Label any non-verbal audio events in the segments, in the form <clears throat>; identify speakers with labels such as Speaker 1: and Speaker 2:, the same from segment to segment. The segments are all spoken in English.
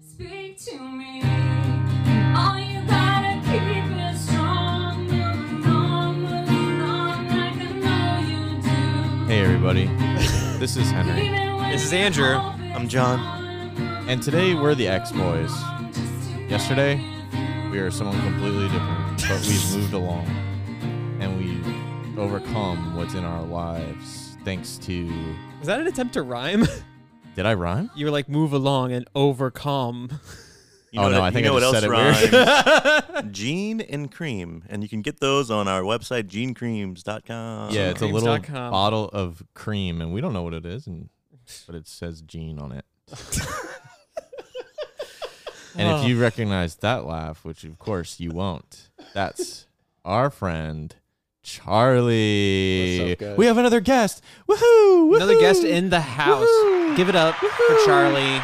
Speaker 1: speak to me. And all you gotta keep is strong. You're normally numb like I know you do.
Speaker 2: Hey, everybody. This is Henry.
Speaker 1: Even when
Speaker 3: This is
Speaker 1: you
Speaker 3: Andrew.
Speaker 1: hope it's
Speaker 4: I'm John.
Speaker 1: gone,
Speaker 2: And today we're the X Boys.
Speaker 1: I'm just too
Speaker 2: Yesterday, <laughs> we are someone completely different, but we've moved along and we've overcome what's in our lives thanks to.
Speaker 3: Was that an attempt to rhyme? <laughs>
Speaker 2: Did I rhyme?
Speaker 3: You were like move along and overcome. <laughs>
Speaker 4: You
Speaker 2: Oh,
Speaker 4: know
Speaker 2: no,
Speaker 4: what-
Speaker 2: I think
Speaker 4: you
Speaker 2: I just
Speaker 4: know what
Speaker 2: said
Speaker 4: else
Speaker 2: it
Speaker 4: rhymes?
Speaker 2: <laughs>
Speaker 3: That's
Speaker 4: Gene and cream, and you can get those on our website, genecreams.com.
Speaker 3: Uh,
Speaker 2: yeah, it's a little
Speaker 3: creams.com.
Speaker 2: bottle of cream, and we don't know what it is, and but it says Gene on
Speaker 3: <laughs>
Speaker 2: it. and if you recognize that laugh, which of course you won't,
Speaker 3: <laughs>
Speaker 2: that's our friend Charlie.
Speaker 5: What's up, guys?
Speaker 2: We have another guest. Woohoo!
Speaker 3: Another guest
Speaker 2: woohoo!
Speaker 3: in the house.
Speaker 2: Woohoo!
Speaker 3: Give it up for
Speaker 2: Woohoo!
Speaker 3: Charlie.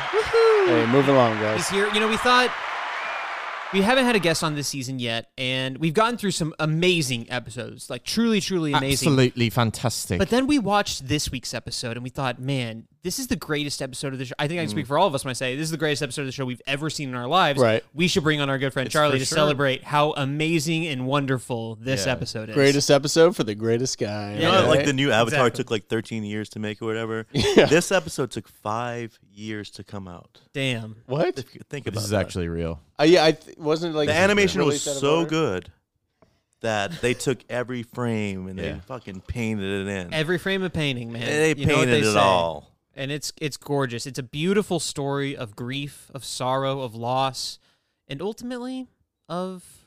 Speaker 5: Hey, moving along,
Speaker 3: He's
Speaker 5: guys.
Speaker 3: here. You know, we thought we haven't had a guest on this season yet, and we've gotten through some amazing episodes, like truly, truly amazing.
Speaker 2: Absolutely fantastic.
Speaker 3: But then we watched this week's episode and we thought, man, this is the greatest episode of the show. I think I can speak for all of us when I say this is the greatest episode of the show we've ever seen in our lives.
Speaker 5: Right.
Speaker 3: We should bring on our good friend
Speaker 4: It's
Speaker 3: Charlie
Speaker 4: for
Speaker 3: to
Speaker 4: sure.
Speaker 3: celebrate how amazing and wonderful this
Speaker 2: Yeah.
Speaker 3: episode is.
Speaker 5: Greatest episode for the greatest guy.
Speaker 3: You
Speaker 4: You know,
Speaker 3: Yeah.
Speaker 4: like the new Avatar
Speaker 3: Exactly.
Speaker 4: took like 13 years to make or whatever.
Speaker 5: Yeah.
Speaker 4: This episode took five years to come out.
Speaker 3: Damn.
Speaker 5: what?
Speaker 4: If you think about
Speaker 2: this is
Speaker 4: that.
Speaker 2: actually real.
Speaker 5: Uh, yeah, I th- wasn't it like
Speaker 4: the animation was
Speaker 5: released out of
Speaker 4: so
Speaker 5: order?
Speaker 4: good that they took every frame and
Speaker 2: Yeah.
Speaker 4: they fucking painted it in.
Speaker 3: Every frame of painting, man.
Speaker 4: And they
Speaker 3: You know what
Speaker 4: painted
Speaker 3: they
Speaker 4: it
Speaker 3: say.
Speaker 4: all.
Speaker 3: And it's it's gorgeous. It's a beautiful story of grief, of sorrow, of loss, and ultimately of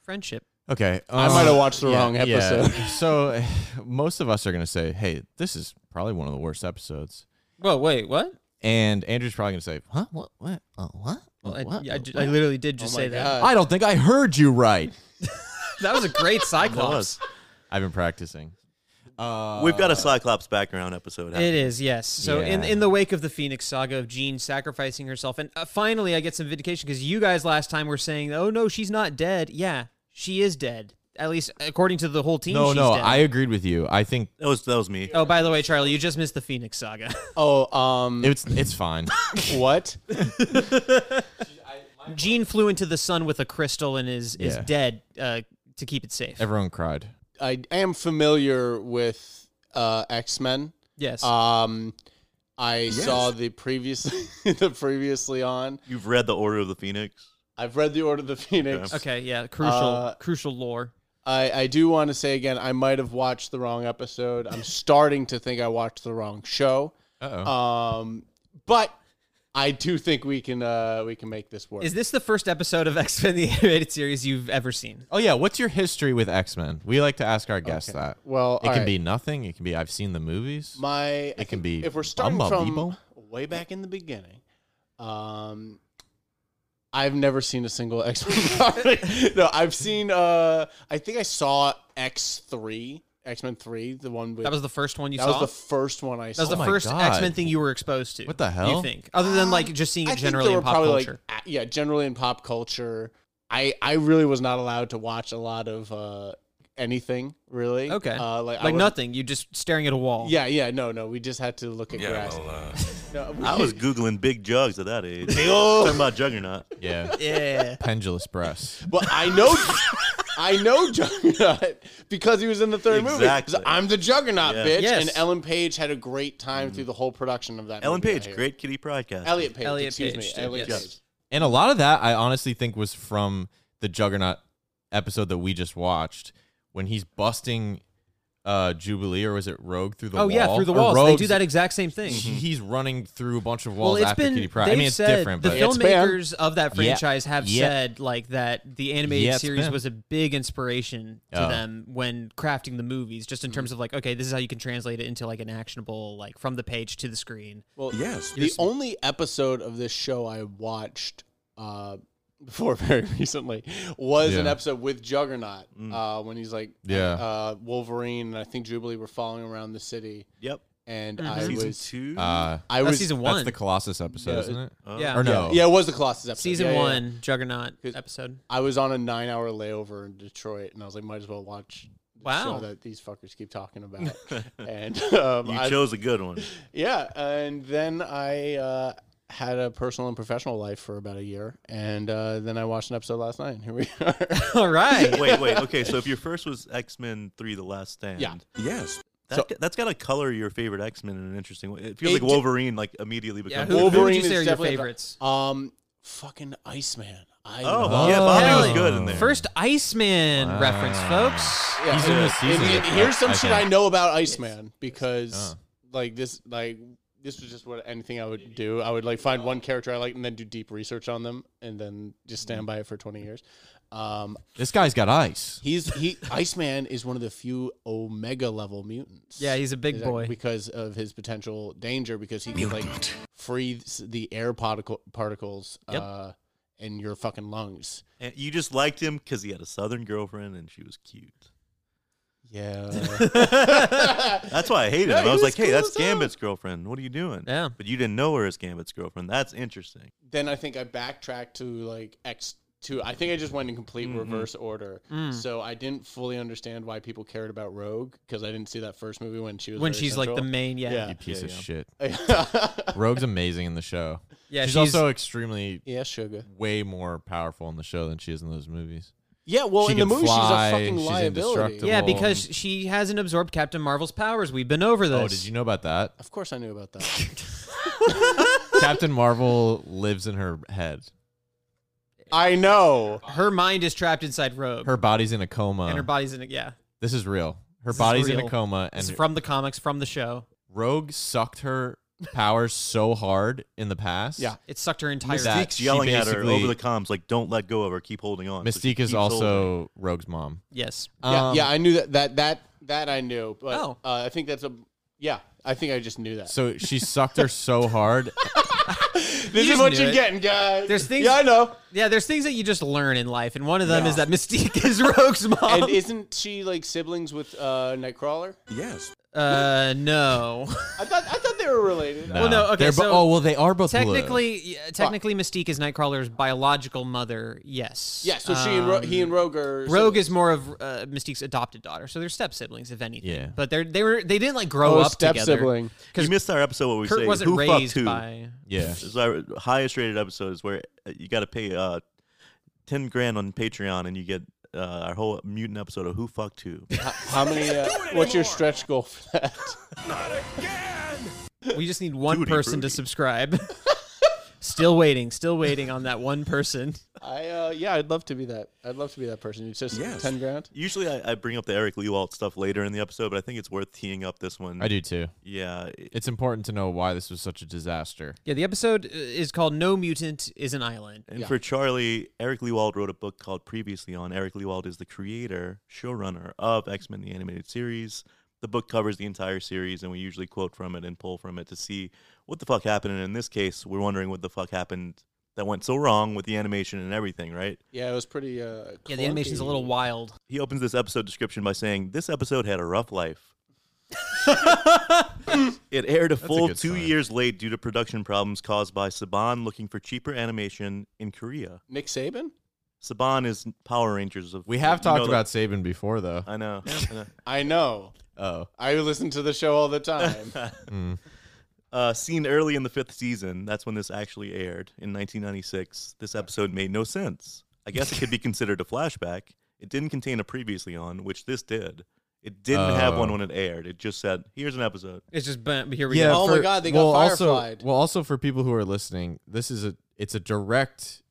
Speaker 3: friendship.
Speaker 2: Okay.
Speaker 5: I
Speaker 2: um,
Speaker 5: might have watched the wrong
Speaker 2: yeah.
Speaker 5: episode.
Speaker 2: so <sighs> most of us are going to say, hey, this is probably one of the worst episodes.
Speaker 3: Whoa, wait, what?
Speaker 2: And Andrew's probably gonna say, "Huh? What? What? Uh, what?
Speaker 3: Well,
Speaker 2: Uh,
Speaker 3: I,
Speaker 2: what?
Speaker 3: I,
Speaker 2: Uh,
Speaker 3: ju- I
Speaker 2: what?"
Speaker 3: literally did just
Speaker 5: Oh my
Speaker 3: say that.
Speaker 5: God.
Speaker 2: I don't think I heard you right.
Speaker 3: <laughs>
Speaker 2: <laughs>
Speaker 3: That was a great cyclops.
Speaker 4: was.
Speaker 2: I've been practicing. Uh,
Speaker 4: We've got a Cyclops background episode. happening.
Speaker 3: It is, yes. So in
Speaker 2: Yeah.
Speaker 3: in the wake of the Phoenix saga of Jean sacrificing herself, and uh, finally I get some vindication because you guys last time were saying, "Oh no, she's not dead." Yeah, she is dead. At least according to the whole team.
Speaker 2: no,
Speaker 3: she's
Speaker 2: no.
Speaker 3: dead.
Speaker 2: I agreed with you. I think
Speaker 4: That was that was me.
Speaker 3: Oh, by the way, Charlie, you just missed the Phoenix saga. <laughs>
Speaker 5: Oh,
Speaker 3: Mm.
Speaker 5: um,
Speaker 2: it's it's fine.
Speaker 5: <laughs> what?
Speaker 3: Jean flew into the sun with a crystal and is is
Speaker 2: Yeah.
Speaker 3: dead uh, to keep it safe.
Speaker 2: Everyone cried.
Speaker 5: I am familiar with uh, X Men.
Speaker 3: yes.
Speaker 2: Uh,
Speaker 5: Um, I saw the previously <laughs> the previously on.
Speaker 4: You've read the Order of the Phoenix.
Speaker 5: I've read the Order of the Phoenix.
Speaker 3: okay. Yeah. Crucial.
Speaker 5: uh,
Speaker 3: crucial lore.
Speaker 5: I, I do want to say again, I might have watched the wrong episode. I'm starting to think I watched the wrong show.
Speaker 2: Uh oh.
Speaker 5: Um, but I do think we can uh, we can make this work.
Speaker 3: Is this the first episode of <laughs> X Men the animated series you've ever seen?
Speaker 2: Oh yeah. What's your history with X Men? We like to ask our guests that.
Speaker 5: well,
Speaker 2: it can
Speaker 5: alright.
Speaker 2: be nothing. It can be I've seen the movies.
Speaker 5: my. It
Speaker 2: can be
Speaker 5: if we're starting
Speaker 2: Bumba
Speaker 5: from
Speaker 2: Bebo.
Speaker 5: way back in the beginning. Um, I've never seen a single <laughs> X Men property. no, I've seen. Uh, I think I saw X three, X Men three, the one with
Speaker 3: That was the first one you
Speaker 5: that
Speaker 3: saw.
Speaker 5: was the first one I
Speaker 3: That
Speaker 5: saw.
Speaker 3: was the
Speaker 2: Oh my
Speaker 3: first
Speaker 2: God.
Speaker 3: X Men thing you were exposed to.
Speaker 2: What the hell?
Speaker 3: You think, other than like just seeing it generally in pop
Speaker 5: probably,
Speaker 3: culture?
Speaker 5: Like, a- yeah, generally in pop culture. I I really was not allowed to watch a lot of uh, anything really.
Speaker 3: okay,
Speaker 5: uh,
Speaker 3: like,
Speaker 5: like I was-
Speaker 3: nothing. You just staring at a wall.
Speaker 5: Yeah, yeah, no, no. We just had to look at grass. <laughs> No, we-
Speaker 4: uh, I was googling big jugs at that age. Talking about Juggernaut.
Speaker 3: <laughs>
Speaker 2: Yeah.
Speaker 3: yeah.
Speaker 2: Pendulous Press.
Speaker 5: Well, I know, I know Juggernaut because he was in the third
Speaker 4: Exactly.
Speaker 5: movie. 'Cause I'm the Juggernaut,
Speaker 4: Yeah. Mm-hmm.
Speaker 5: bitch.
Speaker 3: Yes.
Speaker 5: And Ellen Page had a great time through the whole production of that.
Speaker 4: Ellen
Speaker 5: movie, I
Speaker 4: Page,
Speaker 5: hear.
Speaker 4: great kitty podcast.
Speaker 5: Elliot Page.
Speaker 3: Elliot
Speaker 5: excuse
Speaker 3: Page
Speaker 5: me,
Speaker 3: did,
Speaker 5: Elliot
Speaker 3: yes.
Speaker 5: Page.
Speaker 2: And a lot of that I honestly think was from the Juggernaut episode that we just watched when he's busting uh Jubilee or was it Rogue through <laughs> the
Speaker 3: Oh
Speaker 2: wall? Mm-hmm.
Speaker 3: yeah, through the
Speaker 2: Or
Speaker 3: walls. They
Speaker 2: Rogue's-
Speaker 3: do that exact same thing.
Speaker 2: He's running through a bunch of
Speaker 3: Well,
Speaker 2: walls
Speaker 3: it's
Speaker 2: after
Speaker 3: been.
Speaker 2: Kitty Pryde. I
Speaker 3: they've
Speaker 2: mean, it's
Speaker 3: said-
Speaker 2: different,
Speaker 3: The
Speaker 2: but
Speaker 5: It's banned.
Speaker 3: filmmakers of that
Speaker 2: Yeah.
Speaker 3: franchise have
Speaker 2: Yeah.
Speaker 3: said like that the animated
Speaker 2: Yeah, it's
Speaker 3: series
Speaker 2: banned.
Speaker 3: was a big inspiration to
Speaker 2: Oh.
Speaker 3: them when crafting the movies, just in
Speaker 2: Mm.
Speaker 3: terms of like, okay, this is how you can translate it into like an actionable, like from the page to the screen.
Speaker 5: Well,
Speaker 4: Yes.
Speaker 5: The only episode of this show I watched uh, before <laughs> very recently was an
Speaker 2: Yeah.
Speaker 5: episode with Juggernaut
Speaker 4: Mm.
Speaker 5: uh, when he's like,
Speaker 2: Yeah.
Speaker 5: uh, Wolverine and I think Jubilee were following around the city,
Speaker 4: Yep.
Speaker 5: and I
Speaker 4: Season
Speaker 5: was,
Speaker 4: two.
Speaker 2: uh,
Speaker 5: I
Speaker 3: That's
Speaker 5: was,
Speaker 3: Mm-hmm. season
Speaker 2: that's
Speaker 3: one.
Speaker 2: the Colossus episode,
Speaker 5: Yeah,
Speaker 2: isn't it?
Speaker 4: Oh.
Speaker 3: yeah.
Speaker 2: Or no?
Speaker 5: yeah, it was the Colossus episode,
Speaker 3: Season
Speaker 5: Yeah, yeah, yeah.
Speaker 3: one, Juggernaut
Speaker 5: 'Cause-
Speaker 3: episode. <laughs>
Speaker 5: I was on a nine hour layover in Detroit, and I was like, might as well watch the
Speaker 3: Wow.
Speaker 5: show that these fuckers keep talking <laughs> about. and um,
Speaker 4: you
Speaker 5: I, <laughs>
Speaker 4: chose a good one.
Speaker 5: yeah, and then I uh, had a personal and professional life for about a year, and uh, then I watched an episode last night. And here we <laughs> are.
Speaker 3: All right.
Speaker 4: wait, wait. Okay, so if your first was X Men Three: The Last Stand,
Speaker 5: Yeah.
Speaker 6: Yes.
Speaker 4: that,
Speaker 5: So-
Speaker 4: that's got to color your favorite X Men in an interesting way. It feels
Speaker 5: It
Speaker 4: like
Speaker 5: d-
Speaker 4: Wolverine, like immediately
Speaker 3: Yeah,
Speaker 4: becomes
Speaker 3: who, who would
Speaker 5: Wolverine
Speaker 3: you
Speaker 5: is
Speaker 3: say are your
Speaker 5: definitely a-
Speaker 3: favorites?
Speaker 5: um, fucking Iceman. I
Speaker 4: Oh,
Speaker 5: love-
Speaker 4: yeah, Bobby was
Speaker 3: Hell
Speaker 4: good in there.
Speaker 3: First Iceman
Speaker 2: Wow.
Speaker 3: reference, folks.
Speaker 5: Yeah,
Speaker 2: He's in
Speaker 5: and-
Speaker 2: this season,
Speaker 5: and- and
Speaker 2: I-
Speaker 5: here's some
Speaker 2: I
Speaker 5: shit
Speaker 2: think.
Speaker 5: I know about Iceman because
Speaker 2: Oh.
Speaker 5: like this like this was just what anything I would do. I would like find one character I like and then do deep research on them and then just
Speaker 3: Mm-hmm.
Speaker 5: stand by it for 20 years. Um,
Speaker 2: This guy's got ice.
Speaker 5: he's he <laughs> Iceman is one of the few omega level mutants.
Speaker 3: Yeah, he's a big
Speaker 5: Exactly,
Speaker 3: boy.
Speaker 5: because of his potential danger because he could like free s- the air particle particles
Speaker 3: Yep.
Speaker 5: uh in your fucking lungs.
Speaker 4: And you just liked him because he had a Southern girlfriend and she was
Speaker 5: <laughs>
Speaker 4: cute.
Speaker 5: Yeah.
Speaker 3: <laughs>
Speaker 4: That's why I hated
Speaker 5: Yeah, <laughs>
Speaker 4: him.
Speaker 5: he
Speaker 4: I was
Speaker 5: was
Speaker 4: like, hey,
Speaker 5: cool
Speaker 4: that's
Speaker 5: as hell.
Speaker 4: Gambit's girlfriend. What are you doing?
Speaker 3: Yeah.
Speaker 4: But you didn't know her as Gambit's girlfriend. That's interesting.
Speaker 5: then I think I backtracked to like X two. I think I just went in complete
Speaker 3: Mm-hmm.
Speaker 5: reverse order.
Speaker 3: Mm.
Speaker 5: So I didn't fully understand why people cared about Rogue because I didn't see that first movie when she was
Speaker 3: When
Speaker 5: very
Speaker 3: she's like the
Speaker 5: central.
Speaker 3: main, yeah.
Speaker 5: Yeah.
Speaker 2: You piece
Speaker 4: Yeah,
Speaker 2: of
Speaker 4: yeah.
Speaker 2: shit.
Speaker 5: <laughs> yeah,
Speaker 2: Rogue's amazing in the show.
Speaker 3: Yeah,
Speaker 2: she's,
Speaker 3: she's-
Speaker 2: also extremely
Speaker 5: sugar.
Speaker 2: way more powerful in the show than she is in those movies.
Speaker 5: Yeah, well,
Speaker 2: She
Speaker 5: in the
Speaker 2: can
Speaker 5: movie
Speaker 2: fly,
Speaker 5: she's a fucking
Speaker 2: she's
Speaker 5: liability.
Speaker 2: indestructible.
Speaker 3: Yeah,
Speaker 2: Well,
Speaker 3: because she hasn't absorbed Captain Marvel's powers. We've been over this.
Speaker 2: Oh, did you know about that? <laughs>
Speaker 5: Of course, I knew about that. <laughs>
Speaker 2: Captain Marvel lives in her head.
Speaker 5: I know.
Speaker 3: Her mind is trapped inside Rogue,
Speaker 2: Her body's in a coma.
Speaker 5: uh,
Speaker 3: and her body's in it. Yeah,
Speaker 2: this is real. Her
Speaker 3: is
Speaker 2: body's in
Speaker 3: real.
Speaker 2: a coma, and
Speaker 3: this is from the comics, from the show.
Speaker 2: Rogue sucked her powers so hard in the past.
Speaker 5: Yeah.
Speaker 3: It sucked her entire.
Speaker 2: That
Speaker 4: Mystique's
Speaker 2: she
Speaker 4: yelling at her
Speaker 2: basically-
Speaker 4: over the comms, like, don't let go of her. Keep holding on. So she
Speaker 2: Mystique is
Speaker 4: keeps holding.
Speaker 2: also Rogue's mom.
Speaker 3: Yes.
Speaker 5: Yeah,
Speaker 2: Um,
Speaker 5: yeah, I knew that. That that that I knew. But
Speaker 3: Oh.
Speaker 5: uh, I think that's a. Yeah, I think I just knew that.
Speaker 2: So she sucked her
Speaker 3: <laughs>
Speaker 2: so hard.
Speaker 5: this
Speaker 3: you
Speaker 5: is
Speaker 3: just
Speaker 5: what
Speaker 3: knew
Speaker 5: you're
Speaker 3: it.
Speaker 5: getting, guys.
Speaker 3: There's things-
Speaker 5: Yeah, I know.
Speaker 3: <laughs> Yeah, there's things that you just learn in life, and one of them
Speaker 5: Yeah.
Speaker 3: is that Mystique is <laughs> Rogue's mom.
Speaker 5: And isn't she like siblings with uh, Nightcrawler?
Speaker 6: Yes.
Speaker 3: uh,
Speaker 5: <laughs>
Speaker 3: no.
Speaker 5: I thought I thought they were related.
Speaker 2: Nah.
Speaker 3: Well, no, okay,
Speaker 2: They're bo-
Speaker 3: so
Speaker 2: oh, well, they are both blue.
Speaker 3: technically, yeah, technically, Mystique is Nightcrawler's biological mother. Yes.
Speaker 5: Yeah, so she and Ro- he and
Speaker 3: Um,
Speaker 5: Rogue are
Speaker 3: Rogue is more of uh, Mystique's adopted daughter, so they're step siblings, if anything.
Speaker 2: Yeah.
Speaker 3: But they're they were they didn't like
Speaker 5: Oh,
Speaker 3: grow up together.
Speaker 4: You missed our episode where we
Speaker 3: Kurt
Speaker 4: say,
Speaker 3: wasn't
Speaker 4: who fucked
Speaker 3: raised
Speaker 4: who?
Speaker 3: by.
Speaker 2: Yeah.
Speaker 4: This is our highest rated episode is where uh, you got to pay uh, 10 grand on Patreon and you get uh, our whole mutant episode of Who Fucked Who.
Speaker 5: <laughs> How, how many? Uh, what's your stretch goal for
Speaker 3: <laughs>
Speaker 5: that?
Speaker 3: We just need one
Speaker 4: Tutti
Speaker 3: person to
Speaker 4: frutti.
Speaker 3: subscribe. <laughs> still waiting, still waiting on that one person.
Speaker 5: I uh, yeah, I'd love to be that. I'd love to be that person. It's just
Speaker 6: Yes.
Speaker 5: ten grand.
Speaker 4: Usually I, I bring up the Eric Lewalt stuff later in the episode, but I think it's worth teeing up this one.
Speaker 2: I do too.
Speaker 4: Yeah. it-
Speaker 2: It's important to know why this was such a disaster.
Speaker 3: Yeah, the episode uh, is called "No Mutant Is an Island."
Speaker 4: And
Speaker 5: Yeah.
Speaker 4: for Charlie, Eric Lewald wrote a book called Previously On. Eric Lewald is the creator, showrunner of X Men the Animated Series. The book covers the entire series, and we usually quote from it and pull from it to see what the fuck happened. And in this case, we're wondering what the fuck happened that went so wrong with the animation and everything, right?
Speaker 5: Yeah, it was pretty. Uh,
Speaker 3: Yeah, the animation's a little
Speaker 5: clunky.
Speaker 3: wild.
Speaker 4: He opens this episode description by saying, This episode had a rough life. it aired a
Speaker 2: a
Speaker 4: full
Speaker 2: good
Speaker 4: two
Speaker 2: sign.
Speaker 4: years late due to production problems caused by Saban looking for cheaper animation in Korea.
Speaker 5: Nick Saban.
Speaker 4: Saban is Power Rangers of.
Speaker 2: We have
Speaker 4: you
Speaker 2: talked
Speaker 4: know that-
Speaker 2: about Saban before, though.
Speaker 4: <laughs> I know. I know.
Speaker 5: I know.
Speaker 2: Oh, Mm.
Speaker 5: I listen to the show all the <laughs> time.
Speaker 4: <laughs> Uh, seen early in the fifth season, that's when this actually aired in 1996. This episode made no sense. I guess it could be considered a flashback. It didn't contain a previously on, which this did. It didn't have one
Speaker 2: Oh.
Speaker 4: when it aired. It just said, "Here's an episode."
Speaker 3: It's just bam, here we
Speaker 2: yeah.
Speaker 3: go.
Speaker 5: Oh my
Speaker 2: for-
Speaker 5: God, they got
Speaker 2: well, also,
Speaker 5: fireflied.
Speaker 2: well, also for people who are listening, this is a it's a direct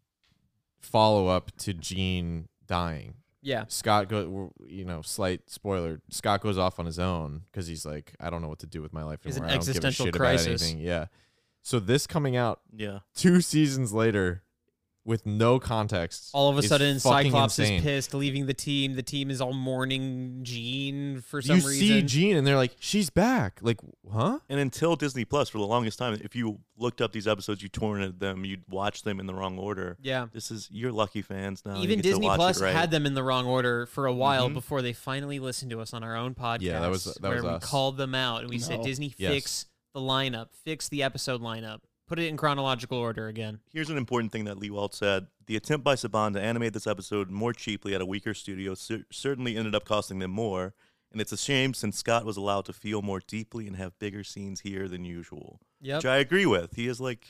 Speaker 2: follow up to Gene dying.
Speaker 3: Yeah,
Speaker 2: Scott go, you know, slight spoiler. Scott goes off on his own because he's like, I don't know what to do with my life
Speaker 3: He's
Speaker 2: anymore.
Speaker 3: an
Speaker 2: I don't give a
Speaker 3: existential
Speaker 2: shit
Speaker 3: crisis.
Speaker 2: about anything. Yeah. So this coming out
Speaker 4: Yeah,
Speaker 2: two seasons later with no context.
Speaker 3: all of a
Speaker 2: is
Speaker 3: sudden,
Speaker 2: fucking
Speaker 3: Cyclops
Speaker 2: insane.
Speaker 3: is pissed, leaving the team. The team is all mourning Jean for some
Speaker 2: You see
Speaker 3: reason.
Speaker 2: Jean and they're like, she's back. Like, huh?
Speaker 4: and until Disney Plus, for the longest time, if you looked up these episodes, you torrented them, you'd watch them in the wrong order.
Speaker 3: yeah.
Speaker 4: This is you're lucky fans now. you
Speaker 3: Even
Speaker 4: get to
Speaker 3: Disney
Speaker 4: watch it
Speaker 3: Plus
Speaker 4: right.
Speaker 3: had them in the wrong order for a while before they finally listened to us on our own podcast.
Speaker 2: Yeah, that was- that
Speaker 3: where
Speaker 2: was
Speaker 3: we
Speaker 2: us.
Speaker 3: called them out and we said,
Speaker 5: No.
Speaker 3: Disney,
Speaker 2: Yes.
Speaker 3: fix the lineup, fix the episode lineup, put it in chronological order again.
Speaker 4: Here's an important thing that Lee Walt said. The attempt by Saban to animate this episode more cheaply at a weaker studio cer- certainly ended up costing them more, and it's a shame since Scott was allowed to feel more deeply and have bigger scenes here than usual.
Speaker 3: Yep.
Speaker 4: Which I agree with. He is like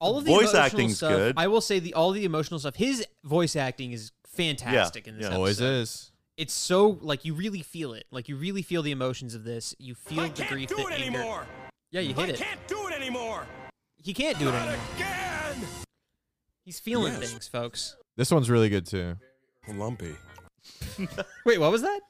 Speaker 3: all of the
Speaker 4: Voice
Speaker 3: emotional
Speaker 4: acting's
Speaker 3: stuff,
Speaker 4: good.
Speaker 3: I will say the all the emotional stuff. His voice acting is fantastic in this.
Speaker 4: yeah. Oh,
Speaker 2: Always
Speaker 3: episode.
Speaker 2: is.
Speaker 3: It's so like you really feel it. Like you really feel the emotions of this. You feel the grief. the anger. Yeah, you hit it.
Speaker 6: do it anymore.
Speaker 3: He can't do it anymore.
Speaker 6: again.
Speaker 3: He's feeling things, folks.
Speaker 2: This one's really good too.
Speaker 6: Lumpy.
Speaker 3: Wait, what was that?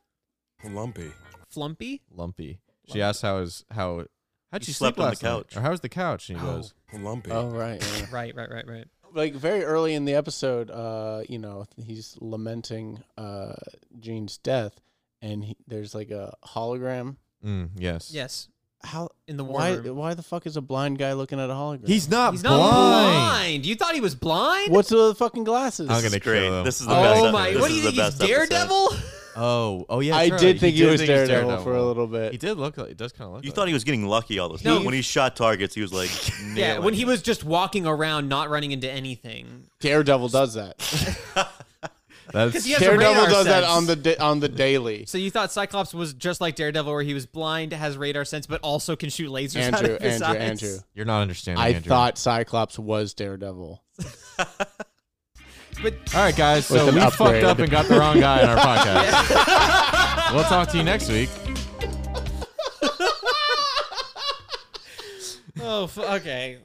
Speaker 6: Lumpy.
Speaker 3: Flumpy?
Speaker 2: Lumpy. She asked how is how how'd
Speaker 4: He
Speaker 2: you
Speaker 4: slept
Speaker 2: sleep
Speaker 4: on the
Speaker 2: last night?
Speaker 4: couch.
Speaker 2: or how was the couch? And he
Speaker 3: Oh.
Speaker 2: goes,
Speaker 6: Lumpy.
Speaker 7: Uh,
Speaker 5: Oh right. yeah.
Speaker 3: Right, right, right, right.
Speaker 5: like very early in the episode, uh, you know, he's lamenting uh Jean's death, and he, there's like a hologram.
Speaker 2: mm, yes.
Speaker 3: Yes.
Speaker 5: How
Speaker 3: In the war
Speaker 5: why
Speaker 3: room.
Speaker 5: why the fuck is a blind guy looking at a hologram?
Speaker 2: He's not
Speaker 3: He's not
Speaker 2: blind.
Speaker 3: blind. You thought he was blind?
Speaker 5: What's with the fucking glasses?
Speaker 2: I'm
Speaker 4: This
Speaker 2: gonna
Speaker 4: is great.
Speaker 2: kill him.
Speaker 4: This is the best.
Speaker 3: Oh
Speaker 4: episode.
Speaker 3: my!
Speaker 4: This
Speaker 3: What do you
Speaker 4: is the
Speaker 3: think? He's
Speaker 4: best episode.
Speaker 3: Daredevil?
Speaker 2: Oh, oh yeah.
Speaker 5: I
Speaker 2: that's
Speaker 5: did
Speaker 2: right.
Speaker 5: think he,
Speaker 2: did
Speaker 5: was
Speaker 2: think he
Speaker 5: Daredevil, for a little bit.
Speaker 2: He did look like it does kind of look.
Speaker 4: You
Speaker 2: like
Speaker 4: thought
Speaker 2: him.
Speaker 4: he was getting lucky all of a
Speaker 3: No.
Speaker 4: sudden. when he shot targets, he was like,
Speaker 3: <laughs> Yeah.
Speaker 4: nailing
Speaker 3: When he
Speaker 4: it.
Speaker 3: was just walking around, not running into anything.
Speaker 5: Daredevil does that.
Speaker 2: That's,
Speaker 3: Because he has a
Speaker 5: Daredevil
Speaker 3: radar
Speaker 5: does that
Speaker 3: sense.
Speaker 5: on the da- on the daily.
Speaker 3: So you thought Cyclops was just like Daredevil, where he was blind, has radar sense, but also can shoot lasers out
Speaker 5: Andrew,
Speaker 3: of his
Speaker 5: Andrew,
Speaker 3: eyes.
Speaker 5: Andrew.
Speaker 2: you're not understanding.
Speaker 5: I
Speaker 2: Andrew.
Speaker 5: thought Cyclops was Daredevil.
Speaker 3: But
Speaker 2: All right, guys. So
Speaker 5: With an
Speaker 2: we
Speaker 5: upgrade.
Speaker 2: fucked up and got the wrong guy
Speaker 5: <laughs>
Speaker 2: in our podcast. we'll talk to you next week.
Speaker 3: oh, f- okay.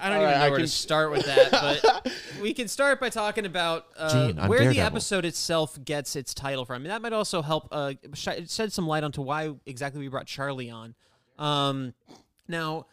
Speaker 3: I don't
Speaker 5: All
Speaker 3: even
Speaker 5: right,
Speaker 3: know
Speaker 5: I
Speaker 3: where
Speaker 5: can-
Speaker 3: to start with that,
Speaker 5: <laughs>
Speaker 3: but we can start by talking about uh,
Speaker 2: Gene, I'm
Speaker 3: where the
Speaker 2: Daredevil.
Speaker 3: episode itself gets its title from, and that might also help uh, sh- shed some light onto why exactly we brought Charlie on. Um, now.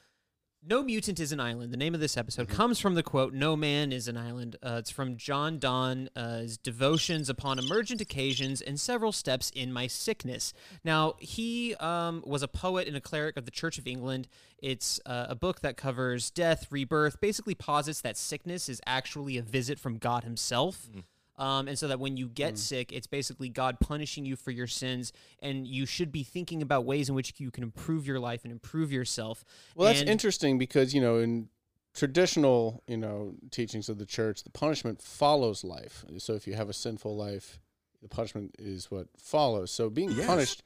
Speaker 3: No Mutant is an Island. The name of this episode comes from the quote, No Man is an Island. Uh, it's from John Donne's uh, Devotions Upon Emergent Occasions and Several Steps in My Sickness. Now, he um, was a poet and a cleric of the Church of England. It's uh, a book that covers death, rebirth, basically posits that sickness is actually a visit from God himself. Um, and so that when you get sick, it's basically God punishing you for your sins, and you should be thinking about ways in which you can improve your life and improve yourself.
Speaker 5: Well, that's
Speaker 3: And-
Speaker 5: interesting because you know in traditional you know teachings of the church, the punishment follows life. So if you have a sinful life, the punishment is what follows. So being
Speaker 6: Yes.
Speaker 5: punished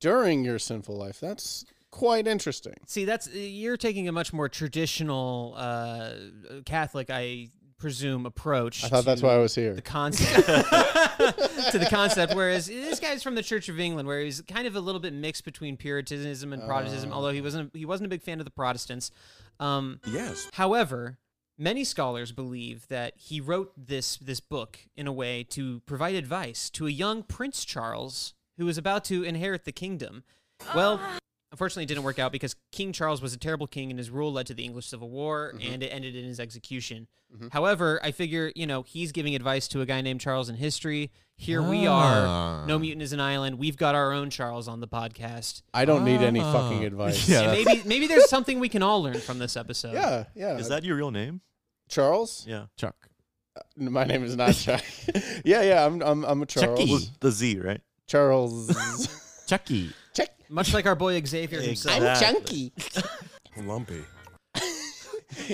Speaker 5: during your sinful life, that's quite interesting.
Speaker 3: See, that's you're taking a much more traditional uh, Catholic, I presume, approach.
Speaker 5: I thought that's
Speaker 3: to
Speaker 5: why I was here.
Speaker 3: The concept <laughs> to the concept, whereas this guy's from the Church of England, where he's kind of a little bit mixed between Puritanism and Protestantism. although he wasn't, he wasn't a big fan of the Protestants. Um,
Speaker 6: Yes.
Speaker 3: However, many scholars believe that he wrote this this book in a way to provide advice to a young Prince Charles who was about to inherit the kingdom. Well, unfortunately, it didn't work out because King Charles was a terrible king, and his rule led to the English Civil War, and it ended in his execution. However, I figure you know he's giving advice to a guy named Charles in history. Here we are. No
Speaker 2: Ah.
Speaker 3: mutant is an island. We've got our own Charles on the podcast.
Speaker 5: I don't need any
Speaker 2: Ah.
Speaker 5: fucking advice.
Speaker 2: Yeah.
Speaker 3: And
Speaker 2: that's-
Speaker 3: maybe maybe there's something we can all learn from this episode.
Speaker 5: yeah, yeah.
Speaker 4: Is that your real name?
Speaker 5: Charles?
Speaker 4: Yeah.
Speaker 2: Chuck.
Speaker 5: No, My name is
Speaker 4: <laughs>
Speaker 5: not Chuck. <laughs> yeah, yeah. I'm I'm I'm a Charles.
Speaker 2: Chucky.
Speaker 4: Well, the Z, right? <laughs>
Speaker 5: Charles.
Speaker 2: Chucky.
Speaker 5: Check.
Speaker 3: Much like our boy Xavier himself.
Speaker 5: I'm
Speaker 4: Exactly.
Speaker 5: Chunky.
Speaker 6: Lumpy.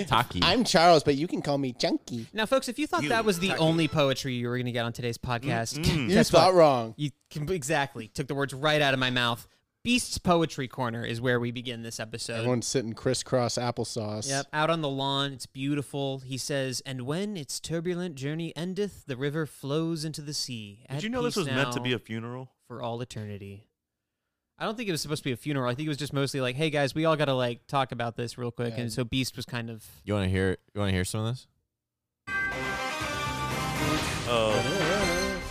Speaker 2: Taki.
Speaker 5: I'm Charles, but you can call me Chunky.
Speaker 3: Now, folks, if you thought that was the only poetry you were going to get on today's podcast, <laughs>
Speaker 4: Hmm.
Speaker 5: You
Speaker 3: guess
Speaker 5: thought
Speaker 3: what?
Speaker 5: wrong.
Speaker 3: You com- exactly took the words right out of my mouth. Beast's Poetry Corner is where we begin this episode.
Speaker 5: Everyone's sitting crisscross applesauce.
Speaker 3: Yep, out on the lawn. It's beautiful. He says, And when its turbulent journey endeth, the river flows into the sea.
Speaker 4: Did you know this was meant to be a funeral?
Speaker 3: for all eternity? I don't think it was supposed to be a funeral. I think it was just mostly like, hey guys, we all got to like talk about this real quick.
Speaker 5: Yeah.
Speaker 3: And so Beast was kind of
Speaker 2: You want to hear? You want to hear some of this?
Speaker 4: Oh,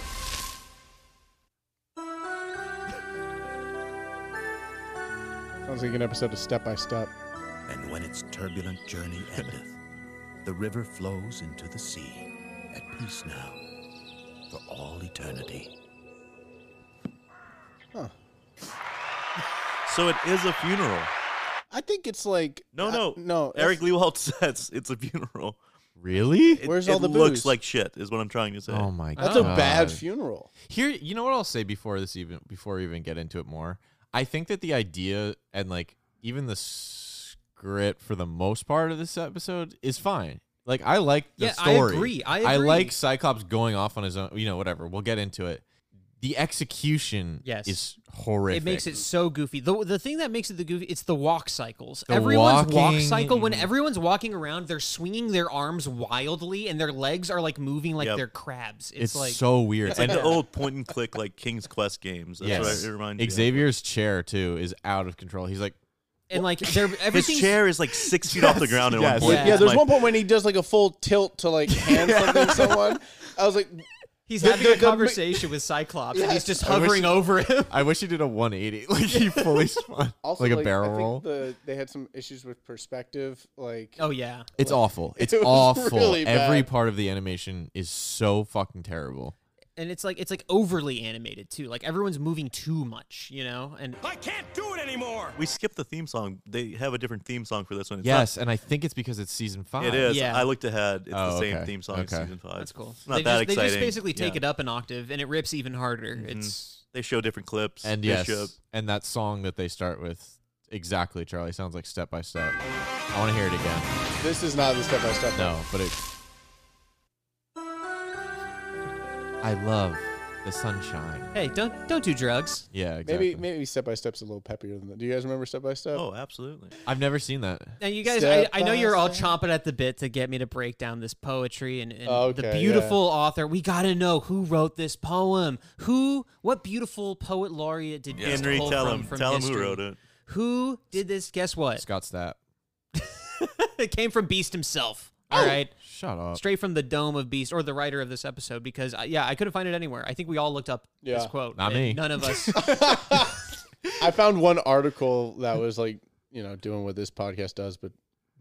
Speaker 5: Sounds like an episode of Step by Step.
Speaker 7: And when its turbulent journey
Speaker 6: <laughs>
Speaker 7: endeth, the river flows into the sea, at peace now, for all eternity.
Speaker 4: so it is a funeral.
Speaker 5: I think it's like
Speaker 4: No,
Speaker 5: I-
Speaker 4: no,
Speaker 5: Uh, no.
Speaker 4: Eric
Speaker 5: that's-
Speaker 4: Lewald <laughs> says it's a funeral.
Speaker 2: Really?
Speaker 4: It,
Speaker 5: Where's
Speaker 4: it
Speaker 5: all the
Speaker 4: looks
Speaker 5: booze?
Speaker 4: like shit. Is what I'm trying to say.
Speaker 2: Oh my god.
Speaker 5: That's a bad funeral.
Speaker 2: Here, you know what I'll say before this even before we even get into it more. I think that the idea and like even the script for the most part of this episode is fine. Like I like the
Speaker 3: Yeah, I
Speaker 2: story.
Speaker 3: agree, I
Speaker 2: I
Speaker 3: agree.
Speaker 2: like Cyclops going off on his own. You know, whatever. We'll get into it. the execution
Speaker 3: Yes.
Speaker 2: is horrific.
Speaker 3: It makes it so goofy. The, the thing that makes it the goofy, it's the walk cycles.
Speaker 2: The
Speaker 3: everyone's walk
Speaker 2: walking-
Speaker 3: cycle, when everyone's walking around, they're swinging their arms wildly and their legs are like moving like
Speaker 4: Yep.
Speaker 3: they're crabs. It's,
Speaker 2: it's,
Speaker 3: like,
Speaker 2: so weird.
Speaker 4: It's like
Speaker 2: and
Speaker 4: the old point and click like King's Quest games. That's
Speaker 2: yes,
Speaker 4: what it reminds me of.
Speaker 2: Xavier's chair too is out of control. He's like,
Speaker 3: and
Speaker 4: <laughs>
Speaker 3: like they're,
Speaker 4: His
Speaker 3: everything's,
Speaker 4: chair is like six feet off the ground at
Speaker 2: yes.
Speaker 4: one point.
Speaker 5: Yeah,
Speaker 3: Yeah.
Speaker 5: there's
Speaker 4: My-
Speaker 5: one point when he does like a full tilt
Speaker 4: <laughs>
Speaker 5: to like hand something to someone. I was like,
Speaker 3: he's
Speaker 5: the-
Speaker 3: having
Speaker 5: the-
Speaker 3: a
Speaker 5: the-
Speaker 3: conversation with Cyclops and he's
Speaker 4: <laughs>
Speaker 5: Yes.
Speaker 3: just
Speaker 2: I wish-
Speaker 3: hovering over him. <laughs>
Speaker 2: I wish he did a 180. <laughs> Like he fully spun,
Speaker 5: also
Speaker 2: like a
Speaker 5: I
Speaker 2: barrel
Speaker 5: think
Speaker 2: roll.
Speaker 5: The, they had some issues with perspective. Like,
Speaker 3: Oh, yeah.
Speaker 2: It's awful. It's
Speaker 5: <laughs> It was
Speaker 2: awful.
Speaker 5: really
Speaker 2: Every
Speaker 5: bad.
Speaker 2: part of the animation is so fucking terrible.
Speaker 3: And it's like, it's like overly animated too. Like everyone's moving too much, you know? And
Speaker 6: I can't do it anymore.
Speaker 4: We skipped the theme song. They have a different theme song for this one. It's not-
Speaker 2: Yes, and I think it's because it's season five.
Speaker 4: it is.
Speaker 3: Yeah.
Speaker 4: I looked ahead. It's the
Speaker 2: Oh,
Speaker 4: same
Speaker 2: okay.
Speaker 4: theme song as
Speaker 2: Okay.
Speaker 4: season five.
Speaker 3: that's cool.
Speaker 4: It's not
Speaker 3: they,
Speaker 4: that
Speaker 3: just, they
Speaker 4: exciting.
Speaker 3: just basically take
Speaker 4: Yeah.
Speaker 3: it
Speaker 4: Mm-hmm.
Speaker 3: up an octave and it rips even harder. It's.
Speaker 4: They show different clips.
Speaker 2: And
Speaker 4: They
Speaker 2: yes,
Speaker 4: show-
Speaker 2: and that song that they start with, exactly, Charlie, sounds like Step by Step. I want to hear it again.
Speaker 5: this is not the step by step.
Speaker 2: No, but it. I love the sunshine.
Speaker 3: Hey, don't don't do drugs.
Speaker 2: Yeah, exactly.
Speaker 5: Maybe maybe step by step's a little peppier than that. Do you guys remember step by step?
Speaker 4: Oh, absolutely.
Speaker 2: I've never seen that.
Speaker 3: Now you guys, I,
Speaker 5: Step
Speaker 3: I know
Speaker 5: by
Speaker 3: you're all
Speaker 5: step.
Speaker 3: chomping at the bit to get me to break down this poetry and, and
Speaker 5: Oh,
Speaker 3: the
Speaker 5: okay,
Speaker 3: beautiful author. We got to know who wrote this poem. Who? What beautiful poet laureate did this
Speaker 4: Henry,
Speaker 3: pull
Speaker 4: tell
Speaker 3: from,
Speaker 4: him.
Speaker 3: from
Speaker 4: Tell him
Speaker 3: history?
Speaker 4: who wrote it.
Speaker 3: Who did this? Guess
Speaker 2: <laughs>
Speaker 3: what?
Speaker 2: Scott Stapp.
Speaker 3: it came from Beast himself. All right,
Speaker 2: Shut up.
Speaker 3: straight from the dome of Beast or the writer of this episode. Because I, yeah, I couldn't find it anywhere. I think we all looked up this
Speaker 5: Yeah.
Speaker 3: quote.
Speaker 2: Not
Speaker 3: and
Speaker 2: me.
Speaker 3: None of us.
Speaker 5: I found one article that was like, you know, doing what this podcast does, but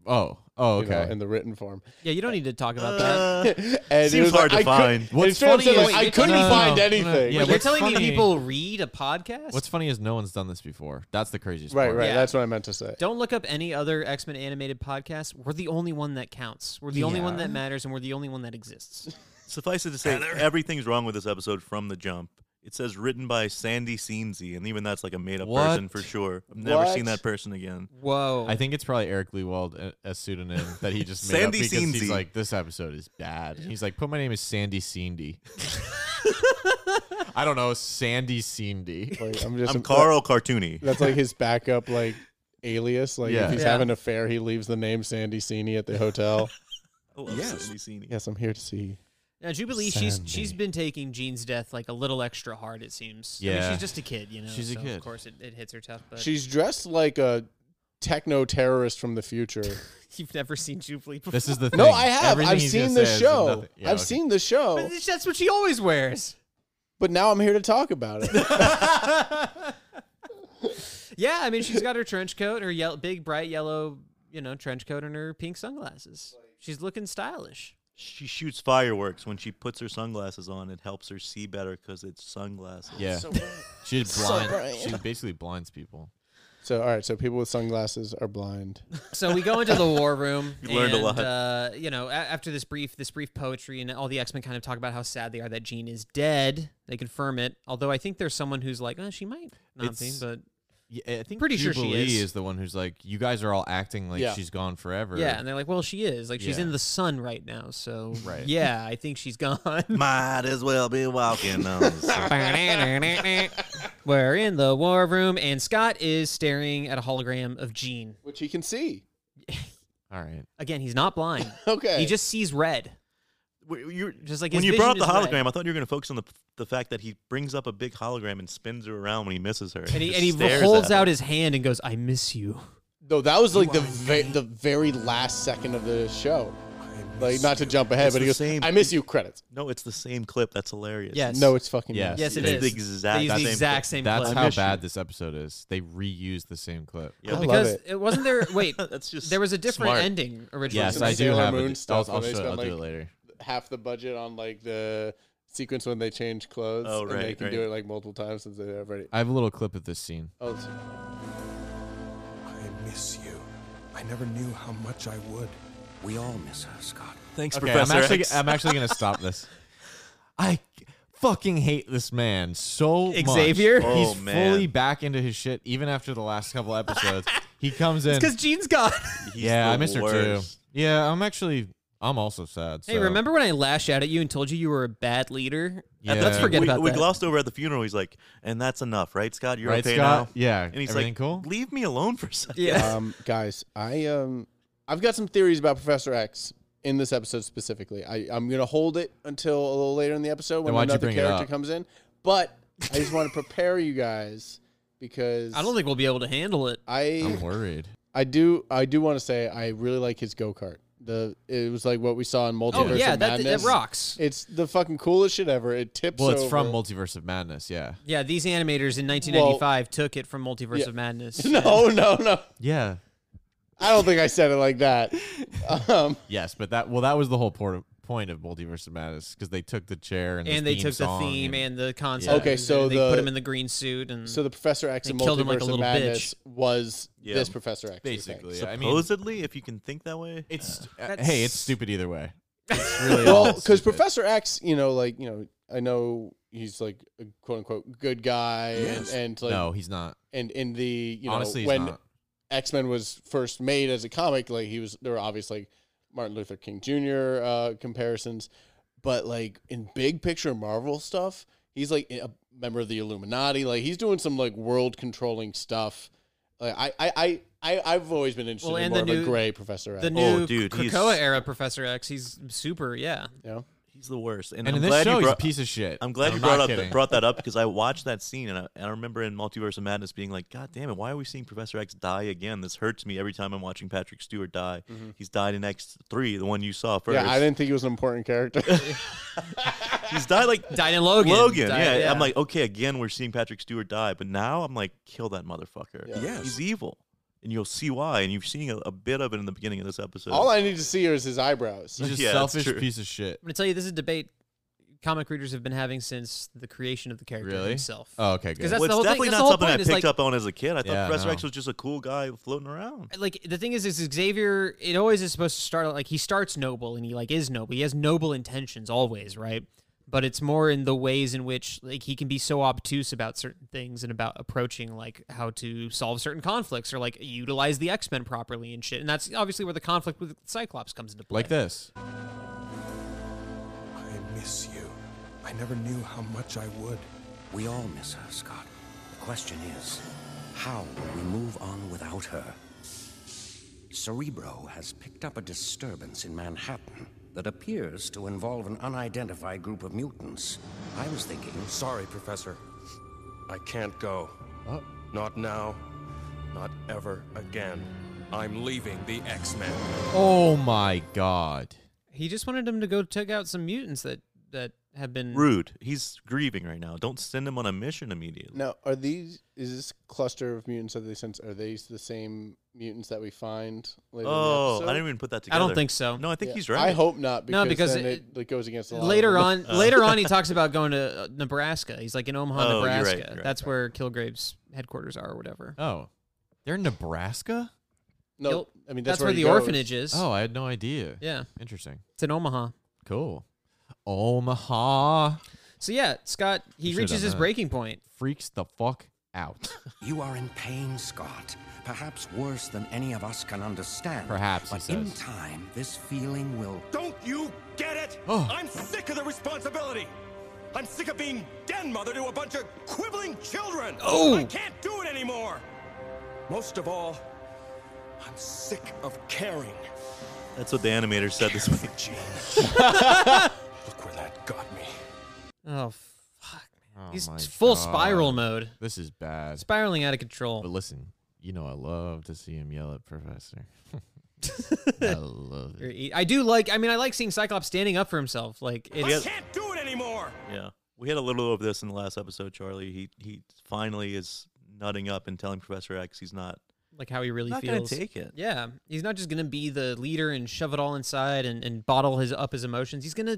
Speaker 2: Oh, oh,
Speaker 5: you know,
Speaker 2: okay.
Speaker 5: in the written form. <laughs>
Speaker 3: yeah, you don't need to talk about that.
Speaker 4: Uh,
Speaker 5: And
Speaker 4: Seems
Speaker 5: it was like,
Speaker 4: hard to
Speaker 5: I could-
Speaker 4: find.
Speaker 5: it
Speaker 2: What's
Speaker 5: straight up
Speaker 2: funny
Speaker 5: said,
Speaker 2: is-
Speaker 5: like,
Speaker 3: wait,
Speaker 5: I couldn't
Speaker 2: no, no,
Speaker 5: find
Speaker 2: no, no,
Speaker 5: anything.
Speaker 2: yeah,
Speaker 3: Wait, you're
Speaker 2: what's
Speaker 3: telling me
Speaker 2: funny-
Speaker 3: people read a podcast?
Speaker 2: What's funny is no one's done this before. That's the craziest
Speaker 5: Right,
Speaker 2: part.
Speaker 5: right.
Speaker 3: Yeah.
Speaker 5: That's what I meant to say.
Speaker 3: Don't look up any other X Men animated podcasts. We're the only one that counts. We're the only one
Speaker 2: Yeah.
Speaker 3: that matters, and we're the only one that exists.
Speaker 4: Suffice it to say, everything's wrong with this episode from the jump. It says written by Sandy Seenzy, and even that's like a made up
Speaker 2: What?
Speaker 4: person for sure. I've never
Speaker 5: What?
Speaker 4: seen that person again.
Speaker 3: Whoa!
Speaker 2: I think it's probably Eric Lewald, a, a pseudonym that he just made
Speaker 4: Sandy
Speaker 2: up because
Speaker 4: Seenzy.
Speaker 2: he's like, this episode is bad. And he's like, put my name is Sandy Seendy. I don't know, Sandy Seendy. <laughs>
Speaker 5: Like, I'm just
Speaker 4: I'm Carl Cartoony.
Speaker 5: That's like his backup, like alias. Like
Speaker 2: Yeah.
Speaker 5: if he's
Speaker 3: Yeah.
Speaker 5: having an affair, he leaves the name Sandy Sini at
Speaker 2: <laughs>
Speaker 5: the hotel.
Speaker 4: I love
Speaker 6: Yes.
Speaker 4: Oh, Sandy Seeney.
Speaker 5: yes, I'm here to see.
Speaker 3: now Jubilee, she's she's
Speaker 5: Sandy.
Speaker 3: been taking Jean's death like a little extra hard. It seems. I mean,
Speaker 2: Yeah.
Speaker 3: she's just a kid, you know.
Speaker 2: She's a
Speaker 3: so
Speaker 2: kid.
Speaker 3: Of course, it, it hits her tough. But
Speaker 5: She's dressed like a techno terrorist from the future.
Speaker 2: <laughs>
Speaker 3: <laughs> you've never seen Jubilee before.
Speaker 2: This is the thing.
Speaker 5: No, I have.
Speaker 2: Everything
Speaker 5: I've
Speaker 2: he's gonna say
Speaker 5: seen the
Speaker 2: is
Speaker 5: show.
Speaker 2: nothing- Yeah,
Speaker 5: I've
Speaker 2: okay.
Speaker 5: seen the show,
Speaker 3: But that's what she always wears.
Speaker 5: but now I'm here to talk about it. <laughs>
Speaker 3: Yeah, I mean, she's got her trench coat, her yellow, big bright yellow, you know, trench coat, and her pink sunglasses. She's looking stylish.
Speaker 4: She shoots fireworks. When she puts her sunglasses on, it helps her see better because it's sunglasses.
Speaker 2: Yeah. <laughs> She's blind.
Speaker 5: bright.
Speaker 2: she basically blinds people.
Speaker 5: so, all right. So people with sunglasses are blind.
Speaker 3: So we go into the war room.
Speaker 4: You learned a
Speaker 3: and,
Speaker 4: lot.
Speaker 3: Uh, you know, a- after this brief, this brief poetry, and all the X Men kind of talk about how sad they are that Jean is dead. They confirm it. Although I think there's someone who's like, oh, she might not be,
Speaker 2: It's-
Speaker 3: but
Speaker 2: Yeah, I think
Speaker 3: Pretty sure she
Speaker 2: Jubilee
Speaker 3: is.
Speaker 2: the one who's like, you guys are all acting like
Speaker 5: Yeah.
Speaker 2: she's gone forever.
Speaker 3: yeah. And they're like, well, she is. Like she's
Speaker 2: Yeah.
Speaker 3: in the sun right now, so
Speaker 2: Right.
Speaker 3: yeah, I think she's <laughs> gone.
Speaker 4: Might as well be walking on. the
Speaker 3: <laughs>
Speaker 4: sun.
Speaker 3: We're in the war room, and Scott is staring at a hologram of Jean.
Speaker 5: Which he can see.
Speaker 2: all right.
Speaker 3: Again, he's not blind.
Speaker 5: Okay.
Speaker 3: He just sees red.
Speaker 4: Wait, you-
Speaker 3: Just like
Speaker 4: when
Speaker 3: his
Speaker 4: you brought up
Speaker 3: vision
Speaker 4: the
Speaker 3: is red.
Speaker 4: hologram, I thought you were going to focus on the the fact that he brings up a big hologram and spins her around when he misses her.
Speaker 3: and he,
Speaker 4: just
Speaker 3: and he
Speaker 4: stares
Speaker 3: holds
Speaker 4: at
Speaker 3: out
Speaker 4: her.
Speaker 3: his hand and goes, "I miss you."
Speaker 5: No, that was like the ve- the very last second of the show. Like not to jump ahead,
Speaker 4: It's
Speaker 5: but he
Speaker 4: the
Speaker 5: goes,
Speaker 4: same-
Speaker 5: "I miss you." Credits.
Speaker 4: No, it's the same clip. That's hilarious.
Speaker 3: Yes.
Speaker 5: No, it's fucking
Speaker 2: Yeah.
Speaker 5: not.
Speaker 3: Yes, it
Speaker 4: They
Speaker 3: is.
Speaker 4: use the exact
Speaker 3: they use the
Speaker 4: same
Speaker 3: exact
Speaker 4: clip.
Speaker 3: same
Speaker 2: That's
Speaker 3: clip.
Speaker 2: how
Speaker 4: mission.
Speaker 2: bad this episode is. They reused the same clip.
Speaker 4: Yeah.
Speaker 5: I
Speaker 3: because
Speaker 5: love it.
Speaker 3: it. wasn't there. Wait,
Speaker 4: That's just
Speaker 3: there was a different
Speaker 4: smart.
Speaker 3: ending originally.
Speaker 2: Yes,
Speaker 5: Some
Speaker 2: I do
Speaker 5: Sailor
Speaker 2: have
Speaker 5: Moon
Speaker 2: it. I'll,
Speaker 5: stuff
Speaker 2: I'll,
Speaker 5: where they
Speaker 2: show- I'll
Speaker 5: spend,
Speaker 2: do it
Speaker 5: like,
Speaker 2: later.
Speaker 5: half the budget on like the sequence when they change clothes.
Speaker 4: Oh,
Speaker 5: and they
Speaker 4: right,
Speaker 5: can do
Speaker 4: right.
Speaker 5: it like multiple times since they already.
Speaker 2: I have a little clip of this scene.
Speaker 5: Oh, it's-
Speaker 6: I miss you. I never knew how much I would.
Speaker 7: We all miss her, Scott.
Speaker 4: Thanks,
Speaker 2: Okay, I'm
Speaker 4: Professor
Speaker 2: actually,
Speaker 4: X.
Speaker 2: I'm actually gonna stop
Speaker 4: <laughs>
Speaker 2: this. I fucking hate this man so much.
Speaker 3: Xavier?
Speaker 4: Oh,
Speaker 2: He's
Speaker 4: man.
Speaker 2: fully back into his shit, even after the last couple
Speaker 4: <laughs>
Speaker 2: episodes. he comes in.
Speaker 3: because Gene's gone.
Speaker 4: He's
Speaker 2: yeah,
Speaker 4: the
Speaker 2: I missed her too.
Speaker 4: worst.
Speaker 2: Yeah, I'm actually I'm also sad.
Speaker 3: Hey,
Speaker 2: so-
Speaker 3: remember when I lashed out at you and told you you were a bad leader?
Speaker 2: Yeah.
Speaker 3: Let's forget
Speaker 4: we,
Speaker 3: about
Speaker 4: we
Speaker 3: that.
Speaker 4: glossed over at the funeral. He's like, and that's enough, right, Scott? You're
Speaker 2: right,
Speaker 4: okay
Speaker 2: Scott?
Speaker 4: now.
Speaker 2: Yeah.
Speaker 4: And he's
Speaker 2: everything
Speaker 4: like,
Speaker 2: cool.
Speaker 4: Leave me alone for a
Speaker 2: <laughs>
Speaker 4: second. <laughs>
Speaker 3: yeah.
Speaker 5: um, guys, I um, I've got some theories about Professor X in this episode specifically. I I'm gonna hold it until a little later in the episode
Speaker 2: Then
Speaker 5: when
Speaker 2: why'd you
Speaker 5: another
Speaker 2: bring it
Speaker 5: character
Speaker 2: up?
Speaker 5: comes in, but I just want to prepare you guys because
Speaker 3: I don't think we'll be able to handle it.
Speaker 5: I
Speaker 2: I'm
Speaker 4: <laughs>
Speaker 2: worried.
Speaker 5: I do I do want to say I really like his go kart. The it was like what we saw in Multiverse
Speaker 3: Oh yeah, that,
Speaker 5: of
Speaker 3: that
Speaker 5: Madness.
Speaker 3: rocks.
Speaker 5: It's the fucking coolest shit ever. It tips.
Speaker 2: Well, it's from
Speaker 5: <laughs> over.
Speaker 2: Multiverse of Madness. Yeah.
Speaker 3: Yeah, these animators in 1995 took it from Multiverse
Speaker 5: Yeah.
Speaker 3: of Madness.
Speaker 5: <laughs> No, no, no.
Speaker 2: Yeah.
Speaker 5: I don't think I said it
Speaker 2: <laughs>
Speaker 5: like that. Um,
Speaker 2: Yes, but that well, that was the whole port- point of Multiverse of Madness because they took the chair and,
Speaker 3: and
Speaker 2: the
Speaker 3: they took the
Speaker 2: song
Speaker 3: theme
Speaker 2: and,
Speaker 3: and, the concept.
Speaker 5: Okay,
Speaker 3: and
Speaker 5: so
Speaker 3: they put
Speaker 5: the-
Speaker 3: him in the green suit and
Speaker 5: so the Professor X
Speaker 3: They
Speaker 5: and
Speaker 3: killed him like a
Speaker 5: Multiverse of
Speaker 3: little
Speaker 5: Madness was
Speaker 4: Yeah.
Speaker 5: this Professor X. we think.
Speaker 2: basically. I mean,
Speaker 4: Supposedly, if you can think that way.
Speaker 2: it's uh,
Speaker 3: That's-
Speaker 2: hey, it's stupid either way. It's really all
Speaker 5: well, because
Speaker 2: stupid.
Speaker 5: Professor X, you know, like you know, I know he's like a quote unquote good guy, and, and like
Speaker 2: no, he's not.
Speaker 5: and in the you know
Speaker 2: Honestly, he's
Speaker 5: when
Speaker 2: not.
Speaker 5: X Men was first made as a comic, like he was there were obviously Martin Luther King Jr. Uh, comparisons, but like in big picture Marvel stuff, he's like a member of the Illuminati. Like he's doing some like world controlling stuff. Like I I. I I, I've always been interested
Speaker 3: Well, and
Speaker 5: in more
Speaker 3: the
Speaker 5: of a
Speaker 3: new-
Speaker 5: gray Professor X.
Speaker 3: the new
Speaker 4: Oh, dude, he's-
Speaker 3: Krakoa era Professor X. He's super. Yeah.
Speaker 5: you know?
Speaker 4: He's the worst.
Speaker 2: And
Speaker 4: And, I'm
Speaker 2: in this
Speaker 4: glad
Speaker 2: show,
Speaker 4: you
Speaker 2: he's a
Speaker 4: brought,
Speaker 2: piece of shit.
Speaker 4: I'm glad you
Speaker 2: not
Speaker 4: brought up
Speaker 2: kidding.
Speaker 4: brought that up because I watched that scene and I, and I remember in Multiverse of Madness being like, God damn it, why are we seeing Professor X die again? This hurts me every time I'm watching Patrick Stewart die. He's died in X three, the one you saw first.
Speaker 5: Yeah, I didn't think he was an important character. <laughs>
Speaker 4: He's died like
Speaker 3: Died in Logan.
Speaker 4: Logan.
Speaker 3: Died-
Speaker 4: yeah. I'm like, okay, again we're seeing Patrick Stewart die, but now I'm like, kill that motherfucker.
Speaker 6: Yes.
Speaker 4: He's evil, and you'll see why. And you're seeing a, a bit of it in the beginning of this episode.
Speaker 5: All I need to see is his
Speaker 3: <laughs>
Speaker 5: eyebrows.
Speaker 2: He's just
Speaker 4: <laughs> Yeah, that's
Speaker 2: selfish
Speaker 4: true.
Speaker 2: piece of shit.
Speaker 3: I'm gonna tell you, this is a debate comic readers have been having since the creation of the character
Speaker 2: Really?
Speaker 3: himself.
Speaker 2: Oh, okay, good.
Speaker 3: Because that's
Speaker 4: well,
Speaker 3: the
Speaker 4: it's
Speaker 3: whole
Speaker 4: definitely
Speaker 3: thing. That's
Speaker 4: not
Speaker 3: the whole
Speaker 4: something I
Speaker 3: point, is, like,
Speaker 4: picked up on as a kid. I thought
Speaker 2: Yeah,
Speaker 4: Professor
Speaker 2: no.
Speaker 4: X was just a cool guy floating around.
Speaker 3: like the thing is, is Xavier. It always is supposed to start out, like he starts noble and he like is noble. He has noble intentions always, right? But it's more in the ways in which like he can be so obtuse about certain things and about approaching like how to solve certain conflicts or like utilize the X Men properly and shit. And that's obviously where the conflict with Cyclops comes into play.
Speaker 2: like this.
Speaker 6: I miss you. I never knew how much I would.
Speaker 7: We all miss her, Scott. The question is, how will we move on without her? Cerebro has picked up a disturbance in Manhattan that appears to involve an unidentified group of mutants. I was thinking,
Speaker 6: Sorry, Professor. I can't go. Not now. Not ever again. I'm leaving the X-Men.
Speaker 2: Oh my god.
Speaker 3: He just wanted him to go take out some mutants that that have been
Speaker 4: Rude. He's grieving right now. Don't send him on a mission immediately.
Speaker 5: Now, are these? Is this cluster of mutants that they sense? Are these the same mutants that we find later?
Speaker 4: Oh,
Speaker 5: in the episode?
Speaker 4: I didn't even put that
Speaker 3: I
Speaker 4: together.
Speaker 3: don't think so.
Speaker 4: No, I think
Speaker 5: Yeah.
Speaker 4: he's right.
Speaker 5: I hope not. Because
Speaker 3: No, because
Speaker 5: then
Speaker 3: it-
Speaker 5: it, it goes against the law.
Speaker 3: later
Speaker 4: Oh. <laughs>
Speaker 3: on later on he talks about going to uh, nebraska he's like in omaha
Speaker 4: Oh, you're right,
Speaker 3: nebraska
Speaker 4: you're right,
Speaker 3: that's where kilgrave's headquarters are or whatever
Speaker 2: Oh, they're in Nebraska.
Speaker 5: no,
Speaker 3: Yep.
Speaker 5: I mean
Speaker 3: that's,
Speaker 5: that's,
Speaker 3: where,
Speaker 5: he
Speaker 3: the
Speaker 5: goes.
Speaker 3: orphanage is
Speaker 2: Oh, I had no idea.
Speaker 3: yeah
Speaker 2: Interesting.
Speaker 3: it's in omaha
Speaker 2: Cool. Omaha
Speaker 3: so yeah scott he
Speaker 2: should've
Speaker 3: reaches
Speaker 2: done
Speaker 3: his
Speaker 2: that.
Speaker 3: breaking point
Speaker 2: freaks the fuck out.
Speaker 3: <laughs>
Speaker 7: you are in pain, Scott. Perhaps worse than any of us can understand.
Speaker 2: Perhaps, he
Speaker 7: But in
Speaker 2: says.
Speaker 7: time, this feeling will
Speaker 6: Don't you get it?
Speaker 2: Oh.
Speaker 6: I'm sick of the responsibility. I'm sick of being den mother to a bunch of quibbling children. Oh. I can't do it anymore. Most of all, I'm sick of caring.
Speaker 4: That's what the animator said this week.
Speaker 6: Gene. Look where that got me.
Speaker 3: oh fuck man.
Speaker 2: Oh
Speaker 3: he's
Speaker 2: my
Speaker 3: full
Speaker 2: God.
Speaker 3: spiral mode
Speaker 2: This is bad.
Speaker 3: spiraling out of
Speaker 2: But
Speaker 3: control
Speaker 2: listen, you know I love to see him yell at
Speaker 3: <laughs>
Speaker 2: Professor. <laughs> I love it.
Speaker 3: i do like i mean i like seeing cyclops standing up for himself like it's
Speaker 6: I can't do it anymore.
Speaker 4: <laughs> Yeah. We had a little of this in the last episode, Charlie. He he finally is nutting up and telling Professor X he's not
Speaker 3: like how he really
Speaker 4: not
Speaker 3: feels
Speaker 4: gonna take it.
Speaker 3: yeah he's not just gonna be the leader and shove it all inside and, and bottle his up his emotions he's gonna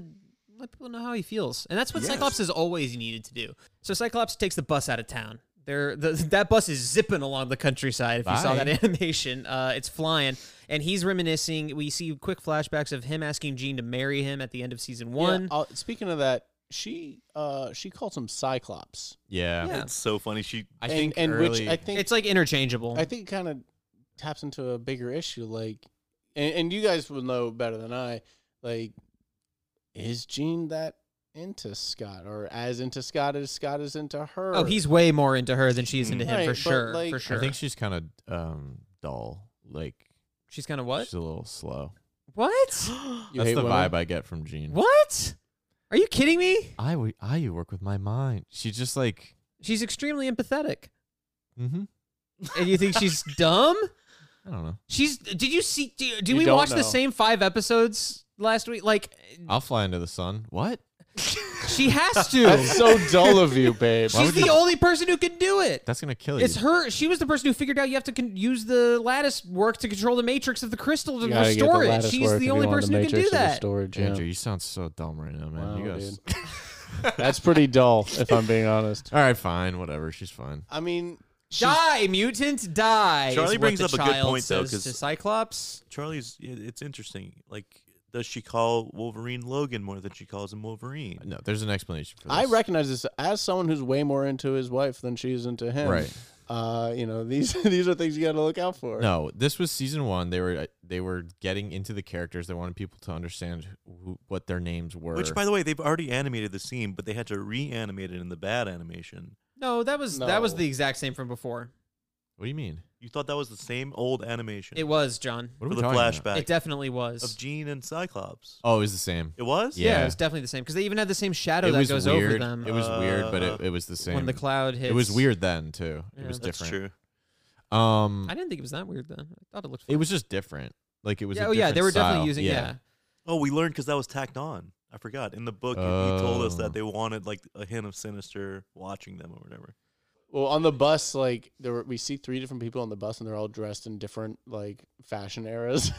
Speaker 3: let people know how he feels and that's what cyclops has always needed to do so cyclops takes the bus out of town there the, <laughs> that bus is zipping along the countryside if you saw
Speaker 2: Bye.
Speaker 3: that <laughs> animation uh, it's flying and he's reminiscing we see quick flashbacks of him asking jean to marry him at the end of season
Speaker 5: Yeah,
Speaker 3: one
Speaker 5: uh, speaking of that, she uh she calls him Cyclops,
Speaker 2: Yeah.
Speaker 3: Yeah.
Speaker 4: It's so funny. She
Speaker 2: I
Speaker 5: and
Speaker 2: think
Speaker 5: and
Speaker 2: early,
Speaker 5: which I think
Speaker 3: it's like interchangeable
Speaker 5: I think kind of taps into a bigger issue, like, and, and you guys will know better than I. like, is Jean that into Scott or as into Scott as Scott is into her?
Speaker 3: Oh, he's way more into her than she's into him
Speaker 5: Right,
Speaker 3: for
Speaker 5: but,
Speaker 3: sure.
Speaker 5: like,
Speaker 3: for
Speaker 5: I
Speaker 3: sure.
Speaker 2: I think she's kind of um, dull. Like
Speaker 3: she's kind of what?
Speaker 2: she's a little slow.
Speaker 3: What? <gasps>
Speaker 5: You
Speaker 2: That's
Speaker 5: hate
Speaker 2: the
Speaker 5: women?
Speaker 2: vibe I get from Jean.
Speaker 3: what? Are you kidding me?
Speaker 2: I w- I you work with my mind. She's just like,
Speaker 3: She's extremely empathetic.
Speaker 2: mm-hmm.
Speaker 3: And you think
Speaker 5: <laughs>
Speaker 3: she's dumb?
Speaker 2: I don't know.
Speaker 3: She's. Did you see? Do, do
Speaker 5: You
Speaker 3: we
Speaker 5: don't
Speaker 3: watch
Speaker 5: know.
Speaker 3: the same five episodes last week? Like,
Speaker 2: I'll fly into the sun. What?
Speaker 5: <laughs>
Speaker 3: she has to.
Speaker 5: That's so dull of you, babe.
Speaker 2: Why
Speaker 3: She's
Speaker 2: would
Speaker 3: the
Speaker 2: you-
Speaker 3: only person who can do it.
Speaker 2: That's gonna kill you.
Speaker 3: It's her. She was the person who figured out you have to con- use the lattice work to control the matrix of the crystal to
Speaker 5: You gotta get
Speaker 3: restore it.
Speaker 5: lattice
Speaker 3: She's
Speaker 5: work if
Speaker 3: the
Speaker 5: you
Speaker 3: only
Speaker 5: want
Speaker 3: person who can do
Speaker 5: matrix of the
Speaker 3: that.
Speaker 5: storage, yeah.
Speaker 2: Andrew, you sound so dumb right now, man. you
Speaker 5: Wow,
Speaker 2: guys.
Speaker 5: <laughs> That's pretty dull, if I'm being
Speaker 2: <laughs>
Speaker 5: honest.
Speaker 2: All right, fine, whatever. She's fine.
Speaker 5: I mean, she's-
Speaker 3: Die, mutant, die. is
Speaker 4: Charlie
Speaker 3: what
Speaker 4: brings
Speaker 3: the
Speaker 4: up a good
Speaker 3: child
Speaker 4: point, though,
Speaker 3: says
Speaker 4: 'cause-
Speaker 3: to Cyclops.
Speaker 4: Charlie's. it- It's interesting. Like, does she call Wolverine Logan more than she calls him Wolverine?
Speaker 2: No, there's an explanation for this.
Speaker 5: I recognize this as someone who's way more into his wife than she is into him.
Speaker 2: Right.
Speaker 5: Uh, you know, these <laughs> these are things you got to look out for.
Speaker 2: No, this was season one. They were uh, they were getting into the characters. They wanted people to understand who, what their names were.
Speaker 4: Which, by the way, they've already animated the scene, but they had to reanimate it in the bad animation.
Speaker 3: No, that was that was
Speaker 5: No.
Speaker 3: the exact same from before.
Speaker 2: what do you mean?
Speaker 4: You thought that was the same old animation
Speaker 3: It was John.
Speaker 2: What are we
Speaker 4: for the
Speaker 2: talking about?
Speaker 4: flashback
Speaker 3: It definitely was.
Speaker 4: of Jean and Cyclops.
Speaker 2: Oh, it was the same.
Speaker 4: It was.
Speaker 3: yeah.
Speaker 2: yeah.
Speaker 3: it was definitely the same because they even had the same shadow
Speaker 2: it
Speaker 3: that
Speaker 2: was
Speaker 3: goes
Speaker 2: weird.
Speaker 3: over them
Speaker 2: It was weird, but it,
Speaker 4: Uh,
Speaker 2: it was the same.
Speaker 3: when the cloud hits.
Speaker 2: it was weird then too.
Speaker 3: Yeah.
Speaker 2: It was
Speaker 4: that's
Speaker 2: different.
Speaker 4: true.
Speaker 2: True. Um,
Speaker 3: I didn't think it was that weird then. I thought it looked. Fun.
Speaker 2: it was just different. Like it was.
Speaker 3: yeah,
Speaker 2: a
Speaker 3: oh yeah,
Speaker 2: different
Speaker 3: they were
Speaker 2: style.
Speaker 3: definitely using. Yeah.
Speaker 4: Oh, we learned because that was tacked on. I forgot. In the book, he- he told us that
Speaker 2: Oh.
Speaker 4: they wanted like a hint of Sinister watching them or whatever.
Speaker 5: Well, on the bus, like there were, we see three different people on the bus, and they're all dressed in different like fashion eras.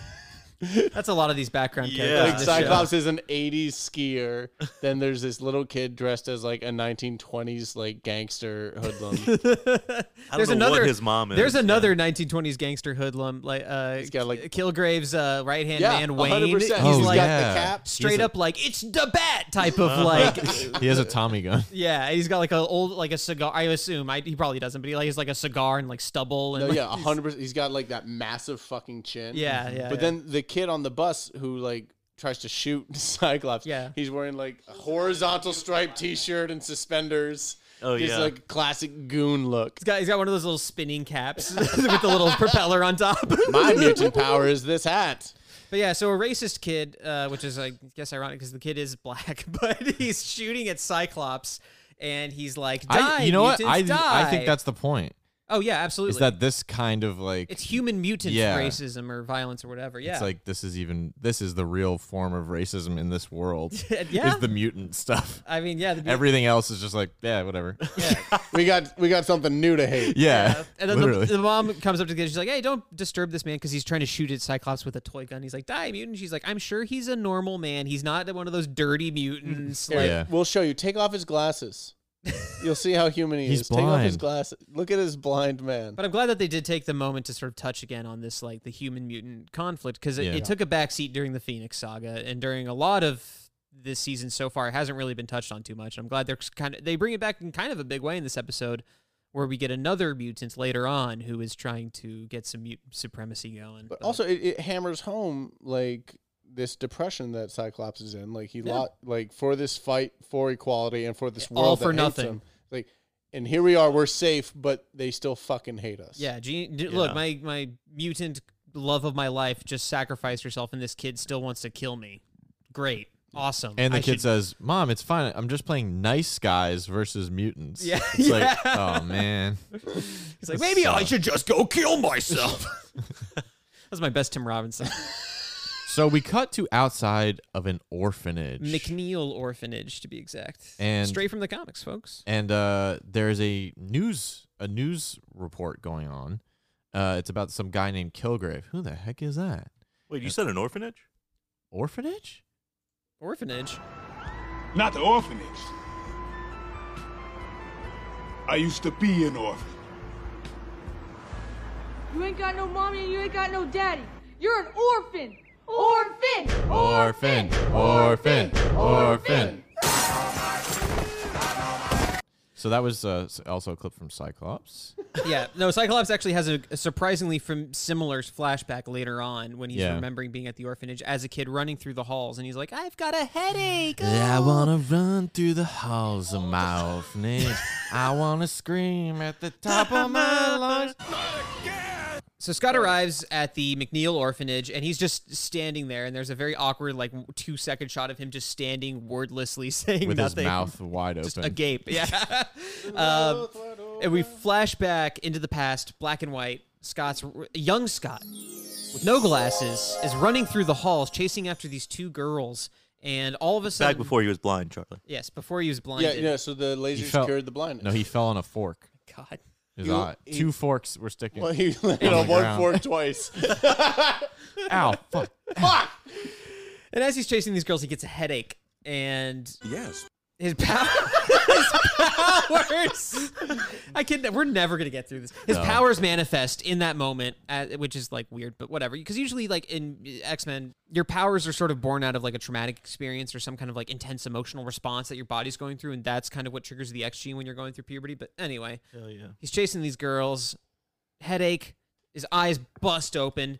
Speaker 5: <laughs>
Speaker 3: that's a lot of these background
Speaker 4: Yeah.
Speaker 3: characters. in
Speaker 5: like
Speaker 3: this
Speaker 5: Cyclops is an '80s skier. then there's this little kid dressed as like a 1920s like gangster
Speaker 3: <laughs>
Speaker 5: hoodlum.
Speaker 3: show.
Speaker 4: I
Speaker 3: There's
Speaker 4: don't know
Speaker 3: another-
Speaker 4: what his mom is.
Speaker 3: There's
Speaker 4: yeah.
Speaker 3: another 1920s gangster hoodlum, like uh,
Speaker 5: He's got, like-
Speaker 3: Kilgrave's uh, right hand
Speaker 5: yeah,
Speaker 3: man
Speaker 5: 100%.
Speaker 3: Wayne. He's
Speaker 5: He's
Speaker 2: Oh,
Speaker 5: got
Speaker 3: like
Speaker 2: yeah.
Speaker 5: the cap.
Speaker 3: straight
Speaker 2: a-
Speaker 3: up like it's the bat type of like.
Speaker 2: He has a Tommy
Speaker 3: <laughs>
Speaker 2: gun.
Speaker 3: Yeah, he's got like a old like a cigar. I assume I, he probably doesn't, but he like has like a cigar and like stubble and
Speaker 5: No,
Speaker 3: like, <laughs>
Speaker 5: yeah, 100. percent He's got like that massive fucking chin.
Speaker 3: yeah, yeah.
Speaker 5: But
Speaker 3: yeah.
Speaker 5: then the kid on the bus who like tries to shoot <laughs> Cyclops.
Speaker 3: Yeah.
Speaker 5: He's wearing like a horizontal striped t-shirt and suspenders.
Speaker 4: Oh,
Speaker 5: He's
Speaker 4: yeah.
Speaker 5: like classic goon look.
Speaker 3: he's got he's got one of those little spinning caps <laughs> with the little propeller on top. <laughs>
Speaker 5: My mutant power is this hat.
Speaker 3: But yeah, so a racist kid, uh, which is I guess ironic because the kid is black, <laughs> but he's shooting at Cyclops, and he's like, "Die,
Speaker 2: I, you know what? I
Speaker 3: mutants,
Speaker 2: I
Speaker 3: die."
Speaker 2: think that's the point.
Speaker 3: oh yeah, absolutely.
Speaker 2: Is that this kind of like
Speaker 3: it's human mutant
Speaker 2: Yeah.
Speaker 3: racism or violence or whatever? Yeah,
Speaker 2: It's like this is even this is the real form of racism in this world.
Speaker 3: <laughs> Yeah.
Speaker 2: Is the mutant stuff.
Speaker 3: I mean, <laughs> yeah, the mut-
Speaker 2: Everything else is just like, yeah,
Speaker 3: <laughs>
Speaker 2: whatever.
Speaker 5: We got we got something new to hate.
Speaker 2: Yeah.
Speaker 3: And then
Speaker 2: literally.
Speaker 3: the, the mom comes up to the kid. She's like, "Hey, don't disturb this man because he's trying to shoot at Cyclops with a toy gun." He's like, "Die, mutant." She's like, "I'm sure he's a normal man. He's not one of those dirty mutants." Like,
Speaker 2: yeah.
Speaker 5: We'll show you. Take off his glasses. You'll see how human he
Speaker 2: <laughs> He's
Speaker 5: is. Take off his
Speaker 2: blind.
Speaker 5: glasses. Look at his blind man.
Speaker 3: But I'm glad that they did take the moment to sort of touch again on this, like the human mutant conflict, because it,
Speaker 2: Yeah.
Speaker 3: it took a backseat during the Phoenix saga and during a lot of this season so far. It hasn't really been touched on too much. I'm glad they're kind of they bring it back in kind of a big way in this episode, where we get another mutant later on who is trying to get some mutant supremacy going.
Speaker 5: But also, it, it hammers home like this depression that Cyclops is in. Like he
Speaker 3: Yeah.
Speaker 5: lot like for this fight for equality and for this
Speaker 3: Yeah,
Speaker 5: world
Speaker 3: all
Speaker 5: that
Speaker 3: for
Speaker 5: hates
Speaker 3: nothing.
Speaker 5: him. Like, and here we are, we're safe, but they still fucking hate us.
Speaker 3: yeah, Jean, d- look,
Speaker 4: Yeah.
Speaker 3: my my mutant love of my life just sacrificed herself, and this kid still wants to kill me. Great, awesome.
Speaker 2: and the
Speaker 3: I
Speaker 2: kid
Speaker 3: should-
Speaker 2: says, Mom, it's fine. I'm just playing nice guys versus mutants.
Speaker 3: Yeah,
Speaker 2: It's like,
Speaker 3: <laughs> yeah.
Speaker 2: oh man.
Speaker 3: He's like, maybe I should just go kill <laughs> myself. That's my best Tim Robinson.
Speaker 2: So we cut to outside of an orphanage.
Speaker 3: <laughs> McNeil Orphanage, to be exact.
Speaker 2: And-
Speaker 3: Straight from the comics, folks.
Speaker 2: and uh, there's a news a news report going on. Uh, it's about some guy named Kilgrave. Who the heck is that?
Speaker 4: Wait, you said an orphanage?
Speaker 2: Orphanage?
Speaker 3: Orphanage.
Speaker 8: Not the orphanage. I used to be an orphan.
Speaker 9: You ain't got no mommy and you ain't got no daddy. You're an orphan. Orphan.
Speaker 2: Orphan, orphan, orphan. So that was uh, s- also a clip from Cyclops.
Speaker 3: yeah, no. Cyclops actually has a, a surprisingly from similar flashback later on when he's
Speaker 2: Yeah.
Speaker 3: remembering being at the orphanage as a kid, running through the halls, and he's like, "I've got a
Speaker 2: <laughs>
Speaker 3: headache."
Speaker 2: I
Speaker 3: oh."
Speaker 2: wanna run through the halls of my orphanage. I wanna scream at <laughs> the top of my lungs.
Speaker 3: So Scott arrives at the McNeil orphanage and he's just standing there and there's a very awkward like 2 second shot of him just standing wordlessly <laughs> saying
Speaker 2: With his
Speaker 3: nothing.
Speaker 2: mouth wide open.
Speaker 3: just agape. <laughs> Yeah.
Speaker 5: <laughs>
Speaker 3: um, and we flash back into the past, black and white. Scott's young Scott with no glasses is running through the halls chasing after these two girls and all of a sudden
Speaker 4: Back before he was blind, Charlie.
Speaker 3: Yes, before he was
Speaker 5: Yeah,
Speaker 3: blinded.
Speaker 5: yeah. So the
Speaker 2: He
Speaker 5: lasers
Speaker 2: fell-
Speaker 5: cured the blindness. <laughs>
Speaker 2: No, he fell on a fork.
Speaker 3: God.
Speaker 2: His
Speaker 5: You-
Speaker 2: eye.
Speaker 5: he-
Speaker 2: Two forks were sticking.
Speaker 3: <laughs>
Speaker 5: Well, he
Speaker 2: On
Speaker 5: landed
Speaker 2: the
Speaker 5: on one
Speaker 2: ground.
Speaker 5: fork twice.
Speaker 2: Ow!
Speaker 3: <laughs>
Speaker 2: Fuck.
Speaker 3: And as he's chasing these girls he gets a headache and
Speaker 7: Yes.
Speaker 3: His power, <laughs> his powers. I can. We're never gonna get through this. His powers manifest in that moment, uh which is like weird, but whatever. Because usually, like in X Men, your powers are sort of born out of like a traumatic experience or some kind of like intense emotional response that your body's going through, and that's kind of what triggers the X gene when you're going through puberty. But anyway,
Speaker 4: Hell yeah.
Speaker 3: he's chasing these girls. Headache. His eyes bust open.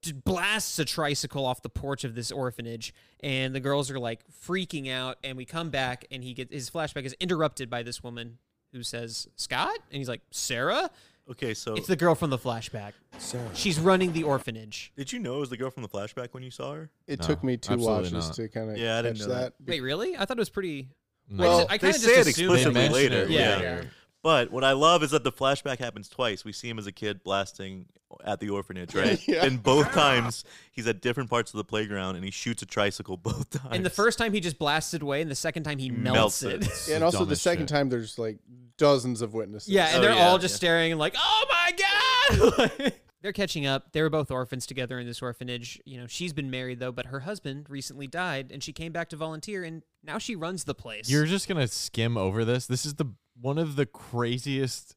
Speaker 3: d- Blasts a tricycle off the porch of this orphanage, and the girls are like freaking out. And we come back, and he gets his flashback is interrupted by this woman who says Scott, and he's like Sarah.
Speaker 4: Okay, so
Speaker 3: It's the girl from the flashback. Sarah. She's running the orphanage.
Speaker 4: did you know it was the girl from the flashback when you saw her?
Speaker 5: It
Speaker 2: No,
Speaker 5: took me two
Speaker 2: absolutely
Speaker 5: watches
Speaker 2: not.
Speaker 5: to kind of
Speaker 4: Yeah, I didn't
Speaker 5: catch
Speaker 4: know
Speaker 5: that.
Speaker 4: that.
Speaker 3: Wait, really? I thought it was pretty.
Speaker 2: No.
Speaker 5: Well,
Speaker 3: I
Speaker 4: they
Speaker 3: kind of
Speaker 4: say
Speaker 3: just
Speaker 4: it
Speaker 3: assumed
Speaker 2: They
Speaker 4: explicitly
Speaker 3: that-
Speaker 2: mentioned
Speaker 4: later,
Speaker 2: it
Speaker 3: yeah.
Speaker 2: later.
Speaker 4: But what I love is that the flashback happens twice. We see him as a kid blasting at
Speaker 3: <laughs>
Speaker 4: the orphanage, right?
Speaker 5: Yeah.
Speaker 4: And both times he's at different parts of the playground and he shoots a tricycle both times.
Speaker 3: And the first time he just blasted away, and the second time he melts,
Speaker 4: Melts
Speaker 3: it.
Speaker 4: it.
Speaker 5: Yeah, and also the
Speaker 2: Dumbest
Speaker 5: second
Speaker 2: shit.
Speaker 5: time, there's like dozens of witnesses.
Speaker 3: Yeah, and
Speaker 4: Oh,
Speaker 3: they're
Speaker 4: yeah,
Speaker 3: all just
Speaker 4: yeah.
Speaker 3: staring like, "Oh my god!" <laughs> they're catching up. They were both orphans together in this orphanage. You know, she's been married though, but her husband recently died, and she came back to volunteer, and now she runs the place.
Speaker 2: You're just gonna skim over this. This is the one of the craziest.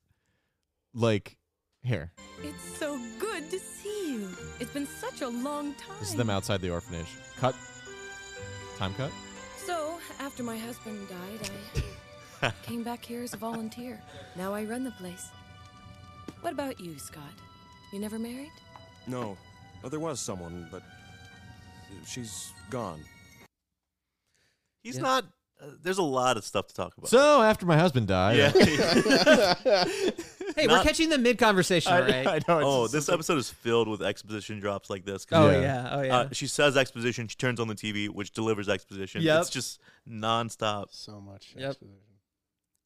Speaker 2: Like, here.
Speaker 1: It's so good to see you. It's been such a long time.
Speaker 2: This is them outside the orphanage. Cut. Time cut.
Speaker 1: So, after my husband died, I
Speaker 2: <laughs>
Speaker 1: came back here as a volunteer. Now I run the place. What about you, Scott? You never married?
Speaker 6: No. Well, there was someone, but she's gone.
Speaker 4: he's not. Uh, there's a lot of stuff to talk about.
Speaker 2: So after my husband died, <laughs>
Speaker 4: <laughs> yeah.
Speaker 3: hey, we're
Speaker 4: not-
Speaker 3: catching the mid conversation, right?
Speaker 2: know. it's
Speaker 4: oh,
Speaker 2: just-
Speaker 4: this episode is filled with exposition drops like this. 'cause
Speaker 3: oh
Speaker 2: Yeah.
Speaker 3: yeah. oh yeah.
Speaker 4: Uh, she says exposition. She turns on the TV, which delivers exposition.
Speaker 3: Yep.
Speaker 4: It's just nonstop.
Speaker 5: So much.
Speaker 3: Yep.
Speaker 5: exposition.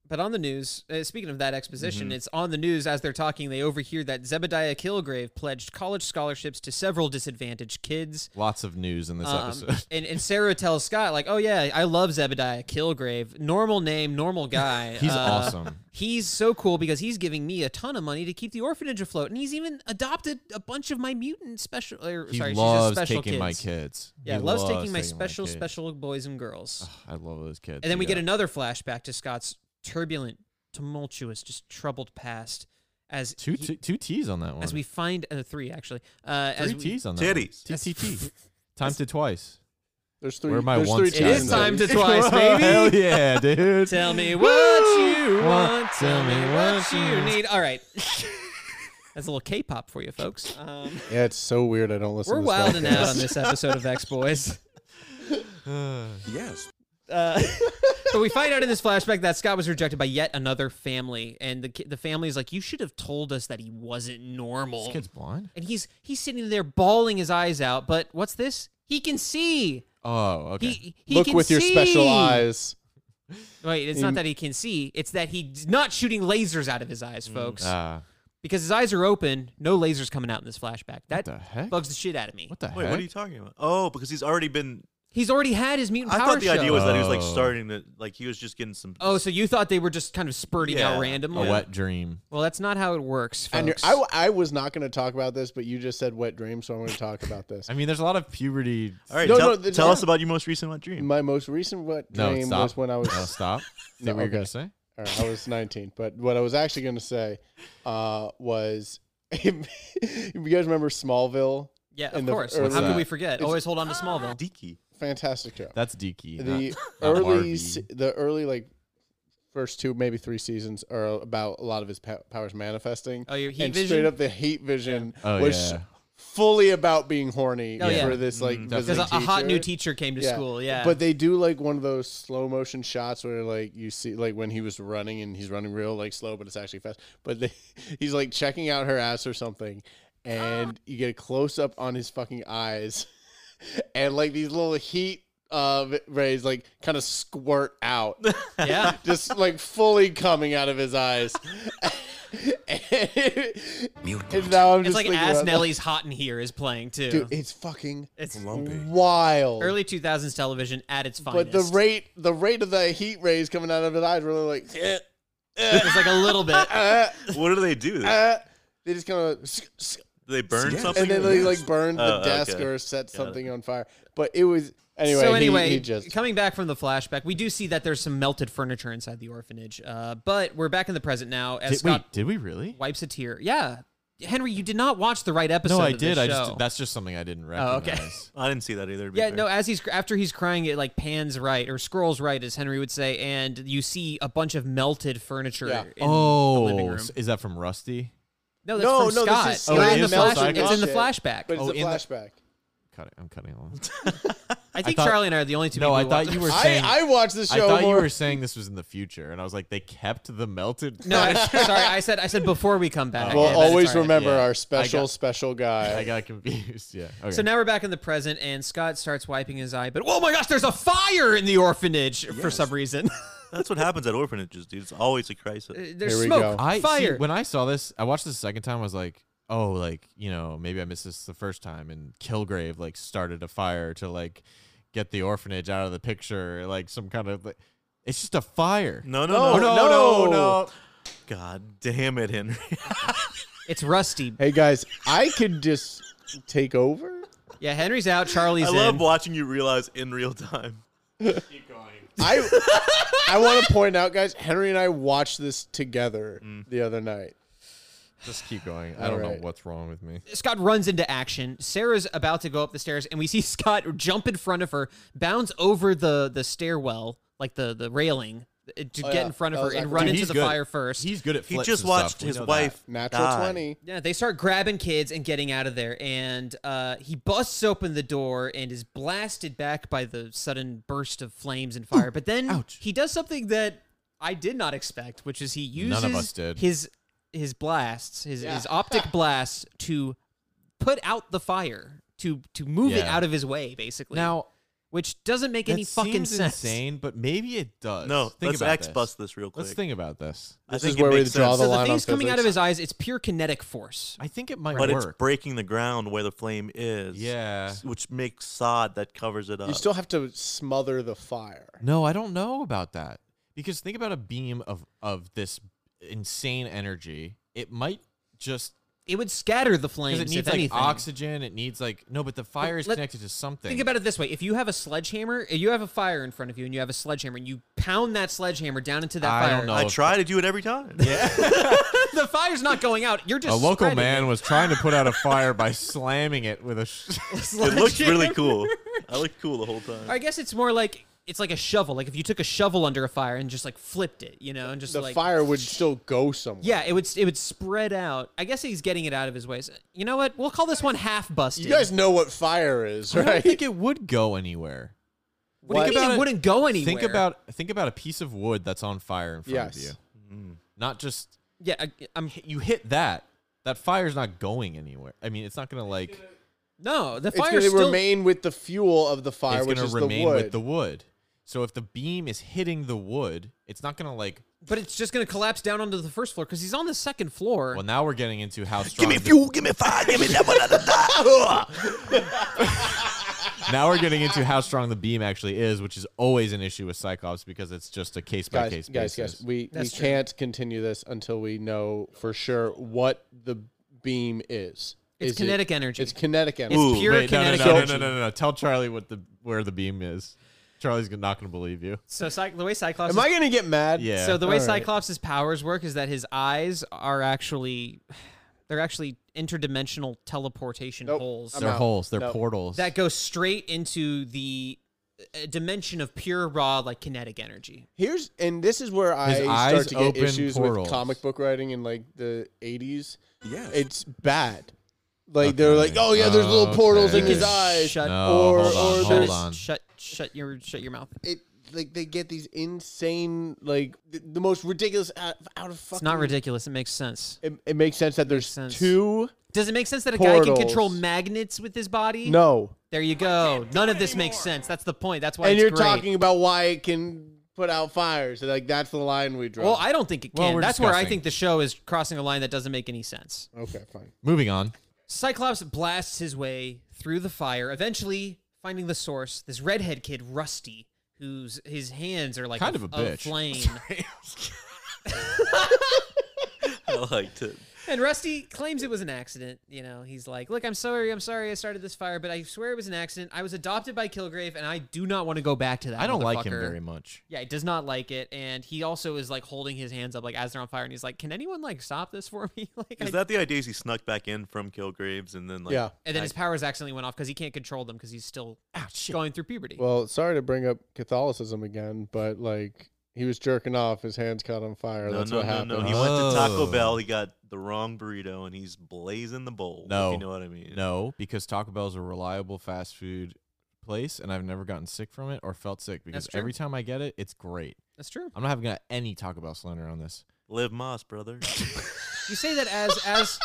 Speaker 3: but on the news, uh, speaking of that
Speaker 2: Mm-hmm.
Speaker 3: exposition, it's on the news as they're talking. They overhear that Zebediah Kilgrave pledged college scholarships to several disadvantaged kids.
Speaker 2: lots of news in this
Speaker 3: Um,
Speaker 2: episode.
Speaker 3: <laughs> and, and Sarah tells Scott, like, oh, yeah, I love Zebediah Kilgrave. Normal name, normal guy.
Speaker 2: <laughs> He's
Speaker 3: Uh,
Speaker 2: awesome.
Speaker 3: He's so cool because he's giving me a ton of money to keep the orphanage afloat. And he's even adopted a bunch of my mutant special. Or,
Speaker 2: He
Speaker 3: sorry, she's just
Speaker 2: loves
Speaker 3: special
Speaker 2: taking my
Speaker 3: kids.
Speaker 2: kids.
Speaker 3: Yeah,
Speaker 2: He
Speaker 3: loves, taking my
Speaker 2: taking
Speaker 3: special,
Speaker 2: kids.
Speaker 3: special boys and girls.
Speaker 2: I love those kids.
Speaker 3: And then we
Speaker 2: Yeah.
Speaker 3: get another flashback to Scott's turbulent, tumultuous, just troubled past. As
Speaker 2: two
Speaker 3: he-
Speaker 2: t- two T's on that one.
Speaker 3: as we find uh, three actually, uh,
Speaker 2: three
Speaker 3: as we,
Speaker 2: T's on that.
Speaker 4: Titties.
Speaker 2: One. TTT. Times to twice.
Speaker 5: There's three.
Speaker 2: Where are my
Speaker 5: there's
Speaker 2: one
Speaker 5: three
Speaker 2: It
Speaker 3: it
Speaker 5: times
Speaker 3: is
Speaker 5: that-
Speaker 3: time
Speaker 4: <laughs>
Speaker 3: to twice,
Speaker 2: <laughs>
Speaker 3: baby.
Speaker 2: Hell yeah, dude.
Speaker 3: Tell me what you
Speaker 2: What?
Speaker 3: want. Tell me what you need.
Speaker 2: <laughs>
Speaker 3: All right. That's a little K-pop for you, folks. Um,
Speaker 5: Yeah, it's so weird. I don't listen.
Speaker 3: we're
Speaker 5: to this
Speaker 3: wilding
Speaker 5: podcast. <laughs>
Speaker 3: out on this episode of X Boys,
Speaker 6: Yes.
Speaker 3: uh, but we find out in this flashback that Scott was rejected by yet another family, and the ki- the family is like, "You should have told us that he wasn't normal."
Speaker 2: This kid's blind.
Speaker 3: And he's he's sitting there bawling his eyes out. But what's this? He can see.
Speaker 2: Oh, okay.
Speaker 3: He, he
Speaker 5: Look
Speaker 3: can
Speaker 5: with your special
Speaker 3: see.
Speaker 5: eyes.
Speaker 3: Wait, it's not that he can see. It's that he's not shooting lasers out of his eyes, folks.
Speaker 2: Ah,
Speaker 3: because his eyes are open, no lasers coming out in this flashback. That
Speaker 2: the heck?
Speaker 3: bugs the shit out of me.
Speaker 2: what the
Speaker 4: Wait,
Speaker 2: heck?
Speaker 4: what are you talking about? Oh, because he's already been.
Speaker 3: He's already had his mutant
Speaker 4: I
Speaker 3: power
Speaker 4: thought the
Speaker 3: show.
Speaker 4: idea was that he was like
Speaker 2: Oh.
Speaker 4: starting to like he was just getting some.
Speaker 3: oh, so you thought they were just kind of spurting out
Speaker 4: Yeah.
Speaker 2: a
Speaker 3: randomly?
Speaker 4: Yeah.
Speaker 2: wet dream.
Speaker 3: Well, that's not how it works, folks.
Speaker 5: And you're, I, I was not going to talk about this, but you just said wet dream, so I'm going to talk about <laughs> this.
Speaker 2: I mean, there's a lot of puberty.
Speaker 4: All right,
Speaker 5: No,
Speaker 4: tell,
Speaker 5: no, the-
Speaker 4: tell
Speaker 5: no.
Speaker 4: us about your most recent wet dream.
Speaker 5: My most recent wet
Speaker 2: No,
Speaker 5: dream
Speaker 2: stop.
Speaker 5: was when I was
Speaker 2: No, stop. Is that
Speaker 5: No,
Speaker 2: what you're
Speaker 5: okay.
Speaker 2: gonna say?
Speaker 5: <laughs> or I was 19. But what I was actually going to say uh, was, <laughs> you guys remember Smallville?
Speaker 3: yeah, of
Speaker 5: in the
Speaker 3: course.
Speaker 5: early-
Speaker 3: how
Speaker 2: What's
Speaker 3: could we
Speaker 2: that?
Speaker 3: forget? Always hold on to Smallville.
Speaker 4: Deaky.
Speaker 5: Fantastic show.
Speaker 2: That's Deaky.
Speaker 5: the
Speaker 2: not- not
Speaker 5: early,
Speaker 2: Harvey.
Speaker 5: se- the early like first two, maybe three seasons are about a lot of his pow- powers manifesting.
Speaker 3: Oh, your heat
Speaker 5: and
Speaker 3: vision?
Speaker 5: straight up the heat vision
Speaker 2: Oh,
Speaker 5: was
Speaker 2: yeah.
Speaker 5: fully about being horny
Speaker 3: Oh, yeah.
Speaker 5: for this like
Speaker 3: because
Speaker 5: visiting
Speaker 3: a, a hot new
Speaker 5: teacher.
Speaker 3: teacher came to school. Yeah,
Speaker 5: But they do like one of those slow motion shots where like you see like when he was running and he's running real like slow, but it's actually fast. But they, <laughs> he's like checking out her ass or something,
Speaker 3: <gasps>
Speaker 5: and you get a close up on his fucking eyes, <laughs> and like these little heat uh rays like kind of squirt out
Speaker 3: <laughs> yeah,
Speaker 5: <laughs> just like fully coming out of his eyes <laughs> and,
Speaker 7: Mutant.
Speaker 5: now i'm
Speaker 3: it's
Speaker 5: just
Speaker 3: like
Speaker 5: thinking
Speaker 3: As
Speaker 5: about-
Speaker 3: Nelly's Hot in Here is playing too.
Speaker 5: dude it's fucking
Speaker 3: it's
Speaker 5: wild
Speaker 3: early 2000s television at its finest.
Speaker 5: but the rate the rate of the heat rays coming out of his eyes really like
Speaker 3: it's like a little bit.
Speaker 4: What do they do? Do
Speaker 5: <laughs> uh, they just kind of
Speaker 4: they burn
Speaker 7: Yes.
Speaker 4: something?
Speaker 5: and then they like burned the
Speaker 4: Oh,
Speaker 5: desk
Speaker 4: okay.
Speaker 5: or set
Speaker 4: Got it.
Speaker 5: something on fire but it was <laughs> anyway
Speaker 3: so
Speaker 5: he-
Speaker 3: anyway,
Speaker 5: he, just
Speaker 3: coming back from the flashback, we do see that there's some melted furniture inside the orphanage. Uh, but we're back in the present now as
Speaker 2: Did,
Speaker 3: Scott
Speaker 2: wait, did we really?
Speaker 3: wipes a tear. Yeah, Henry, you did not watch the right episode.
Speaker 2: No, I
Speaker 3: of this
Speaker 2: did. I
Speaker 3: show.
Speaker 2: just that's just something I didn't
Speaker 3: Oh, okay.
Speaker 2: recognize.
Speaker 4: I didn't see that either. to be
Speaker 3: Yeah,
Speaker 4: fair.
Speaker 3: no. As he's after he's crying, it like pans right or scrolls right, as Henry would say, and you see a bunch of melted furniture.
Speaker 5: Yeah.
Speaker 3: <laughs> In the living
Speaker 2: Oh,
Speaker 3: room.
Speaker 2: s- is that from Rusty?
Speaker 3: no, that's
Speaker 5: No,
Speaker 3: from
Speaker 5: no, this
Speaker 3: Scott.
Speaker 5: is
Speaker 2: Oh, it
Speaker 3: in the
Speaker 2: is
Speaker 3: flash-
Speaker 2: Scott.
Speaker 3: it's in the
Speaker 5: Shit.
Speaker 3: flashback.
Speaker 5: but it's
Speaker 2: Oh,
Speaker 5: a
Speaker 2: in the-
Speaker 5: flashback
Speaker 2: Cut it. I'm cutting along.
Speaker 3: I think
Speaker 2: thought-
Speaker 3: Charlie and I are the only two.
Speaker 2: No,
Speaker 3: people
Speaker 2: I
Speaker 3: who
Speaker 2: thought
Speaker 3: watched
Speaker 2: you
Speaker 3: it.
Speaker 2: were
Speaker 5: I,
Speaker 2: saying.
Speaker 5: I watched the
Speaker 2: I
Speaker 5: show
Speaker 2: thought you
Speaker 5: more-
Speaker 2: were saying this was in the future, and I was like, they kept the melted.
Speaker 3: <laughs> No,
Speaker 5: <laughs>
Speaker 3: I, sorry, I said I said before we come back.
Speaker 5: we'll
Speaker 3: Okay, but it's
Speaker 5: always
Speaker 3: all right.
Speaker 5: remember
Speaker 2: Yeah. I
Speaker 5: our
Speaker 2: got-
Speaker 5: special special guy
Speaker 2: I got confused. <laughs> Yeah. Okay.
Speaker 3: So now we're back in the present, and Scott starts wiping his eye. But oh my gosh, there's a fire in the orphanage for some reason. <laughs>
Speaker 4: that's what happens at orphanages, dude. It's always a crisis.
Speaker 3: there's
Speaker 5: Here we
Speaker 3: smoke,
Speaker 5: go.
Speaker 2: I
Speaker 3: fire.
Speaker 2: See, when I saw this, I watched this the second time. I was like, oh, like you know, maybe I missed this the first time. And Kilgrave like started a fire to like get the orphanage out of the picture, like some kind of. Like, it's just a fire.
Speaker 4: No,
Speaker 5: No,
Speaker 4: no, no,
Speaker 5: no, no.
Speaker 4: God damn it, Henry.
Speaker 3: it's rusty.
Speaker 5: hey guys i could just take over
Speaker 3: Yeah, Henry's out. Charlie's
Speaker 4: I
Speaker 3: in.
Speaker 4: love watching you realize in real time.
Speaker 5: I I want to point out, guys. Henry and I watched this together
Speaker 2: Mm.
Speaker 5: the other night.
Speaker 2: Just keep going. I don't
Speaker 5: Alright.
Speaker 2: know what's wrong with me.
Speaker 3: Scott runs into action. Sarah's about to go up the stairs, and we see <laughs> Scott jump in front of her, bounds over the the stairwell, like the the railing, uh, to
Speaker 5: Oh,
Speaker 3: get
Speaker 5: yeah.
Speaker 3: in front of
Speaker 5: That
Speaker 3: her
Speaker 5: was
Speaker 3: and
Speaker 5: accurate.
Speaker 3: run
Speaker 5: Dude,
Speaker 3: into
Speaker 2: he's
Speaker 3: the
Speaker 2: good.
Speaker 3: fire first.
Speaker 2: He's good at.
Speaker 4: He
Speaker 2: flips
Speaker 4: just
Speaker 2: and stuff.
Speaker 4: watched
Speaker 2: We
Speaker 4: his
Speaker 2: know that.
Speaker 4: wife
Speaker 5: Natural
Speaker 4: die.
Speaker 5: twenty.
Speaker 3: yeah, they start grabbing kids and getting out of there, and uh, he busts open the door and is blasted back by the sudden burst of flames and fire. but then he does something that I did not expect, which is he uses
Speaker 2: None of us did.
Speaker 3: his his blasts, his his
Speaker 2: <laughs>
Speaker 3: optic blasts to put out the fire to to move it
Speaker 2: Yeah.
Speaker 3: out of his way basically
Speaker 2: Now
Speaker 3: which doesn't make
Speaker 2: that
Speaker 3: any fucking
Speaker 2: seems
Speaker 3: sense
Speaker 2: insane, but maybe it does.
Speaker 4: No,
Speaker 2: think
Speaker 4: let's
Speaker 2: about
Speaker 4: X
Speaker 2: this.
Speaker 4: bust this real quick.
Speaker 2: Let's think about this.
Speaker 4: I
Speaker 5: This
Speaker 4: think
Speaker 5: is
Speaker 4: it
Speaker 5: where we
Speaker 4: makes
Speaker 5: draw
Speaker 4: sense.
Speaker 5: the
Speaker 3: so the
Speaker 5: line on
Speaker 3: things coming out of
Speaker 5: physics.
Speaker 3: his eyes it's pure kinetic force
Speaker 2: I think it might
Speaker 4: but it's
Speaker 2: work.
Speaker 4: breaking the ground where the flame is.
Speaker 2: Yeah.
Speaker 4: s- Which makes sod that covers
Speaker 3: Uh,
Speaker 4: it up.
Speaker 5: You still have to smother the fire.
Speaker 2: No, I don't know about that. Because think about a beam of of this insane energy. It might just
Speaker 3: it would scatter the
Speaker 2: because
Speaker 3: flames
Speaker 2: it needs
Speaker 3: if
Speaker 2: like
Speaker 3: anything
Speaker 2: oxygen. It needs like no, but the fire is
Speaker 3: let-
Speaker 2: connected to something.
Speaker 3: Think about it this way: if you have a sledgehammer, if you have a fire in front of you, and you have a sledgehammer, and you pound that sledgehammer down into that
Speaker 2: I
Speaker 3: fire.
Speaker 2: don't know.
Speaker 4: I try to do it every time. Yeah.
Speaker 3: <laughs> the fire's not going out. You're just
Speaker 2: A local
Speaker 3: spreading
Speaker 2: man
Speaker 3: it.
Speaker 2: was trying to put
Speaker 3: <laughs>
Speaker 2: out a fire by slamming it with a. <laughs> Sh-
Speaker 4: it looks really <laughs> cool. I looked cool the whole time.
Speaker 3: I guess it's more like it's like a shovel. Like if you took a shovel under a fire and just like flipped it, you know, and just
Speaker 5: The
Speaker 3: like
Speaker 5: fire would still go somewhere.
Speaker 3: Yeah, it would it would spread out. I guess he's getting it out of his ways. You know what? We'll call this one half busted.
Speaker 5: You guys know what fire is,
Speaker 2: I don't
Speaker 5: right?
Speaker 2: think it would go anywhere.
Speaker 3: what do you
Speaker 2: Think
Speaker 3: mean
Speaker 2: about
Speaker 3: it
Speaker 2: it-
Speaker 3: wouldn't go anywhere?
Speaker 2: Think about think about a piece of wood that's on fire in front of you.
Speaker 5: Yes.
Speaker 2: Mm-hmm. Not just
Speaker 3: yeah. I, um, I'm
Speaker 2: you hit that. That fire's not going anywhere. I mean, it's not gonna like.
Speaker 3: no. The
Speaker 5: It's going
Speaker 3: fire's
Speaker 5: to
Speaker 3: still
Speaker 5: remain with the fuel of the fire,
Speaker 2: it's
Speaker 5: which
Speaker 2: going
Speaker 5: is
Speaker 2: to
Speaker 5: the
Speaker 2: remain
Speaker 5: wood.
Speaker 2: with the wood. So if the beam is hitting the wood, it's not going to like.
Speaker 3: but it's just gonna collapse down onto the first floor because he's on the second floor.
Speaker 2: Well, now we're getting into how strong. the-
Speaker 4: give me fire, give me that one. da, da, da.
Speaker 2: now we're getting into how strong the beam actually is, which is always an issue with Cyclops because it's just a case by
Speaker 5: guys,
Speaker 2: case
Speaker 5: guys,
Speaker 2: basis.
Speaker 5: guys. We
Speaker 3: That's
Speaker 5: we
Speaker 3: true.
Speaker 5: can't continue this until we know for sure what the beam is.
Speaker 3: It's
Speaker 5: Is it-
Speaker 3: kinetic energy.
Speaker 5: It's kinetic energy.
Speaker 4: Ooh,
Speaker 3: pure
Speaker 2: Wait, no, no,
Speaker 3: kinetic
Speaker 2: no, no,
Speaker 3: energy.
Speaker 2: no, no, no, no. Tell Charlie what the where the beam is. Charlie's not going to believe you.
Speaker 3: So Cy- the way Cyclops.
Speaker 5: Am I going to get mad?
Speaker 2: Yeah.
Speaker 3: So the way
Speaker 5: All right.
Speaker 3: Cyclops' powers work is that his eyes are actually they're actually interdimensional teleportation
Speaker 5: Nope.
Speaker 3: holes
Speaker 5: I'm
Speaker 2: they're
Speaker 5: out.
Speaker 2: holes. They're
Speaker 5: Nope.
Speaker 2: portals.
Speaker 3: that go straight into the a dimension of pure raw like kinetic energy.
Speaker 5: Here's and this is where I
Speaker 2: eyes
Speaker 5: start to get
Speaker 2: open
Speaker 5: issues
Speaker 2: portals.
Speaker 5: with comic book writing in like the 80s.
Speaker 8: Yes.
Speaker 5: It's bad. Like they're like, oh yeah, there's little portals in
Speaker 2: Okay.
Speaker 5: his eyes.
Speaker 3: Shut
Speaker 2: No,
Speaker 5: or-
Speaker 2: hold on,
Speaker 5: or
Speaker 2: hold
Speaker 5: there's-
Speaker 2: on.
Speaker 3: Shut shut your shut your mouth.
Speaker 5: It like they get these insane like the, the most ridiculous out, out of fucking.
Speaker 3: It's not ridiculous. It makes sense.
Speaker 5: It, it makes sense that there's
Speaker 3: sense.
Speaker 5: two.
Speaker 3: Does it make sense that a guy can
Speaker 5: Portals.
Speaker 3: control magnets with his body?
Speaker 5: No,
Speaker 3: There you go. None of this makes sense. That's the point. That's why
Speaker 5: and
Speaker 3: it's
Speaker 5: you're
Speaker 3: great.
Speaker 5: talking about why it can put out fires. Like that's the line we draw.
Speaker 3: Well, I don't think it
Speaker 2: Well,
Speaker 3: can.
Speaker 2: we're
Speaker 3: That's where I
Speaker 2: discussing.
Speaker 3: think the show is crossing a line that doesn't make any sense.
Speaker 5: okay, fine.
Speaker 2: Moving on.
Speaker 3: Cyclops blasts his way through the fire, eventually finding the source. This redhead kid, Rusty, whose his hands are like
Speaker 2: Kind of a <laughs> bitch.
Speaker 3: flame.
Speaker 4: <laughs> I liked it.
Speaker 3: and Rusty claims it was an accident. You know, he's like, "Look, I'm sorry, I'm sorry, I started this fire, but I swear it was an accident. I was adopted by Kilgrave, and I do not want to go back to that."
Speaker 2: I don't like him
Speaker 3: motherfucker."
Speaker 2: very much.
Speaker 3: Yeah, he does not like it, and he also is like holding his hands up like as they're on fire, and he's like, "Can anyone like stop this for me?" <laughs> like, I-
Speaker 4: Is that the idea? Is he snuck back in from Kilgraves and then like
Speaker 5: yeah.
Speaker 3: and then his powers accidentally went off because he can't control them because he's still going through puberty.
Speaker 5: Well, sorry to bring up Catholicism again, but like he was jerking off, his hands caught on fire.
Speaker 4: No,
Speaker 5: That's
Speaker 4: no,
Speaker 5: what
Speaker 4: no,
Speaker 5: happened.
Speaker 4: no. He went to Taco
Speaker 2: Oh.
Speaker 4: Bell. He got the wrong burrito, and he's blazing the bowl.
Speaker 2: No.
Speaker 4: if you know what I mean.
Speaker 2: No, because Taco Bell is a reliable fast food place, and I've never gotten sick from it or felt sick because
Speaker 3: That's true.
Speaker 2: every time I get it, it's great.
Speaker 3: That's true.
Speaker 2: I'm not having a- any Taco Bell slander on this.
Speaker 4: live Moss, <laughs> brother.
Speaker 3: You say that as as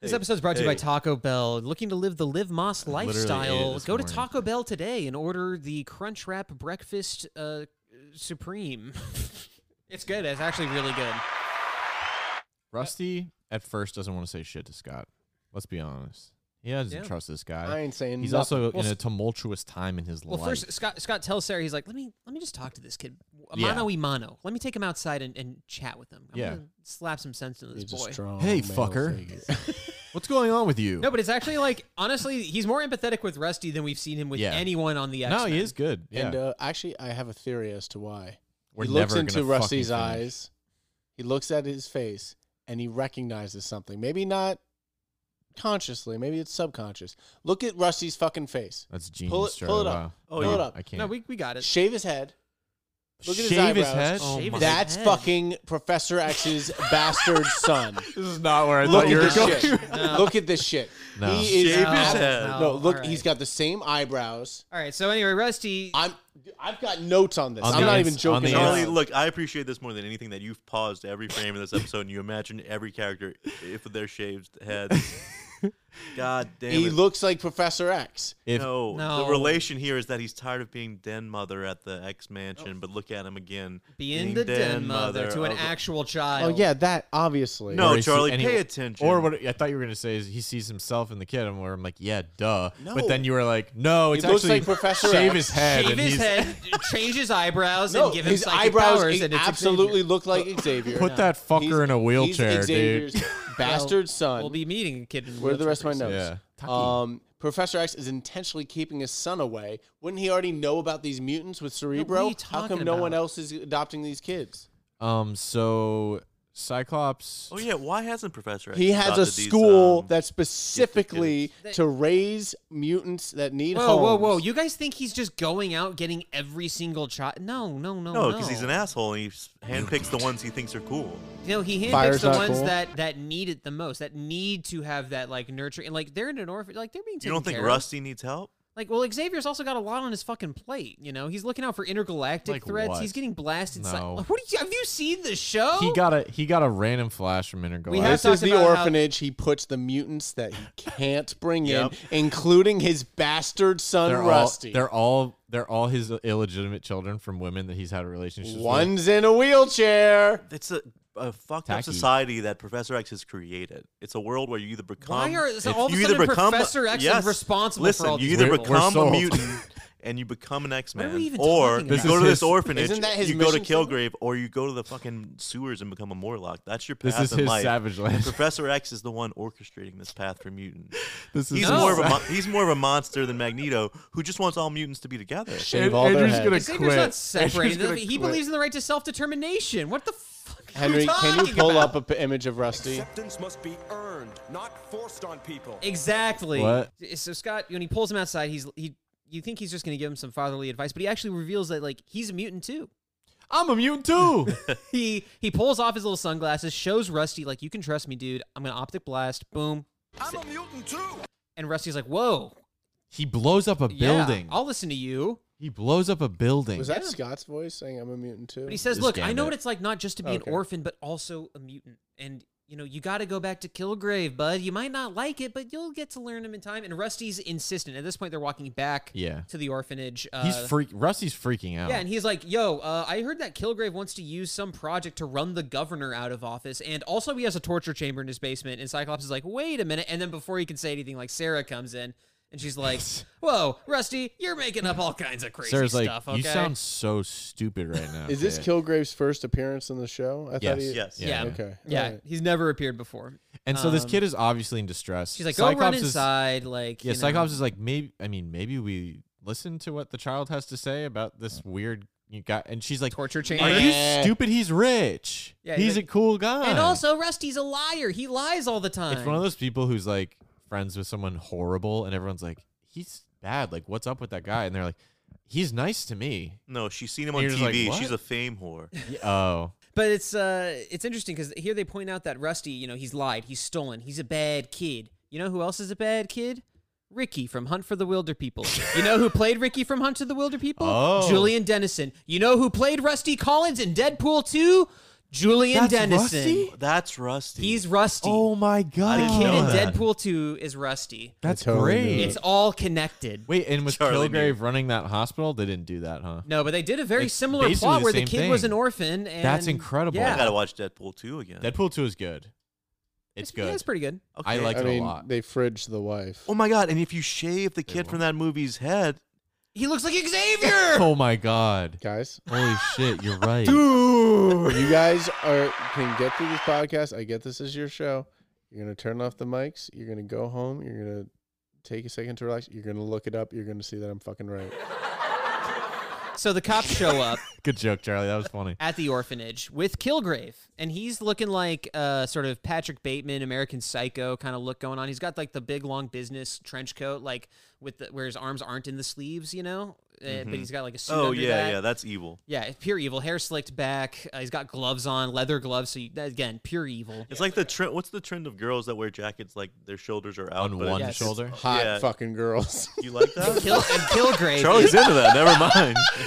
Speaker 3: This
Speaker 4: Hey,
Speaker 3: episode's brought to you by
Speaker 4: hey.
Speaker 3: Taco Bell. Looking to live the Live Moss
Speaker 2: I literally ate it
Speaker 3: lifestyle?
Speaker 2: this
Speaker 3: Go to
Speaker 2: morning.
Speaker 3: Taco Bell today and order the Crunch Wrap Breakfast uh, Supreme. <laughs> it's good. It's actually really good.
Speaker 2: Rusty at first doesn't want to say shit to Scott. Let's be honest. He doesn't
Speaker 3: Yeah.
Speaker 2: trust this
Speaker 5: I
Speaker 2: guy.
Speaker 5: ain't saying
Speaker 2: He's
Speaker 5: nothing.
Speaker 2: also
Speaker 3: Well,
Speaker 2: in a
Speaker 3: s-
Speaker 2: tumultuous time in his
Speaker 3: Well,
Speaker 2: life.
Speaker 3: first Scott Scott tells Sarah he's like, let me let me just talk to this kid,
Speaker 2: Yeah.
Speaker 3: mano y mano. Let me take him outside and, and chat with him. I'm
Speaker 2: Yeah.
Speaker 3: gonna slap some sense into this
Speaker 5: He's a
Speaker 3: boy.
Speaker 5: strong
Speaker 2: Hey,
Speaker 5: male
Speaker 2: fucker.
Speaker 5: figure.
Speaker 2: What's going on with you?
Speaker 3: No, but it's actually like honestly, he's more empathetic with Rusty than we've seen him with
Speaker 2: Yeah.
Speaker 3: anyone on the X.
Speaker 2: no, he is good. Yeah.
Speaker 5: And uh, actually, I have a theory as to why.
Speaker 2: We're
Speaker 5: he looks
Speaker 2: never
Speaker 5: into
Speaker 2: gonna
Speaker 5: Rusty's
Speaker 2: fucking finish.
Speaker 5: eyes. He looks at his face, and he recognizes something. Maybe not consciously. Maybe it's subconscious. Look at Rusty's fucking face.
Speaker 2: That's genius.
Speaker 5: Pull it-
Speaker 2: Charlie.
Speaker 5: pull it up.
Speaker 2: Wow.
Speaker 5: Pull
Speaker 2: No,
Speaker 5: it up.
Speaker 2: I can't.
Speaker 3: Oh, No, we we got it.
Speaker 5: Shave his head. Look at his
Speaker 2: Shave his
Speaker 5: eyebrows.
Speaker 2: head.
Speaker 3: Oh Shave my- his
Speaker 5: That's
Speaker 3: head.
Speaker 5: fucking
Speaker 4: <laughs>
Speaker 5: Professor X's bastard son.
Speaker 2: This
Speaker 5: <laughs>
Speaker 2: is not where I
Speaker 5: Look
Speaker 2: thought you were
Speaker 5: at
Speaker 2: going.
Speaker 5: this shit. <laughs> Look at this shit.
Speaker 2: No.
Speaker 5: He is
Speaker 4: Shave his
Speaker 5: ab-
Speaker 4: head.
Speaker 5: No,
Speaker 3: No,
Speaker 5: look,
Speaker 3: all
Speaker 5: he's
Speaker 3: right.
Speaker 5: got the same eyebrows.
Speaker 3: All right. So anyway, Rusty.
Speaker 5: I'm I've got notes on this.
Speaker 2: On
Speaker 5: I'm
Speaker 2: the
Speaker 5: not
Speaker 2: ins-
Speaker 5: even joking.
Speaker 2: on the
Speaker 5: around.
Speaker 4: Charlie, look, I appreciate this more than anything that you've paused every frame of this episode and you imagine every character if they're shaved <laughs> heads. God damn
Speaker 5: he
Speaker 4: it.
Speaker 5: looks like Professor X.
Speaker 2: If
Speaker 4: no,
Speaker 3: No.
Speaker 4: the relation here is that he's tired of being den mother at the X mansion, but look at him again.
Speaker 3: being the den mother to an
Speaker 4: of-
Speaker 3: actual child.
Speaker 5: Oh yeah, that obviously.
Speaker 4: No,
Speaker 2: Or he see-
Speaker 4: Charlie,
Speaker 2: and he-
Speaker 4: pay attention.
Speaker 2: Or what I thought you were gonna say is he sees himself in the kid, and where I'm like, yeah, duh.
Speaker 5: No.
Speaker 2: But then you were like, no, it's
Speaker 5: looks
Speaker 2: actually
Speaker 5: like Professor
Speaker 2: shave
Speaker 5: X.
Speaker 2: his head.
Speaker 3: Shave
Speaker 2: and
Speaker 3: his
Speaker 2: he's,
Speaker 3: head, change his eyebrows,
Speaker 5: No,
Speaker 3: and give him
Speaker 5: his
Speaker 3: psychic
Speaker 5: eyebrows
Speaker 3: powers.
Speaker 5: a-
Speaker 3: And it's
Speaker 5: absolutely
Speaker 3: Xavier.
Speaker 5: look like Xavier.
Speaker 2: Put that
Speaker 5: <laughs> He's-
Speaker 2: fucker in a
Speaker 5: he's
Speaker 2: wheelchair, <laughs>
Speaker 5: Xavier's <laughs>
Speaker 2: dude.
Speaker 5: bastard son.
Speaker 3: We'll be meeting a kid. In
Speaker 5: Where are the rest of
Speaker 3: wheelchair
Speaker 5: my notes?
Speaker 2: Yeah.
Speaker 5: Um, Professor X is intentionally keeping his son away. Wouldn't he already know about these mutants with
Speaker 3: what are
Speaker 5: Cerebro?
Speaker 3: you
Speaker 5: How come
Speaker 3: talking
Speaker 5: no one
Speaker 3: about?
Speaker 5: else is adopting these kids?
Speaker 2: Um. So Cyclops.
Speaker 4: Oh yeah, why hasn't Professor? X
Speaker 5: He has a
Speaker 4: adopted these,
Speaker 5: school
Speaker 4: um,
Speaker 5: that's specifically
Speaker 3: kids.
Speaker 5: to raise mutants that need
Speaker 3: Whoa,
Speaker 5: homes.
Speaker 3: whoa, whoa! You guys think he's just going out getting every single child? No, no, no,
Speaker 4: no,
Speaker 3: Oh, no.
Speaker 4: because he's an asshole and he s- handpicks the ones he thinks are cool.
Speaker 3: No, he handpicks
Speaker 5: Fire's
Speaker 3: the
Speaker 5: not
Speaker 3: ones
Speaker 5: cool.
Speaker 3: that that need it the most, that need to have that like nurturing, and like they're in an orphan, like they're being
Speaker 4: You
Speaker 3: taken
Speaker 4: don't think
Speaker 3: care of.
Speaker 4: Rusty needs help?
Speaker 3: Like, well, Xavier's also got a lot on his fucking plate. You know, he's looking out for intergalactic
Speaker 2: Like
Speaker 3: threats.
Speaker 2: what?
Speaker 3: He's getting blasted. sci-
Speaker 2: No.
Speaker 3: what do you, have you seen the show?
Speaker 2: He got a he got a random flash from
Speaker 3: We
Speaker 2: Intergalactic.
Speaker 3: have
Speaker 5: This is
Speaker 3: talked
Speaker 5: the
Speaker 3: about how-
Speaker 5: orphanage. He puts the mutants that he can't bring
Speaker 4: Yep.
Speaker 5: in, including his bastard son
Speaker 2: they're
Speaker 5: Rusty.
Speaker 2: all they're all they're all his illegitimate children from women that he's had relationships with.
Speaker 5: One's in a wheelchair.
Speaker 4: It's a, a fucked
Speaker 2: Tacky.
Speaker 4: up society that Professor X has created. It's a world where you either become
Speaker 3: Why are so
Speaker 4: if
Speaker 3: all of a
Speaker 4: you
Speaker 3: sudden
Speaker 4: either become
Speaker 3: Professor X
Speaker 4: yes,
Speaker 3: is responsible
Speaker 4: Listen,
Speaker 3: for all
Speaker 4: you
Speaker 3: these
Speaker 4: either
Speaker 3: people?
Speaker 2: We're
Speaker 4: become a
Speaker 2: sold.
Speaker 4: mutant
Speaker 2: <laughs>
Speaker 4: and you become an X
Speaker 3: What are we
Speaker 4: Man,
Speaker 3: even
Speaker 4: or
Speaker 3: talking
Speaker 4: you
Speaker 3: about?
Speaker 4: go to
Speaker 2: This
Speaker 4: this
Speaker 2: is his-
Speaker 4: orphanage,
Speaker 5: Isn't that his
Speaker 4: you go to
Speaker 5: mission statement?
Speaker 4: Kilgrave, or you go to the fucking sewers and become a Morlock. That's your path
Speaker 2: This is
Speaker 4: in
Speaker 2: his
Speaker 4: life.
Speaker 2: savage
Speaker 4: And
Speaker 2: land.
Speaker 4: Professor X is the one orchestrating this path for mutants.
Speaker 2: <laughs> This is
Speaker 4: He's
Speaker 3: No.
Speaker 4: more of a mon- he's more of a monster than Magneto, who just wants all mutants to be together.
Speaker 5: Shave all their
Speaker 2: Andrew's
Speaker 5: heads.
Speaker 2: gonna
Speaker 3: Xavier's
Speaker 2: quit. <laughs>
Speaker 3: not
Speaker 2: Andrew's
Speaker 3: separated.
Speaker 2: gonna
Speaker 3: He
Speaker 2: quit.
Speaker 3: believes in the right to self determination. What the fuck? are
Speaker 5: Henry,
Speaker 3: you
Speaker 5: can you
Speaker 3: talking
Speaker 5: pull
Speaker 3: about?
Speaker 5: up an image of Rusty?
Speaker 6: Acceptance must be earned. not forced on people.
Speaker 3: Exactly.
Speaker 2: What?
Speaker 3: So Scott, when he pulls him outside, he's he. You think he's just going to give him some fatherly advice, but he actually reveals that like he's a mutant too.
Speaker 2: <laughs> I'm a mutant
Speaker 3: <laughs>
Speaker 2: too.
Speaker 3: He he pulls off his little sunglasses, shows Rusty like you can trust me, dude. I'm going to optic blast. Boom.
Speaker 6: I'm a mutant too.
Speaker 3: And Rusty's like, "Whoa.
Speaker 2: he blows up a
Speaker 3: yeah,
Speaker 2: building.
Speaker 3: I'll listen to you."
Speaker 2: he blows up a building.
Speaker 5: Was that Scott's voice saying I'm a mutant too?
Speaker 3: But he says,
Speaker 2: Just
Speaker 3: "Look, I know
Speaker 2: Gambit.
Speaker 3: what it's like not just to be
Speaker 5: Okay.
Speaker 3: an orphan, but also a mutant." And you know, you got to go back to Kilgrave, bud. You might not like it, but you'll get to learn him in time. And Rusty's insistent. At this point, they're walking back
Speaker 2: Yeah.
Speaker 3: to the orphanage. Uh,
Speaker 2: He's freak. Rusty's freaking out.
Speaker 3: Yeah, and he's like, "Yo, uh, I heard that Kilgrave wants to use some project to run the governor out of office, and also he has a torture chamber in his basement." And Cyclops is like, "Wait a minute!" And then before he can say anything, like Sarah comes in, and she's
Speaker 2: <laughs>
Speaker 3: like, "Whoa, Rusty, you're making up all kinds of crazy
Speaker 2: Sarah's like,
Speaker 3: stuff." okay,
Speaker 2: you sound so stupid right now.
Speaker 5: <laughs> Is this
Speaker 2: kid?
Speaker 5: Kilgrave's first appearance in the show? I
Speaker 2: Yes.
Speaker 5: he
Speaker 4: Yes.
Speaker 3: yeah,
Speaker 5: Okay.
Speaker 3: yeah.
Speaker 5: Alright.
Speaker 3: He's never appeared before.
Speaker 2: And so this
Speaker 3: Um,
Speaker 2: kid is obviously in distress.
Speaker 3: She's like, "Go
Speaker 2: Cyclops
Speaker 3: run
Speaker 2: is-
Speaker 3: inside." like,
Speaker 2: yeah,
Speaker 3: you know.
Speaker 2: Cyclops is like, maybe. I mean, maybe we listen to what the child has to say about
Speaker 3: Mm.
Speaker 2: this weird you guy. And she's like,
Speaker 3: torture
Speaker 2: Are
Speaker 3: chamber.
Speaker 2: you
Speaker 5: Yeah.
Speaker 2: stupid? He's rich.
Speaker 3: Yeah,
Speaker 2: he's
Speaker 3: he's like-
Speaker 2: a cool guy.
Speaker 3: and also, Rusty's a liar. He lies all the time.
Speaker 2: it's one of those people who's like friends with someone horrible, and everyone's like, he's bad. Like, what's up with that guy? And they're like, he's nice to me.
Speaker 4: No, she's seen him on
Speaker 2: You're just like,
Speaker 4: TV.
Speaker 2: "What?"
Speaker 4: she's a fame whore.
Speaker 2: Yeah, oh,
Speaker 3: But it's uh, it's interesting because here they point out that Rusty, you know, he's lied, he's stolen, he's a bad kid. You know who else is a bad kid? Ricky from Hunt for the
Speaker 2: <laughs>
Speaker 3: Wilder People. You know who played Ricky from Hunt for the Wilder People?
Speaker 2: Oh.
Speaker 3: Julian Dennison. You know who played Rusty Collins in Deadpool 2? Julian
Speaker 2: That's
Speaker 3: Dennison.
Speaker 2: Rusty?
Speaker 4: That's Rusty.
Speaker 3: He's Rusty.
Speaker 2: oh my
Speaker 4: I
Speaker 2: god,
Speaker 3: the
Speaker 4: didn't
Speaker 3: kid
Speaker 4: know
Speaker 3: in
Speaker 4: that.
Speaker 3: Deadpool 2 is Rusty.
Speaker 2: That's
Speaker 5: I totally knew
Speaker 2: great.
Speaker 5: it.
Speaker 3: It's all connected.
Speaker 2: Wait, and with
Speaker 4: Charlie
Speaker 2: Kilgrave running that hospital, they didn't do that, huh?
Speaker 3: No, but they did a very
Speaker 2: It's
Speaker 3: similar
Speaker 2: basically
Speaker 3: plot
Speaker 2: the
Speaker 3: where the
Speaker 2: same
Speaker 3: kid was
Speaker 2: thing.
Speaker 3: an orphan. And
Speaker 2: That's incredible.
Speaker 3: Yeah,
Speaker 4: I gotta watch Deadpool 2 again.
Speaker 2: Deadpool Two is good. It's
Speaker 3: Yeah,
Speaker 2: good.
Speaker 3: it's pretty good.
Speaker 2: I like
Speaker 5: I
Speaker 2: it
Speaker 5: mean,
Speaker 2: a lot.
Speaker 5: they fridged the wife.
Speaker 4: Oh my god! And if you shave the kid from that movie's head,
Speaker 3: He looks like
Speaker 2: <laughs>
Speaker 3: Xavier.
Speaker 2: oh my god!
Speaker 5: Guys,
Speaker 2: Holy shit, you're right.
Speaker 5: you guys are can get through this podcast. I get this is your show. You're gonna turn off the mics. You're gonna go home. You're gonna take a second to relax. You're gonna look it up. You're gonna see that I'm fucking right.
Speaker 3: so the cops
Speaker 4: <laughs>
Speaker 3: show up.
Speaker 2: Good joke, Charlie. That was funny.
Speaker 3: at the orphanage with Kilgrave, and he's looking like uh, sort of Patrick Bateman, American Psycho kind of look going on. He's got like the big long business trench coat, like with the, where his arms aren't in the sleeves, you know. Uh, But he's got like a suit.
Speaker 4: oh
Speaker 3: under
Speaker 4: yeah,
Speaker 3: that.
Speaker 4: yeah, that's evil.
Speaker 3: yeah, it's pure evil. Hair slicked back. Uh, he's got gloves on, leather gloves. So you, that- again, pure evil.
Speaker 4: It's like the trend. What's the trend of girls that wear jackets like their shoulders are out
Speaker 2: On
Speaker 4: but Oh,
Speaker 2: one
Speaker 3: Yes.
Speaker 2: shoulder.
Speaker 5: Hot
Speaker 4: Yeah.
Speaker 5: fucking girls. <laughs>
Speaker 4: You like that? <laughs>
Speaker 3: Kill, and Kilgrave,
Speaker 4: Charlie's into that. Never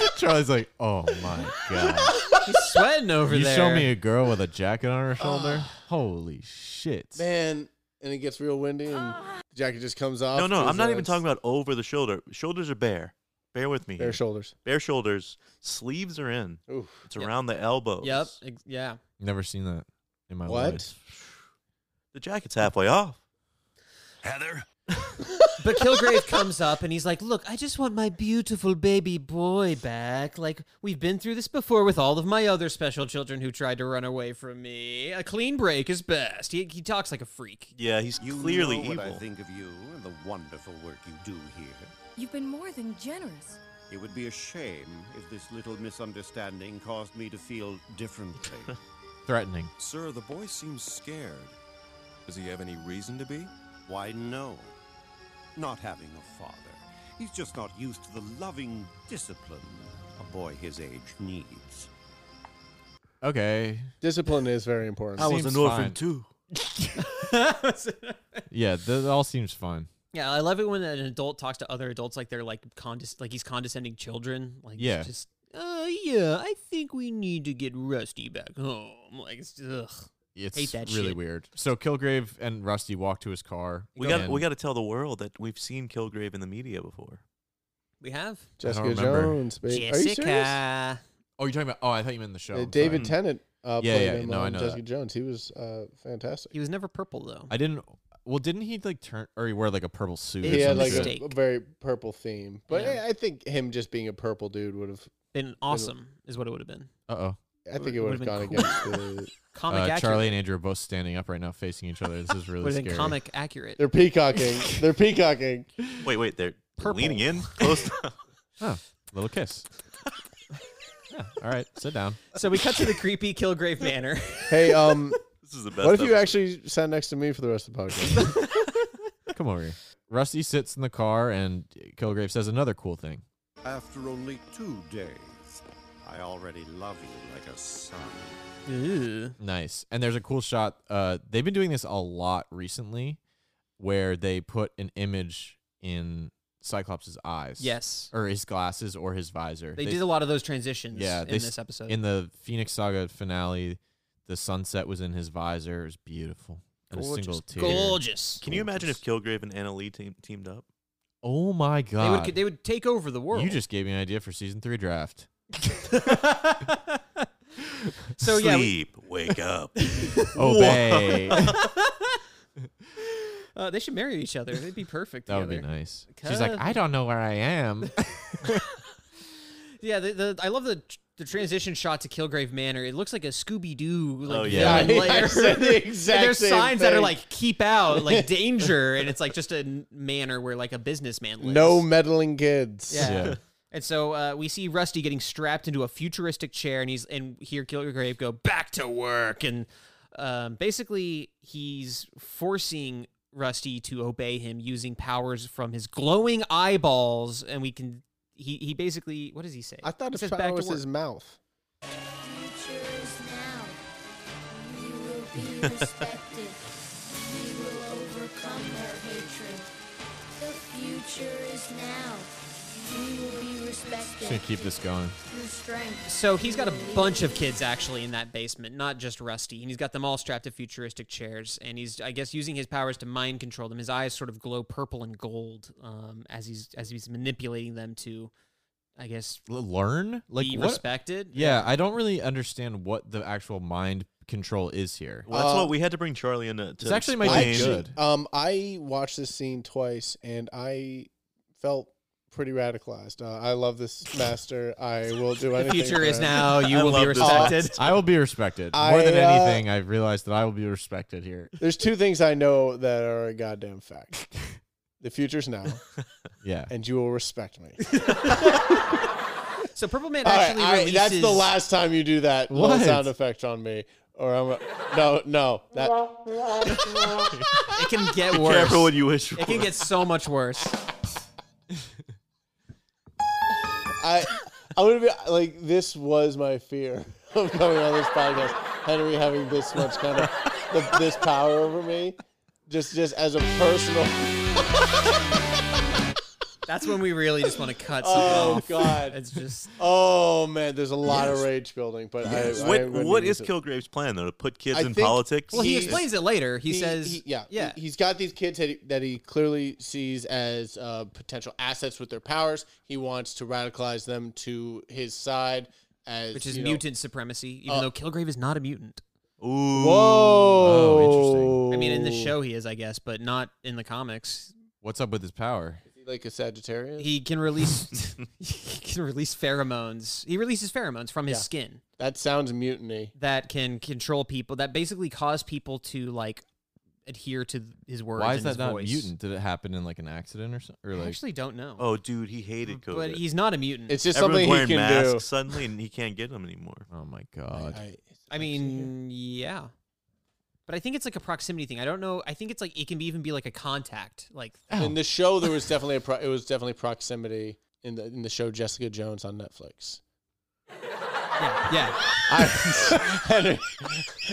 Speaker 2: <laughs>
Speaker 4: mind.
Speaker 2: Charlie's like, oh my god.
Speaker 3: he's sweating over
Speaker 2: you
Speaker 3: there.
Speaker 2: show me a girl with a jacket on her shoulder. Holy shit.
Speaker 5: Man, and it gets real windy, and the jacket just comes off.
Speaker 4: No, no,
Speaker 5: 'cause,
Speaker 4: I'm not
Speaker 5: uh,
Speaker 4: even
Speaker 5: it's
Speaker 4: talking about over the shoulder. Shoulders are bare. Bear with me.
Speaker 5: bare
Speaker 4: here.
Speaker 5: shoulders.
Speaker 4: bare shoulders. Sleeves are in.
Speaker 5: Oof.
Speaker 4: It's around the elbows.
Speaker 3: Yep. ex- Yeah.
Speaker 2: Never seen that in my
Speaker 5: What?
Speaker 2: life.
Speaker 4: The jacket's halfway off.
Speaker 6: Heather,
Speaker 3: But Kilgrave comes up and he's like, "Look, I just want my beautiful baby boy back. Like we've been through this before with all of my other special children who tried to run away from me. A clean break is best." He, he talks like a freak.
Speaker 4: Yeah, he's
Speaker 7: You
Speaker 4: clearly
Speaker 7: know what
Speaker 4: evil.
Speaker 7: I think of you and the wonderful work you do here.
Speaker 1: You've been more than generous.
Speaker 7: It would be a shame if this little misunderstanding caused me to feel differently.
Speaker 4: <laughs>
Speaker 2: Threatening.
Speaker 6: sir, the boy seems scared. Does he have any reason to be?
Speaker 7: Why, no. Not having a father. He's just not used to the loving discipline a boy his age needs.
Speaker 2: Okay.
Speaker 5: Discipline is very important.
Speaker 4: I was
Speaker 2: Seems
Speaker 4: an orphan
Speaker 2: fine.
Speaker 4: too.
Speaker 2: Yeah, that all seems fun.
Speaker 3: yeah, I love it when an adult talks to other adults like they're like condes- like he's condescending children. Like it's
Speaker 2: Yeah.
Speaker 3: just uh yeah, I think we need to get Rusty back home. Like it's ugh.
Speaker 2: It's
Speaker 3: Hate that
Speaker 2: really
Speaker 3: shit.
Speaker 2: weird. So Kilgrave and Rusty walk to his car.
Speaker 4: We got
Speaker 2: and-
Speaker 4: we got to tell the world that we've seen Kilgrave in the media before.
Speaker 3: We have
Speaker 5: Jessica
Speaker 2: remember.
Speaker 5: Jones, babe. Are you serious?
Speaker 3: Jessica.
Speaker 2: Oh, you're talking about? Oh, I thought you meant the show.
Speaker 5: Uh,
Speaker 2: I'm
Speaker 5: David
Speaker 2: sorry.
Speaker 5: Tennant uh,
Speaker 2: Yeah,
Speaker 5: played
Speaker 2: yeah,
Speaker 5: him
Speaker 2: no, I
Speaker 5: on
Speaker 2: know
Speaker 5: Jessica
Speaker 2: that.
Speaker 5: Jones. He was uh, fantastic.
Speaker 3: He was never purple though.
Speaker 2: I didn't. Well, didn't he like turn or he wear like a purple suit?
Speaker 3: He
Speaker 2: or
Speaker 5: he had
Speaker 2: some
Speaker 5: like
Speaker 2: shit?
Speaker 5: a,
Speaker 3: mistake.
Speaker 5: very purple theme, but
Speaker 3: Yeah.
Speaker 5: I, I think him just being a purple dude would have.
Speaker 3: Been awesome is what it would have been.
Speaker 2: Uh-oh.
Speaker 5: I think
Speaker 3: Would've
Speaker 5: it would have gone
Speaker 3: been
Speaker 5: against the.
Speaker 3: Comic
Speaker 2: Uh
Speaker 3: accurate.
Speaker 2: Charlie and Andrew are both standing up right now, facing each other. This is really
Speaker 3: would have
Speaker 2: scary.
Speaker 3: been comic accurate. <laughs>
Speaker 5: They're peacocking. They're peacocking.
Speaker 4: Wait, wait, they're
Speaker 3: Purple.
Speaker 4: leaning in close.
Speaker 2: Oh, little kiss. <laughs> yeah. All right, sit down. <laughs>
Speaker 3: So we cut to the creepy Kilgrave Manor.
Speaker 5: Hey, um,
Speaker 4: <laughs> This is the best.
Speaker 5: What if you
Speaker 4: episode.
Speaker 5: actually sat next to me for the rest of the
Speaker 3: <laughs>
Speaker 5: podcast?
Speaker 2: Come over here. Rusty sits in the car, and Kilgrave says another cool thing.
Speaker 10: After only two days, I already love you like a
Speaker 2: <laughs>
Speaker 10: son.
Speaker 3: Ew.
Speaker 2: Nice. And there's a cool shot. Uh, they've been doing this a lot recently, where they put an image in Cyclops' eyes.
Speaker 3: Yes.
Speaker 2: Or his glasses, or his visor.
Speaker 3: They, did a lot of those transitions
Speaker 2: Yeah,
Speaker 3: in
Speaker 2: they s-
Speaker 3: this episode.
Speaker 2: in the Phoenix Saga finale. The sunset was in his visor. It was beautiful. And a single tear.
Speaker 3: Gorgeous.
Speaker 4: Can you imagine if Kilgrave and Anna Lee team, teamed up?
Speaker 2: Oh my
Speaker 3: They
Speaker 2: god!
Speaker 3: would, they would take over the world.
Speaker 2: you just gave me an idea for season three draft.
Speaker 3: <laughs> so yeah, we-
Speaker 4: Sleep, wake up.
Speaker 2: Obey.
Speaker 3: <laughs> uh, they should marry each other. They'd be perfect.
Speaker 2: that would be
Speaker 3: together.
Speaker 2: nice. She's like, I don't know where I am.
Speaker 3: Yeah, the, the I love the the transition shot to Kilgrave Manor. It looks like a Scooby Doo. <laughs> Like,
Speaker 4: Oh, yeah.
Speaker 3: villain
Speaker 5: Yeah, <laughs> I
Speaker 3: lair.
Speaker 5: said the
Speaker 3: And
Speaker 5: exact
Speaker 3: There's
Speaker 5: same
Speaker 3: signs that are
Speaker 5: thing.
Speaker 3: like "keep
Speaker 2: <laughs>
Speaker 3: out," like danger, and it's like just a n- manor where like a businessman lives.
Speaker 5: no meddling kids.
Speaker 2: <laughs>
Speaker 3: Yeah.
Speaker 2: Yeah.
Speaker 3: And so uh, we see Rusty getting strapped into a futuristic chair, and he's and hear Kilgrave go back to work, and um, basically he's forcing Rusty to obey him using powers from his glowing eyeballs, and we can. He, he basically what does he say?
Speaker 5: I thought
Speaker 3: he
Speaker 5: his
Speaker 3: says
Speaker 5: power was his mouth.
Speaker 2: Just gonna keep this going.
Speaker 3: So he's got a bunch of kids actually in that basement, not just Rusty, and he's got them all strapped to futuristic chairs, and he's I guess using his powers to mind control them. His eyes sort of glow purple and gold um, as he's as he's manipulating them to, I guess,
Speaker 2: L- learn like
Speaker 3: be
Speaker 2: what?
Speaker 3: respected.
Speaker 2: Yeah, I don't really understand what the actual mind control is here.
Speaker 4: Well, that's
Speaker 5: Uh,
Speaker 4: what we had to bring Charlie in to. to
Speaker 2: This actually might be
Speaker 4: explain.
Speaker 2: Actually- good.
Speaker 5: Um, I watched this scene twice, and I felt pretty radicalized. Uh, I love this master. I will do
Speaker 3: The
Speaker 5: anything.
Speaker 3: future
Speaker 5: for
Speaker 3: is
Speaker 5: him.
Speaker 3: now. You
Speaker 4: <laughs> I
Speaker 3: will be
Speaker 4: love this episode.
Speaker 3: respected.
Speaker 2: I will be respected more than
Speaker 5: I, uh,
Speaker 2: anything. I've realized that I will be respected here.
Speaker 5: There's two things I know that are a goddamn fact. The future's now,
Speaker 2: Yeah,
Speaker 5: and you will respect me.
Speaker 3: so Purple Man
Speaker 5: All right,
Speaker 3: actually
Speaker 5: I-
Speaker 3: releases.
Speaker 5: that's the last time you do that little
Speaker 2: What?
Speaker 5: sound effect on me, or I'm a, no, no. That,
Speaker 3: <laughs> It can get worse.
Speaker 4: Careful what you wish for.
Speaker 3: it can get so much worse.
Speaker 5: I I would be like this was my fear <laughs> of coming on this podcast. Henry having this much kind of the, this power over me, just just as a personal.
Speaker 3: That's when we really just want to cut. something
Speaker 5: Oh
Speaker 3: off.
Speaker 5: God!
Speaker 3: It's just
Speaker 5: Oh man, there's a lot of rage building, but I, I
Speaker 4: What
Speaker 5: wouldn't
Speaker 4: what is
Speaker 5: use it.
Speaker 4: Kilgrave's plan though? To put kids
Speaker 5: I
Speaker 4: in
Speaker 5: think-
Speaker 4: politics?
Speaker 3: well, he,
Speaker 5: He's-
Speaker 3: explains it later. He, says,
Speaker 5: he- yeah,
Speaker 3: yeah."
Speaker 5: He, has got these kids that he, that he clearly sees as uh, potential assets with their powers. He wants to radicalize them to his side, as
Speaker 3: which is
Speaker 5: you know- uh,
Speaker 3: mutant supremacy, even though Kilgrave is not a mutant.
Speaker 4: Ooh.
Speaker 5: Whoa!
Speaker 2: interesting.
Speaker 3: Oh, I mean, in the show he is, I guess, but not in the comics.
Speaker 2: what's up with his power?
Speaker 5: like a Sagittarius.
Speaker 3: He can
Speaker 5: <laughs>
Speaker 3: release <laughs> he can release pheromones. He releases pheromones from his
Speaker 5: Yeah.
Speaker 3: skin
Speaker 5: that sounds mutiny.
Speaker 3: that can control people. That basically cause people to like adhere to th- his words.
Speaker 2: Why
Speaker 3: and
Speaker 2: is that
Speaker 3: his
Speaker 2: not
Speaker 3: voice.
Speaker 2: mutant? Did it happen in like an accident or something? Or
Speaker 3: I
Speaker 2: like
Speaker 3: actually don't know.
Speaker 4: Oh, dude, he hated COVID.
Speaker 3: but he's not a mutant.
Speaker 5: It's just
Speaker 4: Everyone's
Speaker 5: something he
Speaker 4: wearing
Speaker 5: can
Speaker 4: masks
Speaker 5: do.
Speaker 4: suddenly, and he can't get them anymore.
Speaker 2: Oh my god.
Speaker 3: I mean, yeah. But I think it's like a proximity thing. I don't know. I think it's like it can be even be like a contact. Like
Speaker 2: Oh
Speaker 5: in the show, there was definitely a pro- it was definitely proximity in the in the show Jessica Jones on Netflix.
Speaker 3: yeah.
Speaker 5: I, <laughs>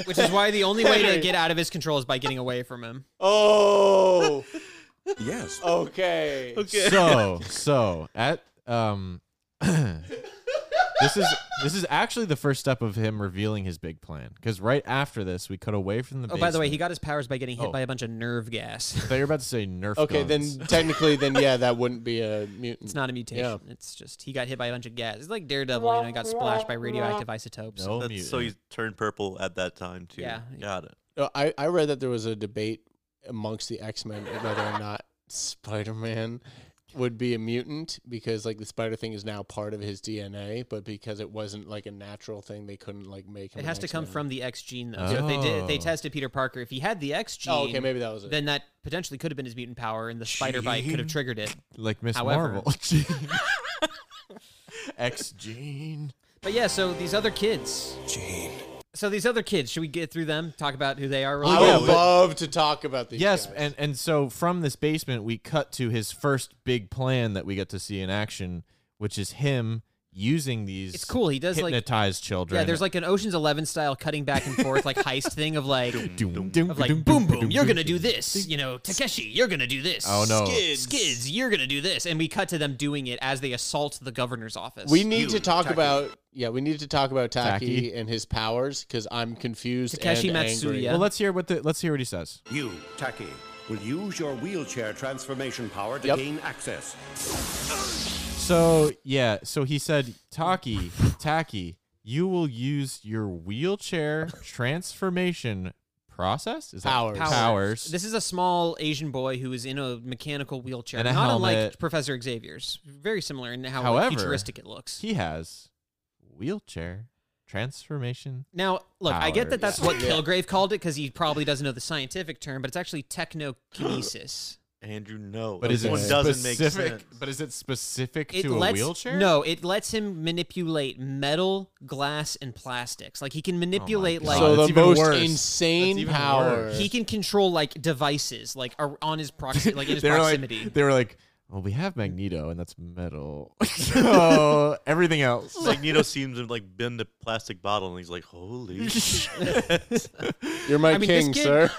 Speaker 3: Which is why the only way to
Speaker 5: Henry.
Speaker 3: get out of his control is by getting away from him.
Speaker 5: oh,
Speaker 10: Yes,
Speaker 5: <laughs> okay.
Speaker 2: So so at um <clears throat> this is this is actually the first step of him revealing his big plan because right after this we cut away from the.
Speaker 3: Oh, by the way, he
Speaker 2: basement.
Speaker 3: got his powers by getting hit
Speaker 2: Oh.
Speaker 3: by a bunch of nerve gas. <laughs>
Speaker 2: I thought you were about to say Nerf.
Speaker 5: Okay, <laughs>
Speaker 2: guns. <laughs>
Speaker 5: then technically, then yeah, that wouldn't be a mutant.
Speaker 3: it's not a mutation.
Speaker 5: Yeah.
Speaker 3: It's just he got hit by a bunch of gas. It's like Daredevil, you know, he got splashed by radioactive isotopes.
Speaker 2: no
Speaker 4: That's- so
Speaker 2: mutant.
Speaker 4: he's turned purple at that time too.
Speaker 3: Yeah.
Speaker 4: got it.
Speaker 5: Uh, I I read that there was a debate amongst the X Men whether or not Spider Man would be a mutant because like the spider thing is now part of his DNA, but because it wasn't like a natural thing, they couldn't like make him.
Speaker 3: It
Speaker 5: an
Speaker 3: has to come
Speaker 5: X-Man.
Speaker 3: from the X gene though. So if they did, if they
Speaker 2: Oh.
Speaker 3: tested Peter Parker, if he had the X gene,
Speaker 5: Oh, okay, maybe that was it.
Speaker 3: then that potentially could have been his mutant power, and the spider bite could have triggered it.
Speaker 2: like Miss
Speaker 3: However-
Speaker 2: Marvel. <laughs> Jean. X Gene.
Speaker 3: But yeah, so these other kids,
Speaker 10: Jane.
Speaker 3: So these other kids, should we get through them? Talk about who they are.
Speaker 5: I
Speaker 3: Really
Speaker 5: would
Speaker 2: yeah, but-
Speaker 5: love to talk about these.
Speaker 2: Yes,
Speaker 5: guys.
Speaker 2: and and so from this basement, we cut to his first big plan that we get to see in action, which is him using these.
Speaker 3: It's cool. He does, like-
Speaker 2: hypnotize children.
Speaker 3: Yeah, there's like an Ocean's Eleven style cutting back and forth like heist thing of like
Speaker 2: Doom, doom,
Speaker 3: of like
Speaker 2: doom,
Speaker 3: boom
Speaker 2: doom,
Speaker 3: boom, you're
Speaker 2: doom,
Speaker 3: gonna do
Speaker 2: doom.
Speaker 3: this. You know, Takeshi, you're gonna do this.
Speaker 2: Oh no!
Speaker 5: Skids.
Speaker 3: Skids, you're gonna do this. And we cut to them doing it as they assault the governor's office.
Speaker 5: We need
Speaker 3: You,
Speaker 5: to talk
Speaker 3: Taki.
Speaker 5: about yeah. We need to talk about Taki,
Speaker 2: Taki.
Speaker 5: and his powers because I'm confused.
Speaker 3: Takeshi
Speaker 5: and angry.
Speaker 3: Matsuya.
Speaker 2: Well, let's hear what the let's hear what he says.
Speaker 10: You, Taki, will use your wheelchair transformation power to
Speaker 5: Yep.
Speaker 10: gain access.
Speaker 2: So yeah, so he said, Taki, Taki, you will use your wheelchair transformation process. Is that
Speaker 5: Powers.
Speaker 3: Powers.
Speaker 2: powers?
Speaker 3: This is a small Asian boy who is in a mechanical wheelchair,
Speaker 2: And a
Speaker 3: not unlike
Speaker 2: helmet.
Speaker 3: Professor Xavier's. Very similar in how like,
Speaker 2: However,
Speaker 3: futuristic it looks.
Speaker 2: he has wheelchair transformation.
Speaker 3: Now, look, I get that
Speaker 2: Powers.
Speaker 3: that's what
Speaker 2: <laughs>
Speaker 3: Kilgrave called it because he probably doesn't know the scientific term, but it's actually technokinesis.
Speaker 4: Andrew, no.
Speaker 2: But
Speaker 4: That
Speaker 2: is it
Speaker 4: one
Speaker 5: Okay.
Speaker 4: doesn't make
Speaker 2: specific?
Speaker 4: sense.
Speaker 2: But is it specific
Speaker 3: It
Speaker 2: to
Speaker 3: lets,
Speaker 2: a wheelchair?
Speaker 3: No, it lets him manipulate metal, glass, and plastics. Like he
Speaker 2: Oh
Speaker 3: can manipulate like
Speaker 5: So
Speaker 2: that's
Speaker 5: the
Speaker 2: even
Speaker 5: most
Speaker 2: worse. That's
Speaker 5: insane
Speaker 2: even
Speaker 5: power.
Speaker 2: worse.
Speaker 3: he can control like devices like ar- on
Speaker 2: <laughs>
Speaker 3: his proximity, like in his
Speaker 2: they were
Speaker 3: proximity.
Speaker 2: like, they were like, well, we have Magneto, and that's metal. so everything else.
Speaker 4: <laughs> Magneto seems to like bend a plastic bottle, and he's like, "Holy!"
Speaker 5: You're my
Speaker 3: I mean, this
Speaker 5: king,
Speaker 3: kid-
Speaker 5: <laughs> sir.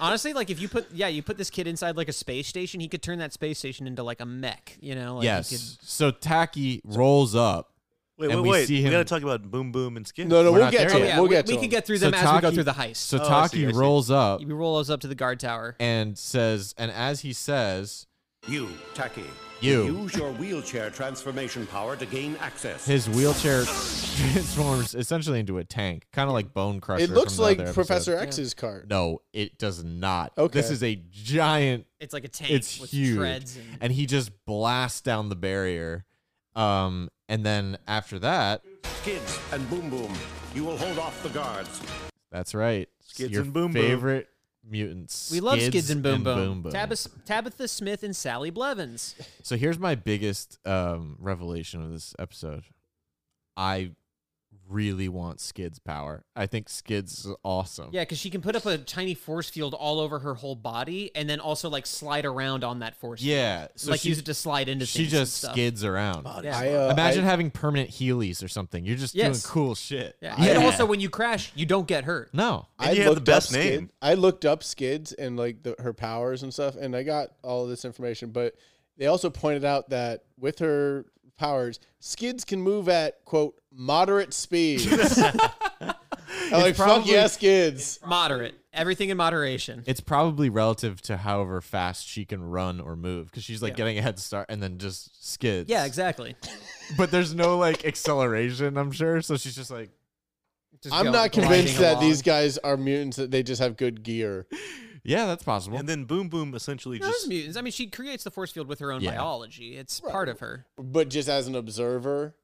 Speaker 3: Honestly, like if you put yeah, you put this kid inside like a space station, he could turn that space station into like a mech. You know? Like, he
Speaker 2: yes.
Speaker 3: could-
Speaker 2: So Taki rolls up.
Speaker 4: Wait,
Speaker 2: And
Speaker 4: wait,
Speaker 2: we
Speaker 4: wait.
Speaker 2: see
Speaker 4: We
Speaker 2: him-
Speaker 4: gotta talk about Boom Boom and Skid.
Speaker 5: No, no,
Speaker 2: We're
Speaker 5: we'll
Speaker 2: not
Speaker 5: get
Speaker 2: there
Speaker 5: to
Speaker 2: yet.
Speaker 5: it. We'll
Speaker 3: we,
Speaker 5: get to
Speaker 3: we
Speaker 5: it.
Speaker 3: can get through
Speaker 2: So
Speaker 3: them as we go
Speaker 2: Taki-
Speaker 3: through the heist.
Speaker 2: So
Speaker 4: Oh, I
Speaker 2: Taki
Speaker 4: see, I see.
Speaker 2: rolls up
Speaker 3: he rolls up to the guard tower.
Speaker 2: and says, and as he says,
Speaker 10: You, Taki,
Speaker 2: You.
Speaker 10: will use your wheelchair transformation power to gain access.
Speaker 2: his wheelchair <laughs> transforms essentially into a tank, kind of like Bone Crusher.
Speaker 5: It looks
Speaker 2: from the
Speaker 5: like
Speaker 2: other episode.
Speaker 5: Professor X's card.
Speaker 2: No, it does not.
Speaker 5: Okay.
Speaker 2: This is a giant
Speaker 3: It's like a tank
Speaker 2: it's
Speaker 3: with
Speaker 2: huge
Speaker 3: treads and,
Speaker 2: and-, he just blasts down the barrier um and then after that
Speaker 10: Skids and Boom Boom, you will hold off the guards.
Speaker 2: that's right
Speaker 4: Skids
Speaker 2: your
Speaker 4: and Boom Boom.
Speaker 2: favorite mutants
Speaker 3: we love skids and boom boom.
Speaker 2: Boom.
Speaker 3: Tabas- Tabitha Smith and Sally Blevins.
Speaker 2: so here's my biggest um revelation of this episode i really want skids power i think skids is awesome
Speaker 3: Yeah, because she can put up a tiny force field all over her whole body, and then also like slide around on that force. field.
Speaker 2: yeah so
Speaker 3: like
Speaker 2: she,
Speaker 3: use it to slide into.
Speaker 2: she
Speaker 3: things and
Speaker 2: just
Speaker 3: stuff.
Speaker 2: skids around
Speaker 3: Yeah.
Speaker 5: I, uh,
Speaker 2: imagine
Speaker 5: I-
Speaker 2: having permanent heelys or something you're just doing
Speaker 3: Yes.
Speaker 2: cool shit
Speaker 3: Yeah.
Speaker 2: I-
Speaker 3: And also, when you crash, you don't get hurt.
Speaker 2: no
Speaker 5: I
Speaker 4: you have the
Speaker 5: looked up
Speaker 4: best
Speaker 5: Skid-
Speaker 4: name.
Speaker 5: I looked up Skids and like the, her powers and stuff, and I got all this information. But they also pointed out that with her powers, Skids can move at quote moderate speeds. I'm like fuck
Speaker 2: probably-
Speaker 5: yeah, Skids.
Speaker 3: Moderate. Everything in moderation.
Speaker 2: it's probably relative to however fast she can run or move because she's like
Speaker 3: Yeah.
Speaker 2: getting a head start and then just skids.
Speaker 3: yeah, exactly.
Speaker 2: But there's no like acceleration, I'm sure. So she's just like,
Speaker 3: Just
Speaker 5: I'm
Speaker 3: go
Speaker 5: not
Speaker 3: gliding
Speaker 5: convinced that
Speaker 3: along.
Speaker 5: these guys are mutants. That they just have good gear.
Speaker 2: yeah, that's possible.
Speaker 4: and then Boom Boom essentially
Speaker 3: No, those
Speaker 4: just
Speaker 3: mutants. I mean, she creates the force field with her own
Speaker 2: Yeah.
Speaker 3: biology. It's part of her.
Speaker 5: but just as an observer,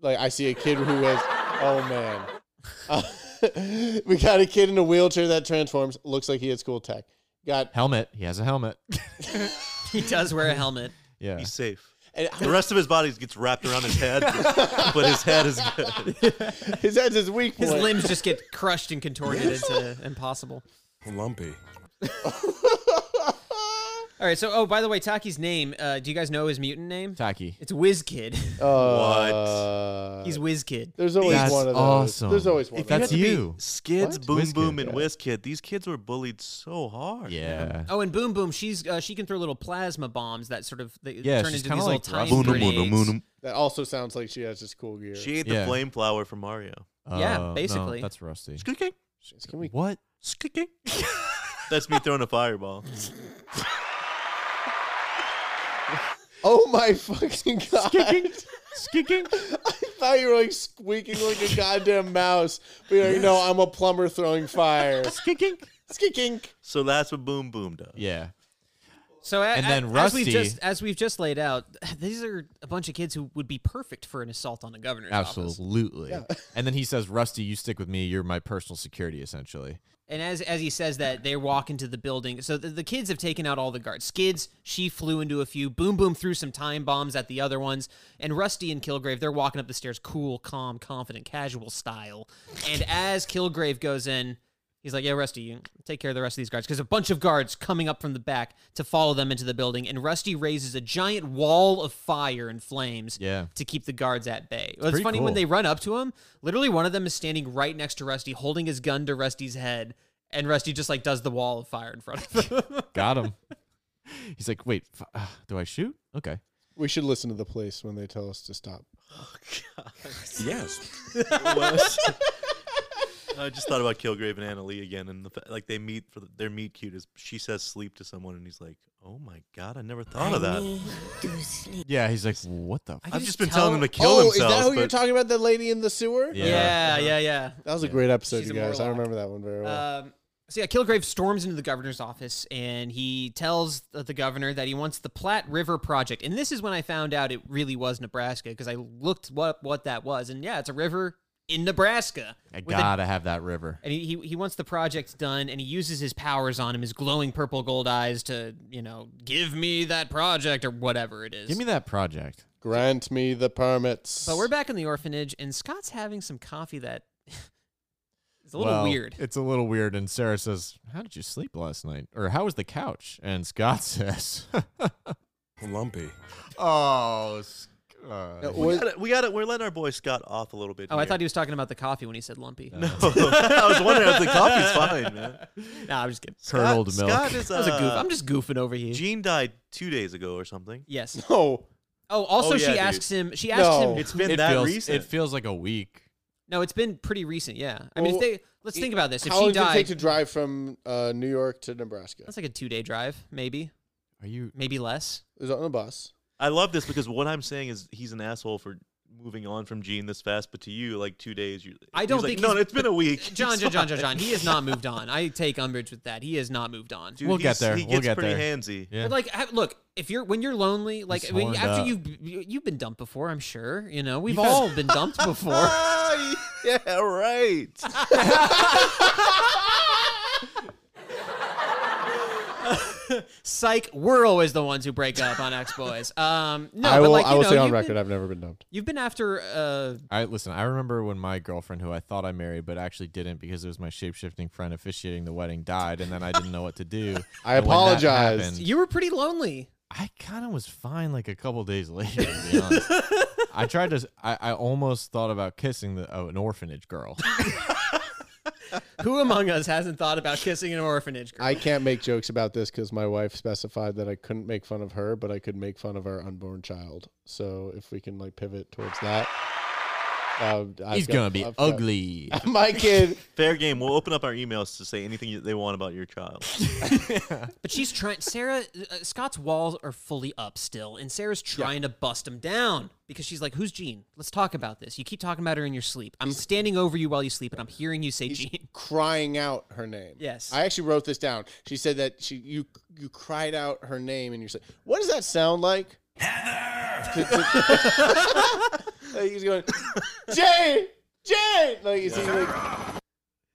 Speaker 5: like I see a kid who is, oh man, <laughs> Uh, we got a kid in a wheelchair that transforms. Looks like he has cool tech. <laughs> Got
Speaker 2: helmet. He has a helmet.
Speaker 3: He does wear a helmet.
Speaker 2: yeah.
Speaker 4: he's safe.
Speaker 5: and
Speaker 4: The rest of his body gets wrapped around his
Speaker 5: <laughs>
Speaker 4: head, but his head is good.
Speaker 5: his head's his weak
Speaker 3: His
Speaker 5: point.
Speaker 3: limbs just get crushed and
Speaker 5: <laughs>
Speaker 3: contorted into impossible.
Speaker 8: Lumpy.
Speaker 3: All right. So, oh, by the way, Taki's name. Uh, do you guys know his mutant name?
Speaker 2: Taki.
Speaker 3: It's WizKid. <laughs>
Speaker 5: Uh,
Speaker 3: He's WizKid.
Speaker 5: There's always
Speaker 2: That's
Speaker 5: one of those.
Speaker 2: awesome.
Speaker 5: There's always one.
Speaker 4: If
Speaker 5: of those.
Speaker 2: That's
Speaker 4: had to be
Speaker 2: you.
Speaker 4: Skids,
Speaker 2: What?
Speaker 4: Boom
Speaker 2: Whiz
Speaker 4: Boom,
Speaker 2: Kid,
Speaker 4: and
Speaker 2: yeah.
Speaker 4: Whiz Kid. These kids were bullied so <laughs> hard.
Speaker 2: Yeah.
Speaker 3: Oh, and Boom Boom, she's uh, she can throw little plasma bombs that sort of they
Speaker 2: Yeah,
Speaker 3: turn
Speaker 2: she's
Speaker 3: into
Speaker 2: kinda like
Speaker 3: these little time
Speaker 2: Boom, boom, boom,
Speaker 3: grenades.
Speaker 5: That also sounds like she has just cool gear.
Speaker 4: She ate
Speaker 2: Yeah.
Speaker 4: the flame flower from Mario.
Speaker 3: yeah,
Speaker 2: Oh, no,
Speaker 3: basically.
Speaker 2: that's Rusty.
Speaker 4: Skooking.
Speaker 5: Can we-
Speaker 2: What? <laughs>
Speaker 4: Skooking. That's me throwing a fireball.
Speaker 5: oh
Speaker 2: <laughs>
Speaker 5: my fucking god!
Speaker 2: Skicking?
Speaker 5: <laughs> I thought you were like squeaking like a goddamn mouse. But
Speaker 2: <laughs>
Speaker 5: you're like, no, I'm a plumber throwing fire.
Speaker 2: Skicking?
Speaker 5: Skikink.
Speaker 4: So that's what Boom Boom does.
Speaker 2: Yeah.
Speaker 3: So a-
Speaker 2: And
Speaker 3: a-
Speaker 2: then
Speaker 3: as
Speaker 2: Rusty-
Speaker 3: we've just as we've just laid out, these are a bunch of kids who would be perfect for an assault on the governor's office.
Speaker 2: Absolutely.
Speaker 5: <laughs>
Speaker 2: and then he says, Rusty, you stick with me. You're my personal security, essentially.
Speaker 3: And as as he says that, they walk into the building. So the, the kids have taken out all the guards. Skids, she flew into a few. Boom Boom threw some time bombs at the other ones. And Rusty and Kilgrave, they're walking up the stairs, cool, calm, confident, casual style. And as Kilgrave goes in, he's like, "Yeah, Rusty, you take care of the rest of these guards," because a bunch of guards coming up from the back to follow them into the building. And Rusty raises a giant wall of fire and flames
Speaker 2: Yeah.
Speaker 3: to keep the guards at bay. Well, it's
Speaker 2: pretty
Speaker 3: funny
Speaker 2: cool.
Speaker 3: when they run up to him. Literally, one of them is standing right next to Rusty, holding his gun to Rusty's head, and Rusty just like does the wall of fire in front of him.
Speaker 2: Got him. He's like, wait, f- uh, do I shoot? Okay.
Speaker 5: We should listen to the police when they tell us to stop.
Speaker 10: Yes.
Speaker 4: was. <laughs> I just thought about Kilgrave and Anna Lee again, and the fa- like they meet for the, their meet cute is she says sleep to someone, and he's like, "Oh my god, I never thought of that."
Speaker 2: Yeah. He's like, what the? F-?
Speaker 4: <laughs>
Speaker 3: <laughs>
Speaker 4: I've
Speaker 3: just
Speaker 4: just been
Speaker 3: tell- Oh,
Speaker 4: telling him to kill
Speaker 5: Oh, is
Speaker 4: himself.
Speaker 5: that who you're
Speaker 4: but-
Speaker 5: talking about? The lady in the sewer?
Speaker 2: Yeah.
Speaker 4: Uh-huh.
Speaker 3: yeah, yeah, yeah.
Speaker 5: That was a great episode,
Speaker 3: She's
Speaker 5: you
Speaker 3: a
Speaker 5: guys. I
Speaker 3: Morlock.
Speaker 5: remember that one very well.
Speaker 3: Um, so yeah, Kilgrave storms into the governor's office and he tells the the governor that he wants the Platte River project. And this is when I found out it really was Nebraska because I looked what what that was, and yeah, it's a river in Nebraska.
Speaker 2: I
Speaker 3: with a
Speaker 2: gotta have that river.
Speaker 3: and he, he he wants the project done and he uses his powers on him his glowing purple gold eyes to you know give me that project or whatever it is
Speaker 2: Give me that project.
Speaker 5: Grant me the permits.
Speaker 3: but we're back in the orphanage and scott's having some coffee that <laughs> is a little
Speaker 2: Well,
Speaker 3: weird
Speaker 2: It's a little weird. And Sarah says, How did you sleep last night? Or how was the couch? And Scott <laughs> says,
Speaker 8: Lumpy.
Speaker 2: Oh, Sc- uh,
Speaker 5: No,
Speaker 4: We
Speaker 5: was-
Speaker 4: gotta, we gotta, we're letting our boy Scott off a little bit.
Speaker 3: oh i
Speaker 4: <laughs>
Speaker 3: thought he was talking about the coffee when he said lumpy <laughs> no,
Speaker 4: I was wondering if the coffee's fine, man.
Speaker 3: i'm just kidding
Speaker 2: Curdled
Speaker 4: Scott-
Speaker 2: milk.
Speaker 4: Scott is
Speaker 3: that was a goof
Speaker 4: uh,
Speaker 3: i'm just goofing over here
Speaker 4: Gene died two days ago or something.
Speaker 3: yes
Speaker 5: <laughs> oh,
Speaker 3: oh also
Speaker 4: Oh,
Speaker 3: she
Speaker 4: yeah, dude.
Speaker 3: asks him she asks
Speaker 5: No.
Speaker 3: him
Speaker 4: It's been
Speaker 2: it,
Speaker 4: that
Speaker 2: feels,
Speaker 4: recent.
Speaker 2: it feels like a week.
Speaker 3: no it's been pretty recent yeah i mean if
Speaker 5: Well,
Speaker 3: they let's think about this if
Speaker 5: how
Speaker 3: she
Speaker 5: long did it
Speaker 3: died
Speaker 5: take to drive from uh, New York to Nebraska? It
Speaker 3: that's like a two-day drive maybe
Speaker 2: Are you?
Speaker 3: maybe less
Speaker 5: was on a bus.
Speaker 4: I love this because what I'm saying is he's an asshole for moving on from Gene this fast, but to you, like two days. You,
Speaker 3: I don't
Speaker 4: he's like,
Speaker 3: think
Speaker 4: no,
Speaker 3: he's-
Speaker 4: it's been a week.
Speaker 3: <laughs>
Speaker 4: <laughs>
Speaker 5: <laughs>
Speaker 3: John,
Speaker 4: It's
Speaker 3: John, John, John, John.
Speaker 4: fine."
Speaker 3: He has not moved on. I take umbrage with that. He has not moved on.
Speaker 4: Dude,
Speaker 2: We'll get
Speaker 4: he's-
Speaker 2: there.
Speaker 4: He
Speaker 2: We'll
Speaker 4: gets
Speaker 2: get
Speaker 4: pretty
Speaker 2: there.
Speaker 4: handsy.
Speaker 2: Yeah.
Speaker 3: But like, ha- look, if you're when you're lonely, like
Speaker 2: He's
Speaker 3: I mean,
Speaker 2: horned
Speaker 3: after
Speaker 5: uh,
Speaker 2: up.
Speaker 3: you you- you've been dumped before, I'm sure. You know, we've all been
Speaker 5: <laughs>
Speaker 3: dumped before.
Speaker 4: Ah, <laughs> yeah, right. <laughs>
Speaker 3: Psych, we're always the ones who break up on ex boys. Um, no,
Speaker 5: I
Speaker 3: but
Speaker 5: will.
Speaker 3: like you
Speaker 5: I will
Speaker 3: know,
Speaker 5: say on
Speaker 3: you've
Speaker 5: record,
Speaker 3: been-
Speaker 5: I've never been dumped.
Speaker 3: you've been after. Uh,
Speaker 2: I listen. I remember when my girlfriend, who I thought I married but actually didn't, because it was my shapeshifting friend officiating the wedding, died, and then I didn't know what to do. <laughs>
Speaker 5: I
Speaker 2: And when that
Speaker 5: apologized.
Speaker 2: happened,
Speaker 3: you were pretty lonely.
Speaker 2: I kind of was fine like a couple days later. To be honest, <laughs> I tried to. I, I almost thought about kissing the, oh, an orphanage girl.
Speaker 3: Who among us hasn't thought about kissing an orphanage girl?
Speaker 5: I can't make jokes about this because my wife specified that I couldn't make fun of her, but I could make fun of our unborn child. So if we can like pivot towards that, uh, I've
Speaker 2: He's
Speaker 5: got-
Speaker 2: gonna be
Speaker 5: I've got-
Speaker 2: ugly.
Speaker 5: <laughs> my kid.
Speaker 4: Fair game. We'll open up our emails to say anything you- they want about
Speaker 2: <laughs>
Speaker 4: your child.
Speaker 3: But she's trying. Sarah, uh, Scott's walls are fully up still, and Sarah's trying to bust him down because she's like, "Who's Jean? Let's talk about this. You keep talking about her in your sleep. I'm standing over you while you sleep, and I'm hearing you say Jean."
Speaker 5: crying out her name.
Speaker 3: Yes.
Speaker 5: I actually wrote this down. She said that she you you cried out her name and you said, "What does that sound like?" Heather. <laughs> he's going, Jane, Jane. Like he's he's like,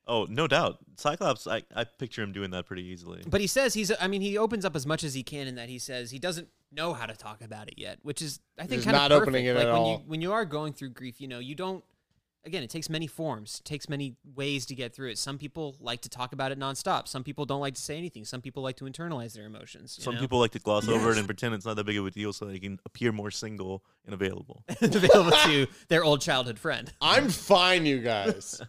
Speaker 4: Oh, no doubt. Cyclops, I, I picture him doing that pretty easily.
Speaker 3: But he says he's. I mean, he opens up as much as he can, in that he says he doesn't know how to talk about it yet, which is I think
Speaker 5: He's
Speaker 3: kind
Speaker 5: not
Speaker 3: of
Speaker 5: opening it
Speaker 3: like
Speaker 5: at
Speaker 3: when
Speaker 5: all.
Speaker 3: you when you are going through grief, you know, you don't. Again, it takes many forms, it takes many ways to get through it. Some people like to talk about it nonstop. Some people don't like to say anything. Some people like to internalize their emotions. you
Speaker 4: Some
Speaker 3: know?
Speaker 4: people like to gloss over it and pretend it's not that big of a deal so they can appear more single
Speaker 2: <laughs>
Speaker 4: and available.
Speaker 3: <laughs> available to their old childhood friend.
Speaker 5: "I'm fine, you guys.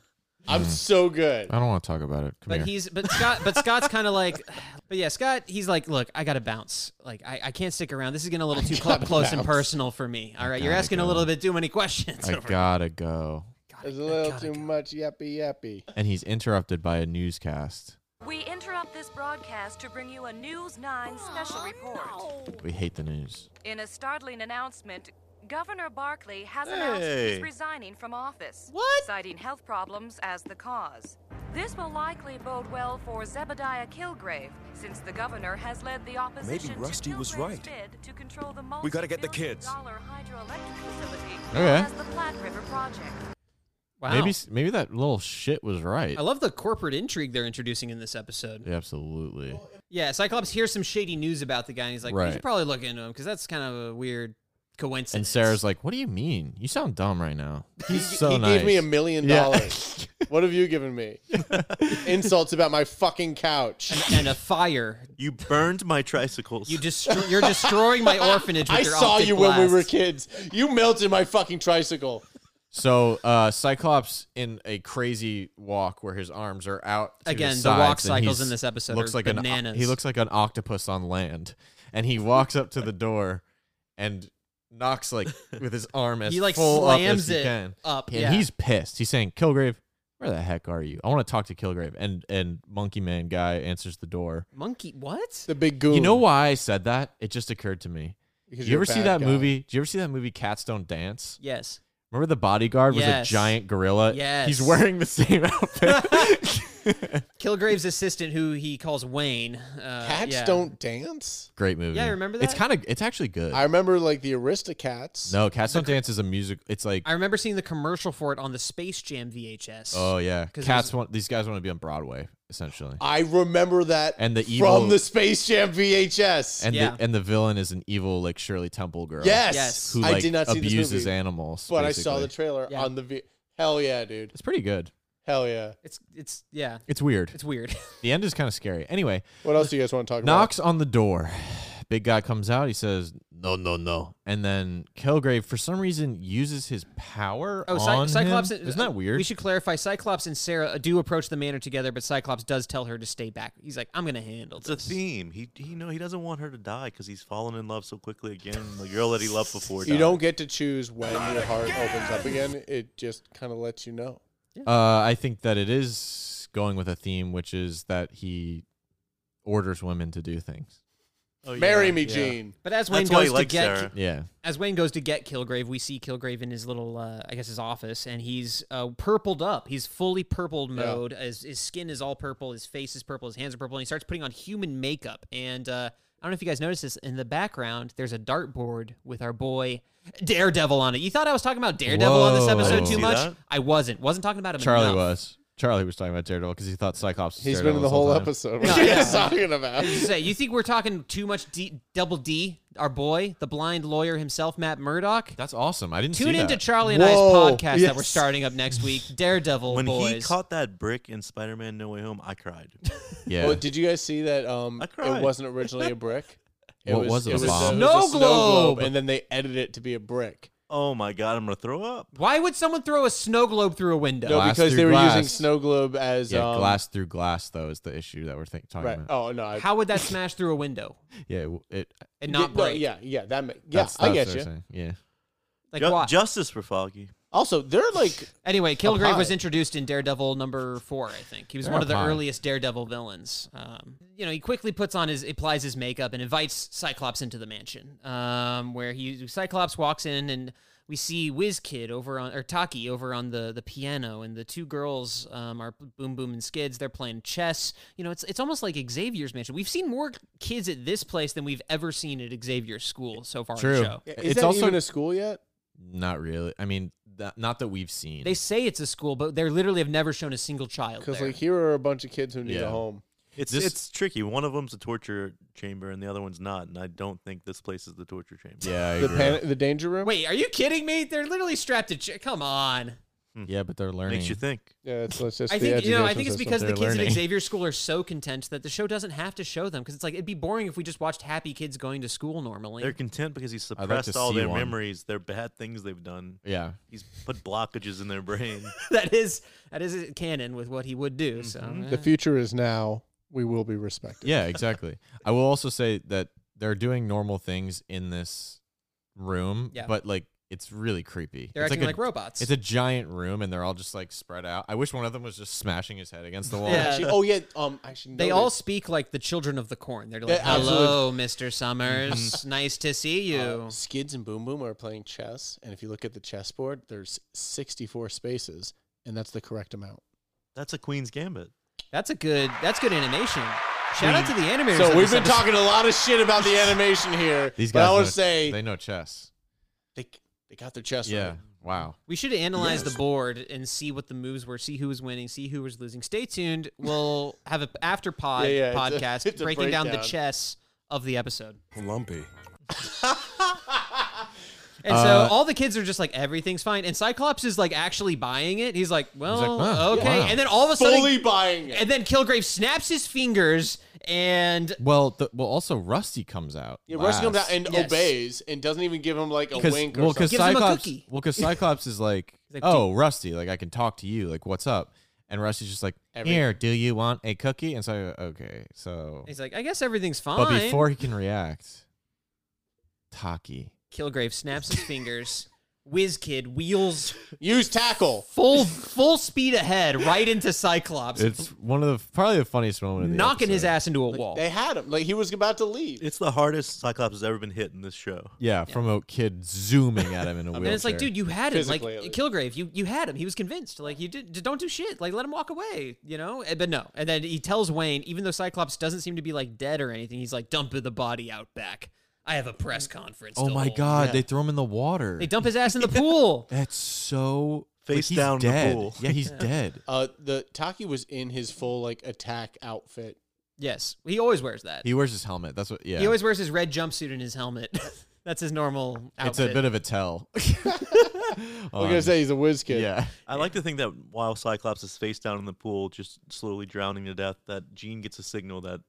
Speaker 5: I'm so good."
Speaker 2: I don't want to talk about it. Come
Speaker 3: But
Speaker 2: here.
Speaker 3: he's but Scott but Scott's kind of like <sighs> but yeah Scott he's like look I gotta bounce like I, I can't stick around this is getting a little too cl- close and personal for me all right you're
Speaker 2: gotta
Speaker 3: asking a
Speaker 2: go.
Speaker 3: little bit too many questions
Speaker 2: I
Speaker 3: over-
Speaker 2: gotta go.
Speaker 5: There's a little too much yappy yappy.
Speaker 2: And he's interrupted by a newscast.
Speaker 11: We interrupt this broadcast to bring you a News 9 special report.
Speaker 2: We hate the news.
Speaker 11: In a startling announcement, Governor Barkley has announced
Speaker 4: Hey.
Speaker 11: he's resigning from office,
Speaker 3: What?
Speaker 11: citing health problems as the cause. This will likely bode well for Zebediah Kilgrave, since the governor has led the opposition
Speaker 8: Rusty
Speaker 11: to
Speaker 8: was
Speaker 11: Kilgrave's
Speaker 8: right.
Speaker 11: bid to control the
Speaker 8: We gotta get the
Speaker 11: multi-billion
Speaker 8: kids.
Speaker 11: dollar hydroelectric facility
Speaker 2: Okay.
Speaker 11: known as the Platte River
Speaker 3: <laughs>
Speaker 11: Project.
Speaker 3: Wow.
Speaker 2: Maybe s- maybe that little shit was right.
Speaker 3: I love the corporate intrigue they're introducing in this episode.
Speaker 2: Yeah, absolutely.
Speaker 3: Yeah, Cyclops hears some shady news about the guy, and he's like, "You
Speaker 2: Right.
Speaker 3: should probably look into him because that's kind of a weird coincidence."
Speaker 2: And Sarah's like, "What do you mean? You sound dumb right
Speaker 5: <laughs>
Speaker 2: now." He's so
Speaker 5: he
Speaker 2: nice.
Speaker 5: gave me a million
Speaker 2: Yeah.
Speaker 5: dollars. <laughs> what have you given me? Insults about my fucking couch.
Speaker 3: and a fire.
Speaker 4: You burned my tricycles.
Speaker 3: You destro- you're destroying my orphanage. With
Speaker 5: I
Speaker 3: your
Speaker 5: saw
Speaker 3: optic
Speaker 5: you when we were
Speaker 3: blast.
Speaker 5: kids. You melted my fucking tricycle.
Speaker 2: <laughs> So uh, Cyclops in a crazy walk where his arms are out to
Speaker 3: Again,
Speaker 2: his
Speaker 3: the walk
Speaker 2: sides, and
Speaker 3: cycles
Speaker 2: he's-
Speaker 3: in this episode
Speaker 2: looks
Speaker 3: are
Speaker 2: like
Speaker 3: bananas.
Speaker 2: An, uh, he looks like an octopus on land, and he walks up to the door and knocks
Speaker 3: <laughs>
Speaker 2: like with his arm as
Speaker 3: He, like,
Speaker 2: full up
Speaker 3: slams
Speaker 2: as he
Speaker 3: it
Speaker 2: can.
Speaker 3: up,
Speaker 2: and
Speaker 3: yeah.
Speaker 2: he's pissed. He's saying, "Kilgrave, where the heck are you? I want to talk to Kilgrave." And and Monkey Man guy answers the door.
Speaker 3: Monkey, what?
Speaker 5: The big goon.
Speaker 2: You know why I said that? It just occurred to me.
Speaker 5: Because
Speaker 2: you
Speaker 5: you're a
Speaker 2: ever see
Speaker 5: bad
Speaker 2: that
Speaker 5: guy.
Speaker 2: movie? Do you ever see that movie Cats Don't Dance?
Speaker 3: Yes.
Speaker 2: Remember the bodyguard was
Speaker 3: Yes.
Speaker 2: a giant gorilla?
Speaker 3: Yes.
Speaker 2: He's wearing the same <laughs> outfit.
Speaker 3: <laughs> Kilgrave's assistant, who he calls Wayne. Uh,
Speaker 5: Cats
Speaker 3: yeah.
Speaker 5: don't dance.
Speaker 2: Great movie.
Speaker 3: Yeah, I remember
Speaker 2: It's
Speaker 3: that.
Speaker 2: kind of it's actually good.
Speaker 5: I remember like the Aristocats.
Speaker 2: no, Cats Don't Dance is a music it's like
Speaker 3: I remember seeing the commercial for it on the Space Jam VHS.
Speaker 2: oh yeah.
Speaker 3: <laughs> 'Cause it
Speaker 2: Cats
Speaker 3: was- Uh,
Speaker 2: want these guys want to be on Broadway, essentially.
Speaker 5: I remember that
Speaker 2: And the evil-
Speaker 5: from the Space Jam VHS.
Speaker 2: And
Speaker 3: Yeah.
Speaker 2: the and the villain is an evil like Shirley Temple girl.
Speaker 5: yes,
Speaker 3: Yes.
Speaker 2: Who
Speaker 5: I
Speaker 2: like,
Speaker 5: did not see
Speaker 2: abuses
Speaker 5: this movie,
Speaker 2: animals.
Speaker 5: but I saw the
Speaker 2: basically.
Speaker 5: trailer
Speaker 3: Yeah.
Speaker 5: on the v- Hell yeah, dude!
Speaker 2: It's pretty good.
Speaker 5: Hell yeah!
Speaker 3: It's it's yeah,
Speaker 2: It's weird.
Speaker 3: it's weird. <laughs>
Speaker 2: the end is kind of scary. Anyway,
Speaker 5: What else do you guys want to talk
Speaker 2: knocks on the door. Big guy comes out. He says, "No, no, no." And then Kilgrave, for some reason, uses his power
Speaker 3: Oh, Cy-
Speaker 2: on
Speaker 3: Cyclops!
Speaker 2: him. Isn't that weird?
Speaker 3: We should clarify. Cyclops and Sarah uh, do approach the manor together, but Cyclops does tell her to stay back. He's like, "I'm gonna handle
Speaker 4: It's a
Speaker 3: this."
Speaker 4: theme. He, he know he doesn't want her to die because he's fallen in love so quickly again. The girl that he loved before.
Speaker 5: about? You
Speaker 4: died.
Speaker 5: don't get to choose when your heart opens up again. It just kind of lets you know.
Speaker 2: Uh, I think that it is going with a theme, which is that he orders women to do things.
Speaker 4: Oh, yeah,
Speaker 5: Marry me,
Speaker 4: yeah.
Speaker 5: Gene.
Speaker 3: But as Wayne
Speaker 4: That's why he
Speaker 3: goes to
Speaker 4: likes
Speaker 3: get
Speaker 4: Sarah.
Speaker 2: Yeah,
Speaker 3: as Wayne goes to get Kilgrave, we see Kilgrave in his little, uh, I guess, his office, and he's uh, purpled up. He's fully purpled mode. His, his skin is all purple. His face is purple. His hands are purple. And he starts putting on human makeup. And uh, I don't know if you guys noticed this. In the background, there's a dartboard with our boy Daredevil on it. You thought I was talking about Daredevil on this
Speaker 2: Whoa.
Speaker 4: I
Speaker 3: episode
Speaker 4: didn't
Speaker 3: too
Speaker 4: see
Speaker 3: much?
Speaker 4: that.
Speaker 3: I wasn't. Wasn't talking about him.
Speaker 2: Charlie
Speaker 3: enough.
Speaker 2: was. Charlie was talking about Daredevil because he thought Cyclops. Was
Speaker 5: He's been
Speaker 2: Daredevil
Speaker 5: in the
Speaker 2: this whole time.
Speaker 5: whole episode. What are you guys talking about?
Speaker 3: I was gonna <laughs> say, you think we're talking too much D, double D, our boy, the blind lawyer himself, Matt Murdock?
Speaker 2: That's awesome. I didn't
Speaker 3: Tune
Speaker 2: see
Speaker 3: into
Speaker 2: that.
Speaker 3: Charlie and
Speaker 5: Whoa,
Speaker 3: I's podcast that we're
Speaker 5: yes.
Speaker 3: starting up next week, Daredevil
Speaker 4: When
Speaker 3: Boys.
Speaker 4: he caught that brick in Spider-Man: No Way Home, I cried.
Speaker 3: <laughs>
Speaker 2: yeah.
Speaker 5: Well, did you guys see that? Um,
Speaker 4: I
Speaker 5: it
Speaker 4: cried.
Speaker 5: wasn't originally a brick.
Speaker 4: <laughs>
Speaker 2: What was it, a bomb?
Speaker 5: a
Speaker 3: Snow globe.
Speaker 5: and then they edited it to be a brick.
Speaker 4: oh my god, I'm gonna throw up.
Speaker 3: Why would someone throw a snow globe through a window?
Speaker 5: No,
Speaker 2: Glass
Speaker 5: because they
Speaker 2: through
Speaker 5: were using
Speaker 2: glass.
Speaker 5: snow globe as
Speaker 2: yeah,
Speaker 5: um,
Speaker 2: glass through glass though is the issue that we're think- talking
Speaker 5: Right.
Speaker 2: about.
Speaker 5: Oh no. I,
Speaker 3: How would that smash through a window
Speaker 2: Yeah, it- it.
Speaker 3: and not
Speaker 5: yeah, no,
Speaker 3: break?
Speaker 5: yeah, yeah. That. Ma- yeah,
Speaker 2: That's,
Speaker 5: I
Speaker 2: that's
Speaker 5: get
Speaker 2: what
Speaker 5: you.
Speaker 2: I'm saying. Yeah.
Speaker 3: Like
Speaker 4: Ju-
Speaker 3: why?
Speaker 4: justice for Foggy.
Speaker 5: Also, they're
Speaker 3: <laughs>
Speaker 5: like
Speaker 3: anyway, Kilgrave
Speaker 5: pie.
Speaker 3: was introduced in Daredevil number four, I think. He was
Speaker 2: They're
Speaker 3: one
Speaker 2: a
Speaker 3: of the
Speaker 2: pie.
Speaker 3: earliest Daredevil villains. Um, you know, he quickly puts on his applies his makeup and invites Cyclops into the mansion, um, where he Cyclops walks in and we see Kid over on or Taki over on the the piano, and the two girls um, are Boom Boom and Skids. They're playing chess. You know, it's it's almost like Xavier's mansion. We've seen more kids at this place than we've ever seen at Xavier's school so far. In
Speaker 2: True.
Speaker 3: the show.
Speaker 5: Is
Speaker 2: It's
Speaker 5: that
Speaker 2: also-
Speaker 5: even a school yet?
Speaker 2: Not really. I mean, that, not that we've seen.
Speaker 3: They say it's a school, but they literally have never shown a single child.
Speaker 5: Because
Speaker 3: there.
Speaker 5: like here are a bunch of kids who need
Speaker 2: Yeah.
Speaker 5: a home.
Speaker 4: It's
Speaker 2: This-
Speaker 4: it's tricky. One of them's a torture chamber, and the other one's not. And I don't think this place is the torture chamber.
Speaker 2: yeah. I
Speaker 5: The
Speaker 2: agree.
Speaker 5: pan- the danger room.
Speaker 3: Wait, are you kidding me? They're literally strapped to. Ch- Come on.
Speaker 2: Mm. yeah, but they're learning.
Speaker 4: makes you think.
Speaker 5: Yeah, that's, that's just
Speaker 3: I
Speaker 5: the
Speaker 3: think you know. I
Speaker 5: education
Speaker 3: think it's
Speaker 5: system.
Speaker 3: because the
Speaker 2: they're
Speaker 3: kids at
Speaker 2: learning.
Speaker 3: Xavier School are so content that the show doesn't have to show them because it's like it'd be boring if we just watched happy kids going to school normally.
Speaker 4: They're content because he
Speaker 2: like
Speaker 4: suppressed
Speaker 2: to
Speaker 4: all
Speaker 2: see
Speaker 4: their
Speaker 2: one.
Speaker 4: memories, their bad things they've done.
Speaker 2: Yeah.
Speaker 4: He's put blockages in their brain.
Speaker 3: <laughs> <laughs> that is that is canon with what he would do. So eh.
Speaker 5: the future is now. We will be respected.
Speaker 2: Yeah, exactly. I will also say that they're doing normal things in this room,
Speaker 3: Yeah.
Speaker 2: but like it's really creepy.
Speaker 3: they're
Speaker 2: it's
Speaker 3: acting like,
Speaker 2: a,
Speaker 3: robots.
Speaker 2: It's a giant room, and they're all just like spread out. I wish one of them was just smashing his head against the wall.
Speaker 3: Yeah.
Speaker 5: Actually, oh yeah. Um. Actually,
Speaker 3: they
Speaker 5: noticed-
Speaker 3: all speak like the children of the corn. They're like,
Speaker 5: They
Speaker 3: "Hello, Mr. Summers. nice to see you."
Speaker 5: Uh, Skids and Boom Boom are playing chess, and if you look at the chessboard, there's 64 spaces, and that's the correct amount.
Speaker 4: That's a Queen's Gambit.
Speaker 3: That's a good. That's good animation. Shout out to the animators.
Speaker 2: <laughs>
Speaker 5: So
Speaker 3: of
Speaker 5: we've
Speaker 3: this
Speaker 5: been
Speaker 3: episode.
Speaker 5: talking a lot of shit about the animation here.
Speaker 2: These
Speaker 5: but
Speaker 2: guys
Speaker 5: I want
Speaker 2: know-
Speaker 5: to say
Speaker 2: they know chess.
Speaker 5: they they got their chest
Speaker 2: yeah.
Speaker 5: right.
Speaker 2: Wow.
Speaker 3: We should analyze the board and see what the moves were, see who was winning, see who was losing. Stay tuned. We'll have an after pod
Speaker 5: Yeah, yeah, it's a-
Speaker 3: podcast
Speaker 5: it's a
Speaker 3: breaking down the
Speaker 5: breakdown.
Speaker 3: chess of the episode.
Speaker 8: Lumpy.
Speaker 3: And
Speaker 2: Uh,
Speaker 3: so all the kids are just like everything's fine, and Cyclops is like actually buying it. He's like, well,
Speaker 2: "Huh,
Speaker 3: okay.
Speaker 2: wow."
Speaker 3: And then all of a sudden,
Speaker 5: Fully buying it.
Speaker 3: and then Kilgrave snaps his fingers, and
Speaker 2: Well, the, well, also Rusty comes out.
Speaker 5: Yeah, Rusty comes out
Speaker 2: last.
Speaker 5: and
Speaker 3: Yes.
Speaker 5: obeys and doesn't even give him like a
Speaker 2: Cause,
Speaker 5: wink or
Speaker 2: well,
Speaker 5: something.
Speaker 2: because
Speaker 3: Gives him a
Speaker 2: Cyclops,
Speaker 3: cookie.
Speaker 2: well, 'cause Cyclops is like,
Speaker 3: <laughs> He's like,
Speaker 2: oh, Rusty, like I can talk to you, like what's up? And Rusty's just like,
Speaker 5: Every-
Speaker 2: here, do you want a cookie? And so, okay, so,
Speaker 3: he's like, I guess everything's fine.
Speaker 2: but before he can react, Taki,
Speaker 3: Kilgrave snaps his fingers, Whiz Kid wheels
Speaker 5: Use tackle.
Speaker 3: full full speed ahead right into Cyclops,
Speaker 2: it's one of the probably the funniest moment, of the
Speaker 3: knocking his
Speaker 2: episode.
Speaker 3: ass into a
Speaker 5: Like,
Speaker 3: wall.
Speaker 5: They had him. Like he was about to leave.
Speaker 4: It's the hardest Cyclops has ever been hit in this show.
Speaker 2: Yeah, from a kid zooming at him in a wheelchair.
Speaker 3: <laughs> And it's like, dude, you had him. Like
Speaker 5: Physically, at least.
Speaker 3: Kilgrave, you you had him. He was convinced. Like you did, just don't do shit. Like let him walk away. You know. Eh, But no. And then he tells Wayne, even though Cyclops doesn't seem to be like dead or anything, he's like, dump the body out back. I have a press conference.
Speaker 2: oh
Speaker 3: to
Speaker 2: my
Speaker 3: hold."
Speaker 2: god,
Speaker 5: Yeah.
Speaker 2: they throw him in the water.
Speaker 3: They dump his ass in
Speaker 2: <laughs>
Speaker 3: the pool.
Speaker 2: That's so like,
Speaker 4: Face
Speaker 2: he's
Speaker 4: down in the
Speaker 2: dead.
Speaker 4: pool.
Speaker 2: Yeah,
Speaker 3: <laughs>
Speaker 2: he's dead.
Speaker 5: Uh, the Taki was in his full like attack outfit.
Speaker 3: Yes, he always wears that. He,
Speaker 2: He wears his helmet. That's what. Yeah,
Speaker 3: always wears his red jumpsuit and his helmet. <laughs> That's his normal
Speaker 2: it's
Speaker 3: outfit.
Speaker 2: a bit of a
Speaker 3: <laughs>
Speaker 2: tell. Um,
Speaker 5: I was gonna say he's a whiz kid.
Speaker 2: Oh, yeah.
Speaker 4: I like to think that while Cyclops is face down in the pool, just slowly drowning to death, that Jean gets a signal that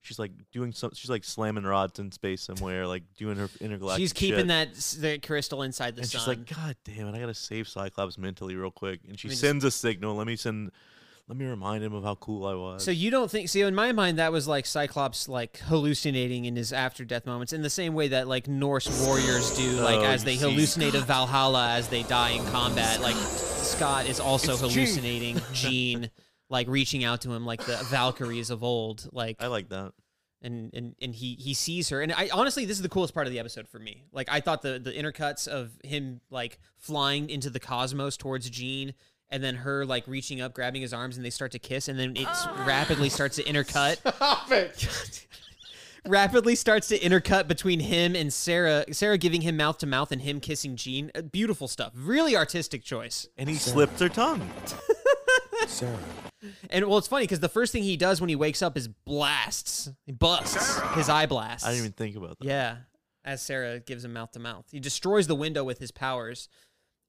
Speaker 4: she's like doing some. She's like slamming rods in space somewhere, like doing her intergalactic.
Speaker 3: She's keeping
Speaker 4: shit.
Speaker 3: that s- the crystal inside the
Speaker 4: And
Speaker 3: sun.
Speaker 4: she's like, "God damn it! I gotta save Cyclops mentally real quick." And she
Speaker 3: Let me just-
Speaker 4: sends a signal. Let me send. Let me remind him of how cool I was.
Speaker 3: So you don't think? See, in my mind, that was like Cyclops like hallucinating in his after death moments, in the same way that like Norse warriors do, like
Speaker 4: Oh,
Speaker 3: as they
Speaker 4: you see.
Speaker 3: hallucinate of Valhalla as they die in combat. Like Scott is also hallucinating Jean, like reaching out to him, like the Valkyries of old, like
Speaker 4: I like that.
Speaker 3: and and and he he sees her and i honestly this is the coolest part of the episode for me like i thought the the intercuts of him like flying into the cosmos towards jean and then her like reaching up grabbing his arms and they start to kiss and then it s- rapidly starts to intercut
Speaker 5: <laughs> Stop it.
Speaker 3: <laughs> rapidly starts to intercut between him and sarah sarah giving him mouth to mouth and him kissing jean Uh, beautiful stuff really artistic choice
Speaker 4: And he slips her tongue.
Speaker 8: Sarah.
Speaker 3: and well it's funny because the first thing he does when he wakes up is blasts he busts his eye blasts
Speaker 4: I didn't even think about that.
Speaker 3: Yeah, as Sarah gives him mouth to mouth, he destroys the window with his powers.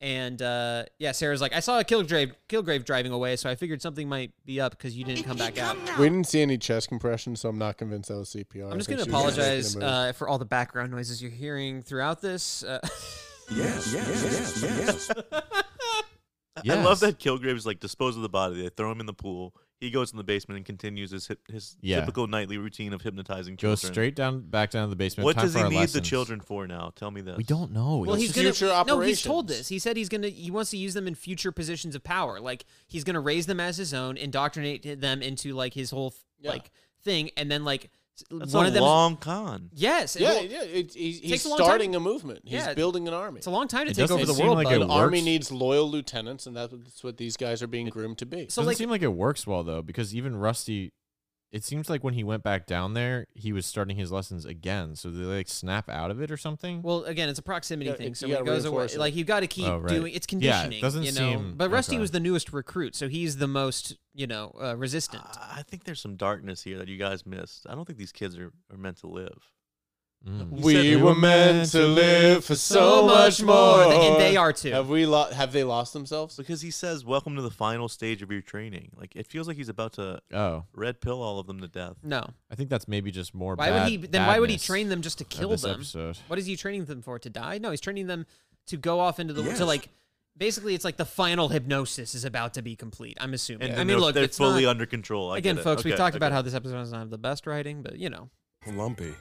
Speaker 3: And uh, yeah, Sarah's like, I saw a Kilgrave, Kilgrave driving away, so I figured something might be up because you didn't come back out.
Speaker 5: We didn't see any chest compression, so I'm not convinced that was CPR.
Speaker 3: I'm just gonna
Speaker 5: I think she was
Speaker 3: apologize
Speaker 5: just making a move.
Speaker 3: uh, for all the background noises you're hearing throughout this. Uh, <laughs>
Speaker 8: Yes, yes, yes, yes.
Speaker 4: <laughs> I
Speaker 2: Yes.
Speaker 4: love that Kilgrave's like dispose of the body. They throw him in the pool. He goes in the basement and continues his hip, his
Speaker 2: Yeah.
Speaker 4: typical nightly routine of hypnotizing
Speaker 2: Go
Speaker 4: children.
Speaker 2: straight down, back down to the basement.
Speaker 4: What
Speaker 2: Time
Speaker 4: does
Speaker 2: for
Speaker 4: he
Speaker 2: our
Speaker 4: need the
Speaker 2: lessons.
Speaker 4: children for now? Tell me this.
Speaker 2: We don't know.
Speaker 3: well, he's gonna
Speaker 5: future
Speaker 3: no, he's told
Speaker 5: operations.
Speaker 3: this. He said he's gonna he wants to use them in future positions of power. Like he's gonna raise them as his own, indoctrinate them into like his whole
Speaker 5: Yeah.
Speaker 3: like thing, and then like s-
Speaker 4: That's
Speaker 3: one
Speaker 4: a
Speaker 3: of them.
Speaker 4: long con.
Speaker 3: yes,
Speaker 5: Yeah,
Speaker 3: well,
Speaker 5: yeah. It, he's he's
Speaker 3: takes a long
Speaker 5: starting a movement. He's
Speaker 3: Yeah.
Speaker 5: building an army.
Speaker 3: It's a long time to
Speaker 2: It
Speaker 3: take
Speaker 2: doesn't
Speaker 3: over the
Speaker 2: seem
Speaker 3: world.
Speaker 2: like
Speaker 3: bud.
Speaker 2: it
Speaker 5: An army
Speaker 2: works.
Speaker 5: needs loyal lieutenants, and that's what these guys are being groomed to be.
Speaker 3: So
Speaker 2: doesn't
Speaker 3: like,
Speaker 2: seem like it works well though, because even Rusty, it seems like when he went back down there, he was starting his lessons again. So they like snap out of it or something.
Speaker 3: well, again, it's a proximity
Speaker 5: Yeah,
Speaker 3: thing.
Speaker 5: it-
Speaker 3: So
Speaker 5: you
Speaker 3: when it
Speaker 5: gotta
Speaker 3: goes away,
Speaker 5: reinforce it.
Speaker 3: like you've got to keep
Speaker 2: Oh, right.
Speaker 3: doing. It's
Speaker 2: Yeah, it
Speaker 3: conditioning.
Speaker 2: doesn't
Speaker 3: you know?
Speaker 2: seem-
Speaker 3: But Rusty
Speaker 2: okay.
Speaker 3: was the newest recruit, so he's the most you know uh, resistant.
Speaker 4: I I think there's some darkness here that you guys missed. I don't think these kids are, are meant to live.
Speaker 5: Hmm.
Speaker 2: Mm.
Speaker 4: We said-
Speaker 2: were meant to live
Speaker 5: for
Speaker 3: so much more. And they are too.
Speaker 5: Have we lo- have they lost themselves?
Speaker 4: Because he says, Welcome to the final stage of your training. Like, it feels like he's about to
Speaker 2: Oh,
Speaker 4: red pill all of them to death.
Speaker 3: no.
Speaker 2: I think that's maybe just more.
Speaker 3: Why would
Speaker 2: bad-
Speaker 3: he? Then why would he
Speaker 2: badness
Speaker 3: train them just to
Speaker 2: of
Speaker 3: kill
Speaker 2: this
Speaker 3: them?
Speaker 2: Episode.
Speaker 3: What is he training them for? To die? No, he's training them to go off into the
Speaker 8: Yes.
Speaker 3: to like. Basically, it's like the final hypnosis is about to be complete. I'm assuming.
Speaker 4: And
Speaker 3: I
Speaker 4: then
Speaker 3: mean,
Speaker 4: they're,
Speaker 3: look,
Speaker 4: they're
Speaker 3: it's
Speaker 4: fully
Speaker 3: not,
Speaker 4: under control. I
Speaker 3: again,
Speaker 4: get it.
Speaker 3: folks. we've
Speaker 4: Okay,
Speaker 3: talked about
Speaker 4: okay.
Speaker 3: how this episode doesn't have the best writing, but you know,
Speaker 8: Lumpy.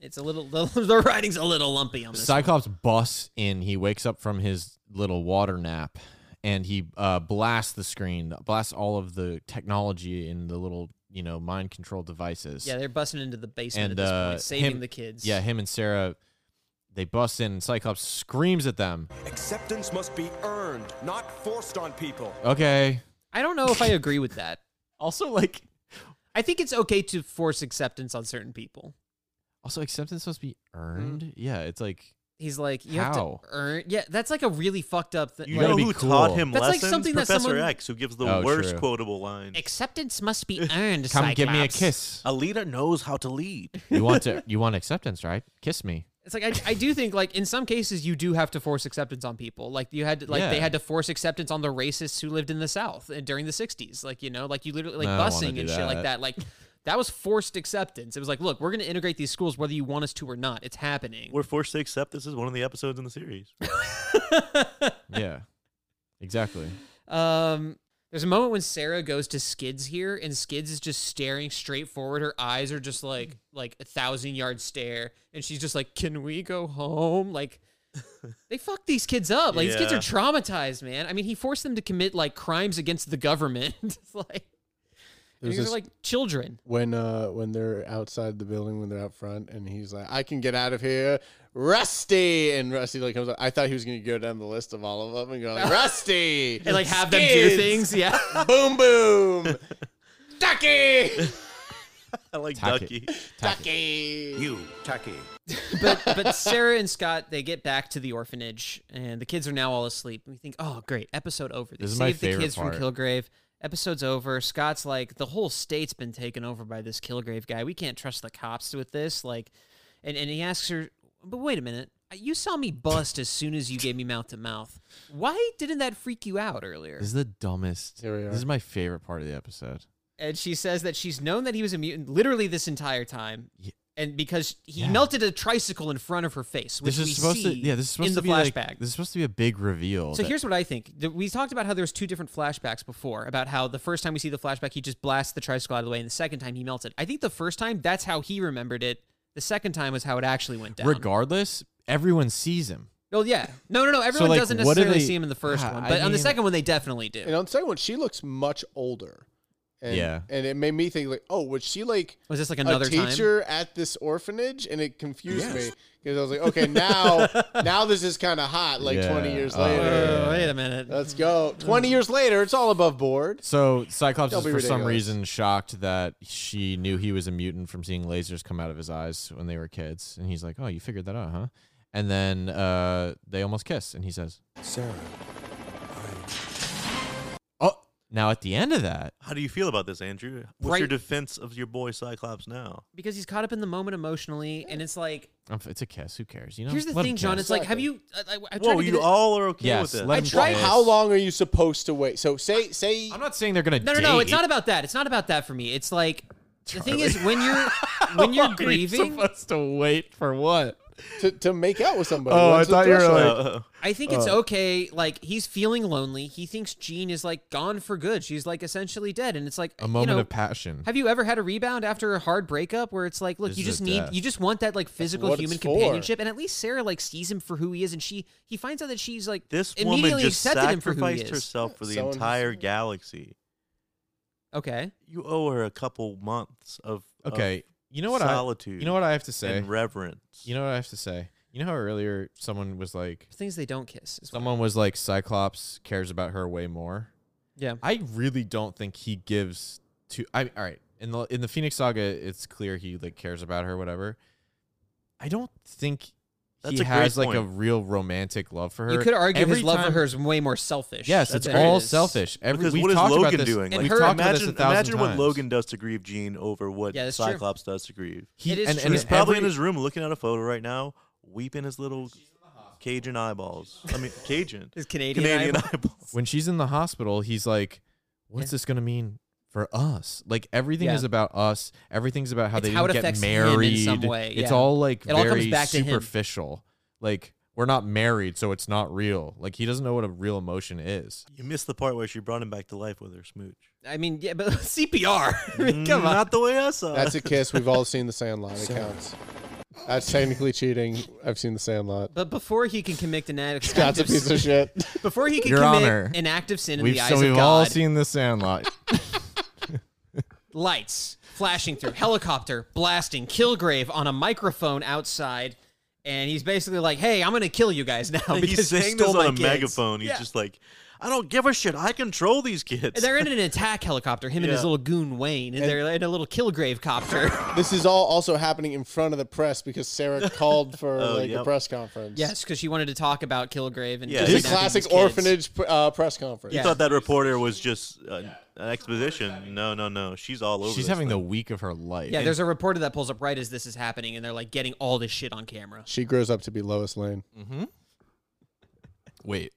Speaker 3: it's a little <laughs> the, the writing's a little lumpy on this. one.
Speaker 2: Cyclops busts in. He wakes up from his little water nap, and he uh, blasts the screen, blasts all of the technology in the little, you know, mind control devices.
Speaker 3: Yeah, they're busting into the
Speaker 2: and
Speaker 3: basement at this
Speaker 2: uh,
Speaker 3: point, saving
Speaker 2: him-
Speaker 3: the kids.
Speaker 2: Yeah, him and Sarah, they bust in. And Cyclops screams at them.
Speaker 6: Acceptance must be earned, not forced on people.
Speaker 2: Okay,
Speaker 3: I don't know if I agree with that.
Speaker 2: Also, like,
Speaker 3: I think it's okay to force acceptance on certain people.
Speaker 2: Also, acceptance must be earned.
Speaker 3: Hmm?
Speaker 2: Yeah, it's like
Speaker 3: He's like, you have to
Speaker 2: How?
Speaker 3: earn. Yeah, that's like a really fucked up thing.
Speaker 4: You
Speaker 2: Gotta
Speaker 4: know
Speaker 2: be
Speaker 4: who
Speaker 2: cool.
Speaker 4: taught him
Speaker 3: That's like
Speaker 4: lessons?
Speaker 3: something that
Speaker 4: Professor
Speaker 3: someone-
Speaker 4: X, who gives the
Speaker 2: Oh,
Speaker 4: worst
Speaker 2: true.
Speaker 4: quotable line.
Speaker 3: acceptance
Speaker 2: <laughs>
Speaker 3: must be earned.
Speaker 2: come give me a
Speaker 3: Cyclops." <laughs>
Speaker 2: kiss.
Speaker 4: A leader knows how
Speaker 2: <laughs>
Speaker 4: to lead.
Speaker 2: You want to? You want acceptance, right? Kiss me.
Speaker 3: It's like I, I do think like in some cases you do have to force acceptance on people. Like you had to, like they
Speaker 2: Yeah.
Speaker 3: had to force acceptance on the racists who lived in the South and during the '60s. Like you know, like you literally like
Speaker 2: No, I don't wanna
Speaker 3: busing
Speaker 2: do
Speaker 3: and shit like
Speaker 2: that.
Speaker 3: that. Like that was forced acceptance. It was like, look, we're going to integrate these schools whether you want us to or not. It's happening.
Speaker 4: We're forced to accept this is one of the episodes in the series. <laughs>
Speaker 2: Yeah,
Speaker 3: <laughs>
Speaker 2: exactly.
Speaker 3: Um, there's a moment when Sarah goes to Skids here, and Skids is just staring straight forward. Her eyes are just like like a thousand yard stare, and she's just like, "Can we go home?"
Speaker 5: <laughs>
Speaker 3: Like, they fuck these kids up. Like these kids are
Speaker 4: Yeah.
Speaker 3: traumatized, man. I mean, he forced them to commit like crimes against the government. <laughs> it's like and
Speaker 5: There's
Speaker 3: these are
Speaker 5: this-
Speaker 3: like children.
Speaker 5: when uh when they're outside the building when they're out front and he's like i can get out of here rusty and rusty like comes up i thought he was gonna go down the list of all of them and
Speaker 3: <laughs>
Speaker 5: go like rusty
Speaker 3: And like have them do
Speaker 5: Skids,
Speaker 3: things, yeah.
Speaker 5: <laughs> boom boom
Speaker 3: <laughs>
Speaker 5: ducky
Speaker 4: I like
Speaker 2: Tack it.
Speaker 4: Ducky.
Speaker 5: ducky
Speaker 10: You, Tucky.
Speaker 3: but but Sarah and Scott they get back to the orphanage, and the kids are now all asleep. And we think, oh great, episode over. They
Speaker 2: This is my
Speaker 3: saved the
Speaker 2: favorite
Speaker 3: kids from
Speaker 2: part.
Speaker 3: Kilgrave. Episode's over. Scott's like, the whole state's been taken over by this Kilgrave guy. We can't trust the cops with this. Like, and and he asks her, but wait a minute, you saw me bust as soon as you gave me mouth to mouth. Why didn't that freak you out earlier?
Speaker 2: This is the dumbest.
Speaker 5: Here we
Speaker 2: This is
Speaker 5: are.
Speaker 2: my favorite part of the episode.
Speaker 3: and she says that she's known that he was a mutant literally this entire time.
Speaker 2: Ye-
Speaker 3: And because he
Speaker 2: Yeah.
Speaker 3: melted a tricycle in front of her face, which
Speaker 2: This is
Speaker 3: we
Speaker 2: supposed to.
Speaker 3: see
Speaker 2: Yeah, this is supposed
Speaker 3: in
Speaker 2: to
Speaker 3: the
Speaker 2: be
Speaker 3: flashback.
Speaker 2: like. This is supposed to be a big reveal.
Speaker 3: So
Speaker 2: that-
Speaker 3: here's what I think. Th- We talked about how there's two different flashbacks before, about how the first time we see the flashback, he just blasts the tricycle out of the way, and the second time he melts it. I think the first time, that's how he remembered it. The second time was how it actually went down.
Speaker 2: regardless, everyone sees him.
Speaker 3: oh, yeah. No, no, no. Everyone
Speaker 2: like,
Speaker 3: doesn't
Speaker 2: what do
Speaker 3: necessarily
Speaker 2: they-
Speaker 3: see him in the first
Speaker 2: Ah,
Speaker 3: one,
Speaker 2: I
Speaker 3: but on the
Speaker 2: mean-
Speaker 3: second one, they definitely do.
Speaker 5: and on the second one she looks much older and,
Speaker 2: Yeah.
Speaker 5: and it made me think like oh was she like
Speaker 3: was this like another
Speaker 5: a
Speaker 3: time?
Speaker 5: teacher at this orphanage, and it confused
Speaker 8: Yes.
Speaker 5: me because I was like, okay, now
Speaker 2: <laughs>
Speaker 5: now this is kind of hot. Like
Speaker 2: Yeah.
Speaker 5: twenty years
Speaker 2: Oh,
Speaker 5: later,
Speaker 3: Oh, wait a minute.
Speaker 5: let's go. Twenty years later, it's all above board.
Speaker 2: So Cyclops
Speaker 5: Don't
Speaker 2: is
Speaker 5: be
Speaker 2: for some
Speaker 5: ridiculous.
Speaker 2: reason shocked that she knew he was a mutant from seeing lasers come out of his eyes when they were kids, and he's like, "Oh, you figured that out, huh?" And then uh, they almost kiss, and he says,
Speaker 8: Sarah.
Speaker 2: "Oh." Now at the end of that,
Speaker 4: How do you feel about this, Andrew? What's
Speaker 3: Right-
Speaker 4: your defense of your boy Cyclops now?
Speaker 3: because he's caught up in the moment emotionally, and it's like,
Speaker 2: um, it's a kiss. Who cares? You know.
Speaker 3: here's the
Speaker 2: Let 'em
Speaker 3: thing, John.
Speaker 2: kiss.
Speaker 3: It's like, have
Speaker 5: Exactly.
Speaker 3: you? I, I, I tried
Speaker 4: Whoa,
Speaker 3: to do
Speaker 4: you
Speaker 3: this-
Speaker 4: all are okay
Speaker 2: yes.
Speaker 4: with
Speaker 2: Let
Speaker 4: this?
Speaker 2: him
Speaker 3: tried-
Speaker 2: kiss.
Speaker 5: How long are you supposed to wait? So say say
Speaker 2: I'm not saying they're gonna.
Speaker 3: No, no, no. It's
Speaker 2: date.
Speaker 3: not about that. It's not about that for me. It's like the thing is when you're
Speaker 2: <laughs>
Speaker 3: when you're
Speaker 2: Are you
Speaker 3: grieving.
Speaker 2: supposed to wait for what?
Speaker 5: to, to make out with somebody.
Speaker 2: Oh, I
Speaker 5: What's the
Speaker 2: thought you were
Speaker 5: threshold?
Speaker 4: <laughs> Uh,
Speaker 3: I think it's okay. Like he's feeling lonely. He thinks Jean is like gone for good. She's like essentially dead, and it's like
Speaker 2: A moment
Speaker 3: you know,
Speaker 2: of passion.
Speaker 3: Have you ever had a rebound after a hard breakup where it's like, look,
Speaker 2: This
Speaker 3: you
Speaker 2: is a
Speaker 3: just need,
Speaker 2: death.
Speaker 3: you just want that like physical
Speaker 5: what it's
Speaker 3: human
Speaker 5: for.
Speaker 3: companionship, and at least Sarah like sees him for who he is, and she he finds out that she's like
Speaker 4: this
Speaker 3: immediately
Speaker 4: woman just
Speaker 3: accepted him for who he
Speaker 4: sacrificed
Speaker 3: is.
Speaker 4: herself for the
Speaker 5: So
Speaker 4: entire galaxy.
Speaker 3: Okay,
Speaker 4: You owe her a couple months of of
Speaker 2: Okay. You know what I.
Speaker 4: solitude
Speaker 2: You know what I have to say.
Speaker 4: and reverence.
Speaker 2: You know what I have to say. You know how earlier someone was like,
Speaker 3: things they don't kiss. is what-
Speaker 2: someone was like, Cyclops cares about her way more.
Speaker 3: Yeah,
Speaker 2: I really don't think he gives to. I all right in the in the Phoenix Saga, it's clear he like cares about her, whatever. I don't think
Speaker 4: That's
Speaker 2: he
Speaker 4: a great
Speaker 2: has like a
Speaker 4: point.
Speaker 2: real romantic love for her.
Speaker 3: you could argue
Speaker 2: Every
Speaker 3: his love
Speaker 2: time-
Speaker 3: for her is way more selfish.
Speaker 2: Yes,
Speaker 3: than
Speaker 2: it's
Speaker 3: it
Speaker 2: all
Speaker 3: is.
Speaker 2: selfish. Every
Speaker 4: because
Speaker 2: we've
Speaker 4: what is
Speaker 2: talked about
Speaker 4: Logan
Speaker 2: this-
Speaker 4: doing?
Speaker 3: And
Speaker 4: Like,
Speaker 3: her-
Speaker 2: we've talked about this
Speaker 4: imagine
Speaker 2: a thousand
Speaker 4: imagine what
Speaker 2: times.
Speaker 4: Logan does to grieve Jean over what
Speaker 3: Yeah, that's true.
Speaker 4: Cyclops does to grieve.
Speaker 2: He,
Speaker 3: It is
Speaker 2: and,
Speaker 3: true.
Speaker 2: and
Speaker 3: He's
Speaker 4: He's probably in
Speaker 2: every-
Speaker 4: his room looking at a photo right now, weeping his little Cajun eyeballs.
Speaker 2: <laughs>
Speaker 4: I mean, Cajun.
Speaker 3: His Canadian, <laughs>
Speaker 4: Canadian
Speaker 3: eyeball.
Speaker 4: eyeballs.
Speaker 2: when she's in the hospital, he's like, "What's
Speaker 3: Yeah.
Speaker 2: this gonna mean for us? Like everything
Speaker 3: Yeah.
Speaker 2: is about us. Everything's about how
Speaker 3: It's
Speaker 2: they
Speaker 3: how
Speaker 2: didn't
Speaker 3: it
Speaker 2: get
Speaker 3: affects him in
Speaker 2: married.
Speaker 3: some way,
Speaker 2: It's
Speaker 3: yeah.
Speaker 2: all like
Speaker 3: It all
Speaker 2: very
Speaker 3: comes back to him.
Speaker 2: superficial. Like we're not married, so it's not real. Like he doesn't know what a real emotion is.
Speaker 4: You missed the part where she brought him back to life with her smooch. Mm,
Speaker 3: I mean, yeah, but CPR. <laughs> I
Speaker 2: Mm,
Speaker 3: mean, <laughs> come on.
Speaker 4: Not the way I saw
Speaker 5: <laughs> That's
Speaker 4: it.
Speaker 5: a kiss. We've all seen the Sandlot. It counts. That's technically cheating. I've seen the Sandlot.
Speaker 3: But before he can commit an act,
Speaker 5: Scott's
Speaker 3: act
Speaker 5: a
Speaker 3: of
Speaker 5: piece
Speaker 3: sin-
Speaker 5: of shit.
Speaker 3: before he can
Speaker 2: Your
Speaker 3: commit
Speaker 2: Honor,
Speaker 3: an act of sin in
Speaker 2: We've
Speaker 3: the eyes
Speaker 2: so
Speaker 3: of
Speaker 2: we've
Speaker 3: God,
Speaker 2: all seen the Sandlot.
Speaker 3: lights flashing through, helicopter blasting, Kilgrave on a microphone outside, and he's basically like, "Hey, I'm gonna kill you guys <laughs> now because
Speaker 4: He's
Speaker 3: you
Speaker 4: saying
Speaker 3: stole
Speaker 4: this
Speaker 3: my
Speaker 4: on a
Speaker 3: kids."
Speaker 4: megaphone. He's
Speaker 3: Yeah.
Speaker 4: just like, I don't give a shit. I control these kids.
Speaker 3: They're in an attack helicopter, him and his
Speaker 4: Yeah.
Speaker 3: little goon Wayne, and, they're in a little Kilgrave
Speaker 5: <laughs>
Speaker 3: copter.
Speaker 5: This is all also happening in front of the press because
Speaker 4: <laughs>
Speaker 5: Sarah called for
Speaker 4: Oh,
Speaker 5: like a
Speaker 4: yep.
Speaker 5: press conference.
Speaker 3: yes, because she wanted to talk about Kilgrave and
Speaker 4: Yeah.
Speaker 5: This is
Speaker 3: kidnapping
Speaker 5: classic
Speaker 3: these kids.
Speaker 5: orphanage pr- uh, press conference.
Speaker 4: You
Speaker 3: Yeah.
Speaker 4: thought that reporter was just uh, an exposition? No, no, no. She's all
Speaker 2: <laughs>
Speaker 4: over.
Speaker 2: She's
Speaker 4: this
Speaker 2: having
Speaker 4: thing.
Speaker 2: the week of her life.
Speaker 3: Yeah, there's a reporter that pulls up right as this is happening, and they're like getting all this shit on camera. <laughs>
Speaker 5: She grows up to be Lois Lane.
Speaker 2: Mm.
Speaker 3: <laughs>
Speaker 2: Wait.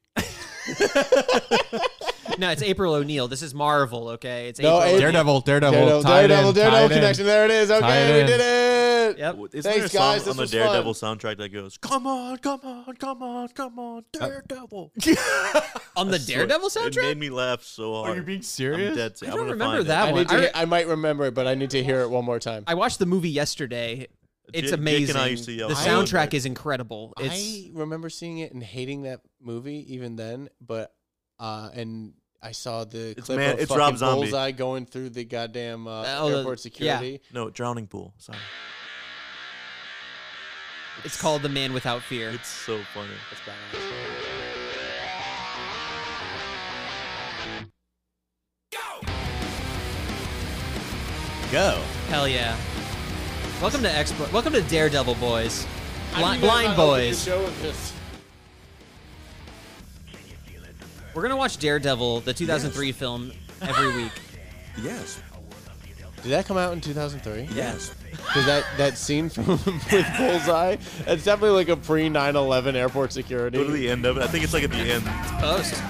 Speaker 3: no, it's April O'Neil. This is Marvel, okay? It's
Speaker 5: No,
Speaker 3: April.
Speaker 5: April-
Speaker 2: Daredevil, Daredevil,
Speaker 5: Daredevil,
Speaker 2: tie it in,
Speaker 5: Daredevil,
Speaker 2: tie
Speaker 5: Daredevil
Speaker 2: it in.
Speaker 5: connection. There it is.
Speaker 2: Tie it
Speaker 5: Okay, we
Speaker 2: in.
Speaker 5: did it.
Speaker 3: Yep.
Speaker 4: Isn't there
Speaker 5: Thanks,
Speaker 4: a song
Speaker 5: guys. This
Speaker 4: on the
Speaker 5: was
Speaker 4: Daredevil
Speaker 5: fun.
Speaker 4: soundtrack that goes, "Come on, come on, come on, come on, Daredevil."
Speaker 3: on Uh, <laughs> the Daredevil
Speaker 4: it made
Speaker 3: soundtrack.
Speaker 4: me laugh so hard.
Speaker 2: Are you Oh, being serious?
Speaker 4: I'm dead ser-
Speaker 3: I
Speaker 4: I
Speaker 3: don't
Speaker 4: wanna
Speaker 3: remember
Speaker 4: find it.
Speaker 3: that
Speaker 5: I,
Speaker 3: one.
Speaker 5: need to
Speaker 3: I,
Speaker 5: hear- I might remember it, but I need to hear it one more time.
Speaker 3: I watched the movie yesterday. It's
Speaker 4: Jake- Jake and I
Speaker 3: amazing.
Speaker 4: used to yell
Speaker 3: the
Speaker 4: at
Speaker 5: one
Speaker 3: soundtrack
Speaker 4: day.
Speaker 3: is incredible. It's
Speaker 5: I remember seeing it and hating that movie even then, but uh, and I saw the
Speaker 4: It's
Speaker 5: clip
Speaker 4: man-
Speaker 5: of
Speaker 4: it's
Speaker 5: fucking
Speaker 4: Rob Zombie.
Speaker 5: Bullseye going through the goddamn uh,
Speaker 3: Oh, the-
Speaker 5: airport
Speaker 3: yeah.
Speaker 5: security.
Speaker 4: No, drowning pool. Sorry,
Speaker 3: it's called The Man Without Fear.
Speaker 4: it's so funny.
Speaker 5: It's badass.
Speaker 2: Go.
Speaker 3: Hell yeah! Welcome to Expo. Welcome to Daredevil boys, Bli-
Speaker 5: How do you guys
Speaker 3: blind
Speaker 5: not open the
Speaker 3: boys.
Speaker 5: show with this?
Speaker 3: We're gonna watch Daredevil, the 2003 film, every
Speaker 5: <laughs>
Speaker 3: week.
Speaker 8: Yes.
Speaker 5: Did that come out in 2003?
Speaker 8: Yes.
Speaker 5: Because that, that scene <laughs> from with Bullseye, it's definitely like a pre 9 11 airport security.
Speaker 4: Go to the end of it. I think it's like at the end.
Speaker 3: Post.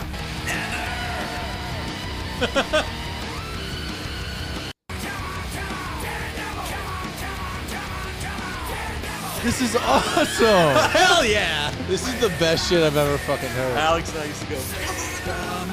Speaker 2: This is awesome.
Speaker 3: Hell yeah!
Speaker 5: This is the best shit I've ever fucking
Speaker 4: <laughs>
Speaker 5: heard.
Speaker 4: Alex and I used to go.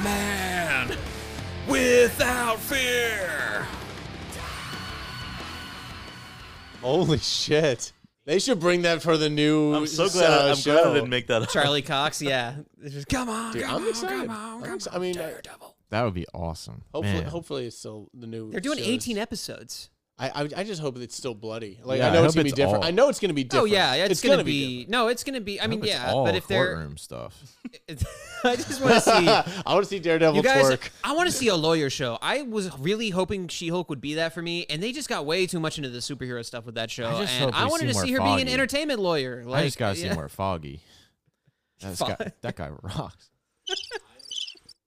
Speaker 5: Holy shit. They should bring that for the new.
Speaker 4: I'm so glad.
Speaker 5: uh,
Speaker 4: I'm
Speaker 5: show.
Speaker 4: glad I didn't make that up.
Speaker 3: Charlie Cox, yeah. It's just, come on,
Speaker 5: Dude,
Speaker 3: come
Speaker 5: I'm
Speaker 3: on,
Speaker 5: excited.
Speaker 3: come on,
Speaker 5: I'm
Speaker 3: come
Speaker 5: ex- I
Speaker 3: on,
Speaker 5: mean, I-
Speaker 3: Daredevil.
Speaker 2: <laughs> that would be awesome.
Speaker 5: Hopefully,
Speaker 2: Man.
Speaker 5: hopefully it's still the new.
Speaker 3: They're doing
Speaker 5: shows.
Speaker 3: 18 episodes.
Speaker 5: I, I I just hope it's still bloody. Like
Speaker 2: Yeah,
Speaker 5: I know
Speaker 2: I
Speaker 5: it's
Speaker 2: hope
Speaker 5: gonna be
Speaker 2: it's
Speaker 5: different.
Speaker 2: all-
Speaker 5: I know it's gonna be different.
Speaker 3: Oh yeah, yeah. It's, gonna, be,
Speaker 5: different.
Speaker 3: no, it's gonna be. I mean,
Speaker 2: hope it's
Speaker 3: yeah,
Speaker 2: all
Speaker 3: but if they're,
Speaker 2: courtroom stuff.
Speaker 3: <laughs> I just want
Speaker 2: <laughs>
Speaker 3: to <laughs> see.
Speaker 5: <laughs> I want to see Daredevil
Speaker 3: You guys,
Speaker 5: twerk.
Speaker 3: I want to see a lawyer show. I was really hoping She Hulk would be that for me, and they just got way too much into the superhero stuff with that show.
Speaker 2: I just
Speaker 3: and
Speaker 2: hope
Speaker 3: I
Speaker 2: we
Speaker 3: wanted
Speaker 2: see
Speaker 3: to
Speaker 2: more
Speaker 3: see her being an
Speaker 2: Foggy.
Speaker 3: entertainment lawyer. Like,
Speaker 2: I just gotta
Speaker 3: yeah.
Speaker 2: see more
Speaker 3: <laughs>
Speaker 2: Foggy. That's
Speaker 3: Fog-
Speaker 2: guy, that guy
Speaker 3: <laughs>
Speaker 2: rocks.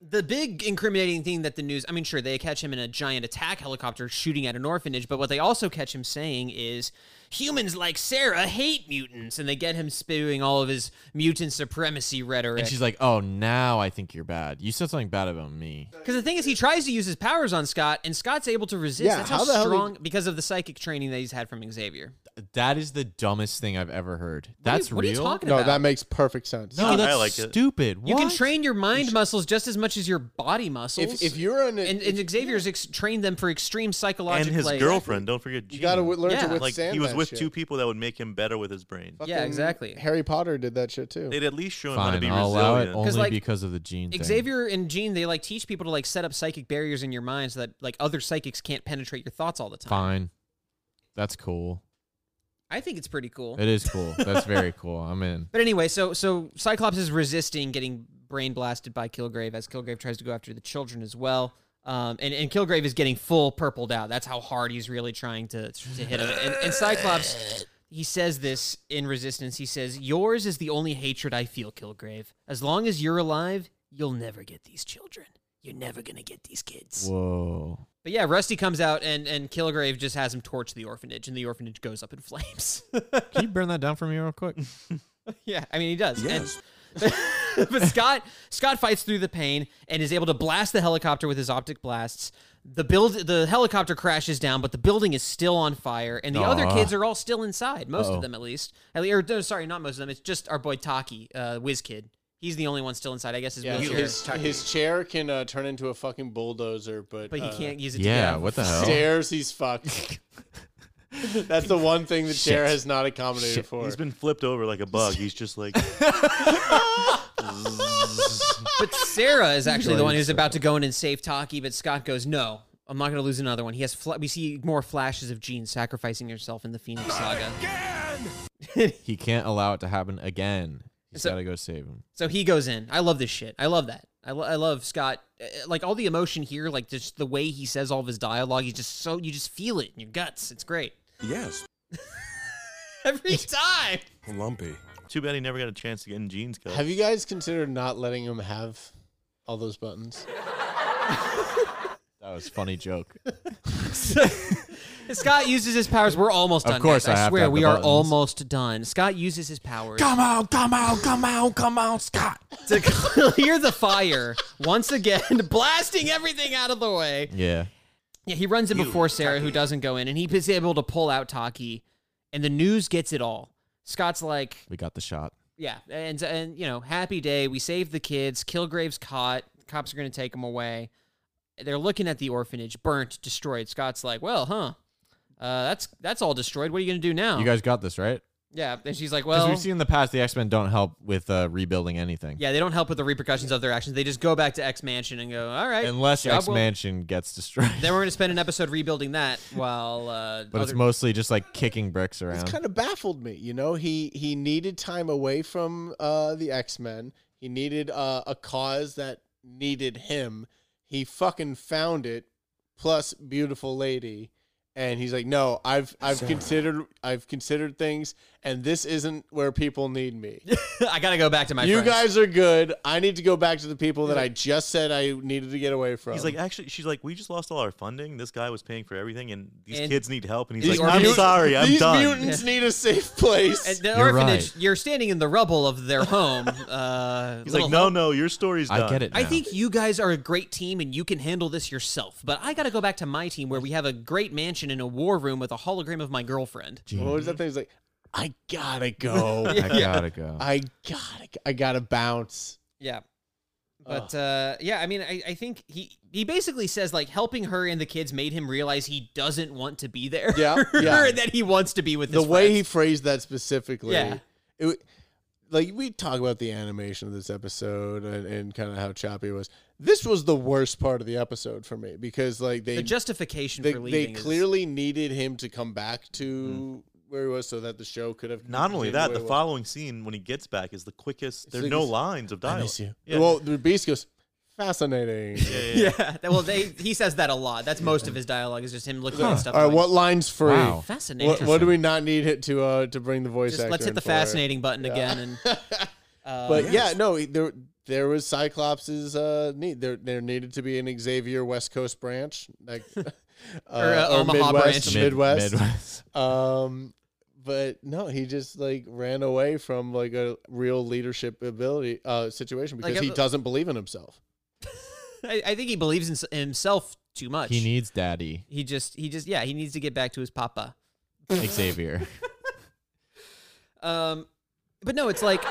Speaker 3: The big incriminating thing that the news, I mean, sure, they catch him in a giant attack helicopter shooting at an orphanage, but what they also catch him saying is humans like Sarah hate mutants, and they get him spewing all of his mutant supremacy rhetoric.
Speaker 2: And she's like, "Oh, now I think you're bad. You said something bad about me."
Speaker 3: Because the thing is, he tries to use his powers on Scott, and Scott's able to resist.
Speaker 5: Yeah,
Speaker 3: That's how,
Speaker 5: how the hell did-
Speaker 3: strong, because of the psychic training that he's had from Xavier.
Speaker 2: That is the dumbest thing I've ever heard.
Speaker 3: What are you-
Speaker 2: That's
Speaker 3: what are you
Speaker 2: real.
Speaker 3: talking
Speaker 5: No,
Speaker 3: about?
Speaker 5: that makes perfect sense.
Speaker 2: no,
Speaker 4: I
Speaker 2: that's
Speaker 4: like it.
Speaker 2: stupid.
Speaker 3: You can
Speaker 2: What?
Speaker 3: train your mind muscles just as much as your body muscles.
Speaker 5: If if you're an
Speaker 3: and, and Xavier's ex- trained them for extreme
Speaker 4: and
Speaker 3: psychological.
Speaker 4: his
Speaker 3: like-
Speaker 4: girlfriend. Don't forget.
Speaker 5: you gotta w- learn
Speaker 3: Yeah.
Speaker 5: to
Speaker 4: like
Speaker 5: withstand
Speaker 4: he was
Speaker 5: that
Speaker 4: with
Speaker 5: shit.
Speaker 4: two people that would make him better with his brain.
Speaker 3: Yeah, exactly.
Speaker 5: Harry Potter did that shit too.
Speaker 4: They'd at least show him how to
Speaker 2: Fine,
Speaker 4: be
Speaker 2: I'll allow it
Speaker 4: resilient.
Speaker 2: only
Speaker 3: like,
Speaker 2: because of the gene. thing.
Speaker 3: Xavier and Jean, they like teach people to like set up psychic barriers in your mind so that like other psychics can't penetrate your thoughts all the time.
Speaker 2: Fine. That's cool.
Speaker 3: I think it's pretty cool.
Speaker 2: It is cool. That's
Speaker 3: <laughs>
Speaker 2: very cool. I'm in.
Speaker 3: But anyway, so so Cyclops is resisting getting brain blasted by Kilgrave as Kilgrave tries to go after the children as well. Um, and, and Kilgrave is getting full purpled out. That's how hard he's really trying to, to hit him. And, and Cyclops, he says this in Resistance. He says, Yours is the only hatred I feel, Kilgrave. As long as you're alive, you'll never get these children. You're never going to get these kids.
Speaker 2: Whoa.
Speaker 3: But yeah, Rusty comes out and, and Kilgrave just has him torch the orphanage, and the orphanage goes up in flames. <laughs>
Speaker 2: Can you burn that down for me real quick?
Speaker 3: yeah, I mean, he does. And-
Speaker 8: Yes.
Speaker 3: <laughs> but Scott Scott fights through the pain and is able to blast the helicopter with his optic blasts. The build the helicopter crashes down, but the building is still on fire, and the other
Speaker 2: Aw.
Speaker 3: kids are all still inside. Most
Speaker 2: Uh-oh.
Speaker 3: of them, at least. At least, or no, sorry, not most of them. It's just our boy Taki, uh, Whiz Kid. He's the only one still inside. I guess his
Speaker 5: Yeah,
Speaker 3: wheelchair,
Speaker 5: his, his chair can uh, turn into a fucking bulldozer, but
Speaker 3: but he
Speaker 5: uh,
Speaker 3: can't use it. to get
Speaker 2: yeah.
Speaker 3: out.
Speaker 2: What the hell?
Speaker 5: Stairs, he's fucked. <laughs> That's the one thing the chair has not accommodated for.
Speaker 4: He's been flipped over like a bug. He's just like
Speaker 3: But Sarah
Speaker 5: <laughs>
Speaker 3: is actually the one who's about to go in and save Taki, but Scott goes, "No, I'm not going to lose another one." He has. Fla- we see more flashes of Jean sacrificing herself in the Phoenix Saga.
Speaker 6: Again!
Speaker 2: He can't allow it to happen again. He's
Speaker 3: So-
Speaker 2: got to go save him.
Speaker 3: So he goes in. I love this shit. I love that. I, lo- I love Scott. Uh, Like all the emotion here, like just the way he says all of his dialogue, you just so you just feel it in your guts. It's great. <laughs>
Speaker 8: Yes.
Speaker 2: <laughs>
Speaker 3: Every time.
Speaker 8: Lumpy.
Speaker 4: Too bad he never got a chance to get in jeans. Cut.
Speaker 5: Have you guys considered not letting him have all those buttons?
Speaker 2: That was a
Speaker 3: <laughs>
Speaker 2: funny joke.
Speaker 3: Scott uses his powers. We're almost
Speaker 2: Of
Speaker 3: done.
Speaker 2: course
Speaker 3: guys.
Speaker 2: I have to
Speaker 3: swear
Speaker 2: have
Speaker 3: we
Speaker 2: the
Speaker 3: are
Speaker 2: buttons.
Speaker 3: almost done. Scott uses his powers.
Speaker 8: Come on, come on, come on, come on, Scott.
Speaker 3: to <laughs> clear the fire once again, <laughs> blasting everything out of the way.
Speaker 2: yeah.
Speaker 3: Yeah, he runs in before Sarah, who doesn't go in, and he is able to pull out Taki, and the news gets it all. Scott's like,
Speaker 2: We got the shot.
Speaker 3: yeah, and and you know, happy day. We saved the kids. Kilgrave's caught. Cops are gonna take him away. They're looking at the orphanage, burnt, destroyed. Scott's like, well, huh. Uh, that's that's all destroyed. What are you gonna do now?
Speaker 2: You guys got this, right?
Speaker 3: yeah, and she's like,
Speaker 2: Because
Speaker 3: "Well,
Speaker 2: we've seen in the past the X Men don't help with uh, rebuilding anything.
Speaker 3: Oh. yeah, they don't help with the repercussions of their actions. They just go back to X Mansion and go, all right,
Speaker 2: Unless
Speaker 3: job
Speaker 2: X
Speaker 3: well
Speaker 2: Mansion gets destroyed.
Speaker 3: Then
Speaker 2: <laughs>
Speaker 3: we're going to spend an episode rebuilding that while. Uh,
Speaker 2: but it's
Speaker 3: other-
Speaker 2: mostly just like kicking bricks
Speaker 5: It's
Speaker 2: around.
Speaker 5: kind of baffled me. You know, he he needed time away from uh, the X Men. He needed uh, a cause that needed him. He fucking found it. Plus, beautiful lady, and he's like, no, I've I've
Speaker 8: Sarah.
Speaker 5: considered I've considered things, and this isn't where people need
Speaker 4: <laughs>
Speaker 5: me.
Speaker 3: <laughs> I got to go back to my.
Speaker 5: you
Speaker 3: friends.
Speaker 5: guys are good. I need to go back to the people that I just said I needed to get away from.
Speaker 4: He's like, actually, she's like, we just lost all our funding. This guy was paying for everything, and these
Speaker 3: And
Speaker 4: kids need help. And he's
Speaker 5: These
Speaker 4: like, I'm
Speaker 5: mut-
Speaker 4: sorry, I'm
Speaker 5: these
Speaker 4: done.
Speaker 5: mutants need a safe place.
Speaker 3: At the
Speaker 2: You're
Speaker 3: orphanage,
Speaker 2: right.
Speaker 3: you're standing in the rubble of their home.
Speaker 2: <laughs>
Speaker 3: Uh,
Speaker 4: He's
Speaker 3: little
Speaker 4: like, no,
Speaker 3: help.
Speaker 4: no, your story's done.
Speaker 2: I get it.
Speaker 3: I
Speaker 2: now.
Speaker 3: think you guys are a great team and you can handle this yourself. But I got to go back to my team where we have a great mansion in a war room with a hologram of my girlfriend.
Speaker 5: what was that thing? He's like, I gotta go.
Speaker 3: <laughs>
Speaker 2: I gotta go.
Speaker 5: I gotta, I gotta bounce.
Speaker 3: Yeah. But uh, yeah, I mean, I, I think he he basically says like helping her and the kids made him realize he doesn't want to be there. <laughs>
Speaker 5: Yeah, yeah.
Speaker 3: and that he wants to be with
Speaker 5: The
Speaker 3: his
Speaker 5: way
Speaker 3: friends.
Speaker 5: he phrased that specifically,
Speaker 3: Yeah.
Speaker 5: it, wa- like we talk about the animation of this episode and, and kind of how choppy it was. This was the worst part of the episode for me because like they
Speaker 3: the justification
Speaker 5: they,
Speaker 3: for
Speaker 5: they
Speaker 3: leaving. is, Mm.
Speaker 5: clearly needed him to come back to where he was so that the show could have
Speaker 4: Not only
Speaker 5: continued
Speaker 4: that,
Speaker 5: way
Speaker 4: the
Speaker 5: it was.
Speaker 4: following scene when he gets back is the quickest. There are
Speaker 5: like
Speaker 4: no
Speaker 5: it's-
Speaker 4: lines of
Speaker 5: I
Speaker 4: dialogue.
Speaker 5: miss you.
Speaker 4: Yeah.
Speaker 5: Well, the beast goes fascinating.
Speaker 4: Yeah, yeah, yeah.
Speaker 3: <laughs> Yeah. that- Well, they he says that a lot. That's most of his dialogue is just him looking at stuff.
Speaker 5: All right,
Speaker 3: and
Speaker 5: what line's free?
Speaker 2: Wow.
Speaker 3: Fascinating.
Speaker 5: What, what do we not need it to uh to bring the voice
Speaker 3: just
Speaker 5: actor?
Speaker 3: let's hit
Speaker 5: in
Speaker 3: the
Speaker 5: for it?
Speaker 3: fascinating button again and. Uh,
Speaker 5: But yeah, no, he- there there was Cyclops's uh, need. There there needed to be an Xavier West Coast branch,
Speaker 3: <laughs>
Speaker 5: like <laughs> uh,
Speaker 3: a Omaha branch.
Speaker 2: Mid-
Speaker 3: <laughs>
Speaker 5: Midwest.
Speaker 2: Midwest.
Speaker 5: Um, but no, he just like ran away from like a real leadership ability uh, situation
Speaker 3: Like,
Speaker 5: because he
Speaker 3: uh,
Speaker 5: doesn't believe in himself.
Speaker 3: I, I think he believes in s- himself too much.
Speaker 2: He needs daddy
Speaker 3: he just he just yeah he needs to get back to his papa.
Speaker 2: Xavier.
Speaker 3: Um, but no,
Speaker 2: <laughs>
Speaker 3: it's like,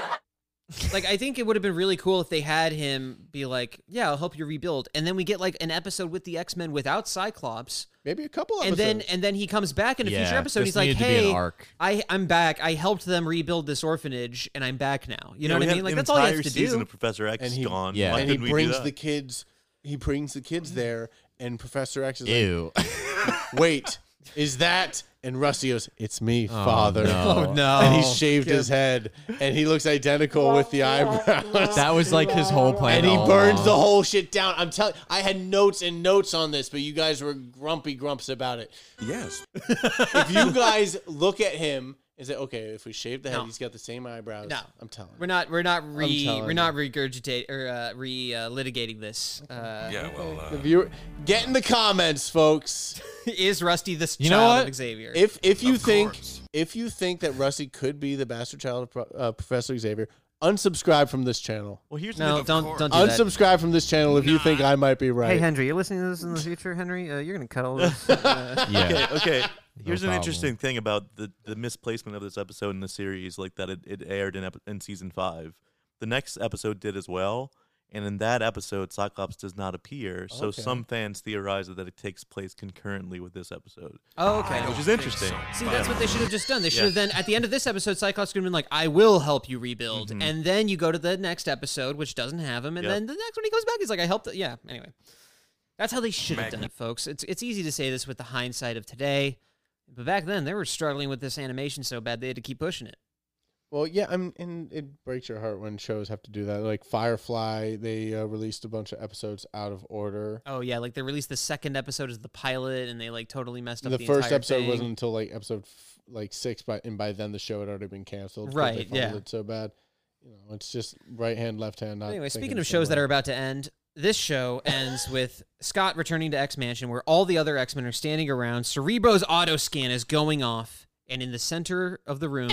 Speaker 3: like I think it would have been really cool if they had him be like, "Yeah, I'll help you rebuild," and then we get like an episode with the X Men without Cyclops,
Speaker 5: Maybe a couple
Speaker 3: and
Speaker 5: episodes.
Speaker 3: then and then he comes back <laughs> in a
Speaker 2: Yeah,
Speaker 3: future episode.
Speaker 2: this
Speaker 3: He's like,
Speaker 2: needed to be an
Speaker 3: "Hey,
Speaker 2: arc."
Speaker 3: I I'm back. I helped them rebuild this orphanage, and I'm back now." You know
Speaker 4: Yeah, we
Speaker 3: what I
Speaker 4: had
Speaker 3: mean? Like
Speaker 4: an
Speaker 3: that's all he
Speaker 4: entire
Speaker 3: has to
Speaker 4: season
Speaker 3: do.
Speaker 4: Of Professor X
Speaker 5: And he-
Speaker 4: gone.
Speaker 2: Yeah.
Speaker 4: Why
Speaker 5: and he
Speaker 4: couldn't we do
Speaker 5: brings
Speaker 4: that?
Speaker 5: the kids. He brings the
Speaker 3: Mm-hmm.
Speaker 5: kids there, and Professor X
Speaker 3: <laughs>
Speaker 5: is
Speaker 2: Ew.
Speaker 5: like, "Wait, is that?" And Rusty goes, "It's me,
Speaker 2: Oh,
Speaker 5: Father."
Speaker 2: no.
Speaker 3: Oh no!
Speaker 5: and he shaved his head, and he looks identical with the <laughs> eyebrows.
Speaker 2: That was like his
Speaker 3: <laughs>
Speaker 2: whole plan.
Speaker 5: and he
Speaker 2: all
Speaker 5: burns the
Speaker 2: along.
Speaker 5: whole shit down. I'm telling. I had notes and notes on this, but you guys were grumpy grumps about it.
Speaker 8: Yes.
Speaker 3: <laughs>
Speaker 5: If you guys look at him and say, "Okay, if we shave the head, he's got the same eyebrows."
Speaker 3: No.
Speaker 5: I'm telling.
Speaker 3: We're not. We're not re.
Speaker 5: telling
Speaker 3: We're not regurgitating or uh, re uh, litigating this. Uh,
Speaker 8: Yeah, well, uh,
Speaker 5: the viewer. Get in the comments, folks.
Speaker 3: Is Rusty this
Speaker 2: You know
Speaker 3: child
Speaker 2: what?
Speaker 3: of Xavier?
Speaker 5: If if you
Speaker 8: Of
Speaker 5: think
Speaker 8: course.
Speaker 5: if you think that Rusty could be the bastard child of Pro- uh, Professor Xavier, unsubscribe from this channel.
Speaker 4: well, here's
Speaker 3: no,
Speaker 4: the
Speaker 3: don't
Speaker 8: course.
Speaker 3: don't do that.
Speaker 5: Unsubscribe from this channel if you think I might be right.
Speaker 3: Henry, you're listening to this in the future, Henry. Uh, you're gonna cut all <laughs> this. uh, <laughs>
Speaker 2: Yeah. <laughs>
Speaker 4: okay. Here's an
Speaker 2: problem.
Speaker 4: interesting thing about the, the misplacement of this episode in the series, like that it, it aired in, ep- in season five. The next episode did as well, and in that episode, Cyclops does not appear. So
Speaker 5: Okay.
Speaker 4: some fans theorize that it takes place concurrently with this episode,
Speaker 3: oh, okay.
Speaker 4: which is interesting.
Speaker 3: See, that's what they should have just done. They should
Speaker 4: Yeah.
Speaker 3: have then at the end of this episode, Cyclops could have been like, "I will help you rebuild," and then you go to the next episode, which doesn't have him, and
Speaker 4: Mm-hmm.
Speaker 3: then
Speaker 4: Yep.
Speaker 3: the next one he comes back, he's like, "I helped." th- Yeah. Anyway, that's how they should have done it, folks. It's it's easy to say this with the hindsight of today, but back then they were struggling with this animation so bad they had to keep pushing it.
Speaker 5: Well, yeah, I'm, and it breaks your heart when shows have to do that. Like Firefly, they uh, released a bunch of episodes out of order.
Speaker 3: Oh yeah, like they released the second episode as the pilot, and they like totally messed up
Speaker 5: The,
Speaker 3: the,
Speaker 5: first
Speaker 3: entire
Speaker 5: episode
Speaker 3: thing.
Speaker 5: wasn't until like episode f- like six, but and by then the show had already been canceled. 'cause
Speaker 3: Right,
Speaker 5: they fumbled
Speaker 3: yeah.
Speaker 5: it so bad. You know, it's just right hand, left hand. Not
Speaker 3: Anyway,
Speaker 5: thinking
Speaker 3: speaking
Speaker 5: uh, the
Speaker 3: of
Speaker 5: same
Speaker 3: shows that
Speaker 5: way.
Speaker 3: are about to end, this show ends with Scott returning to X Mansion, where all the other X Men are standing around. Cerebro's auto scan is going off, and in the center of the
Speaker 2: <laughs>
Speaker 3: room,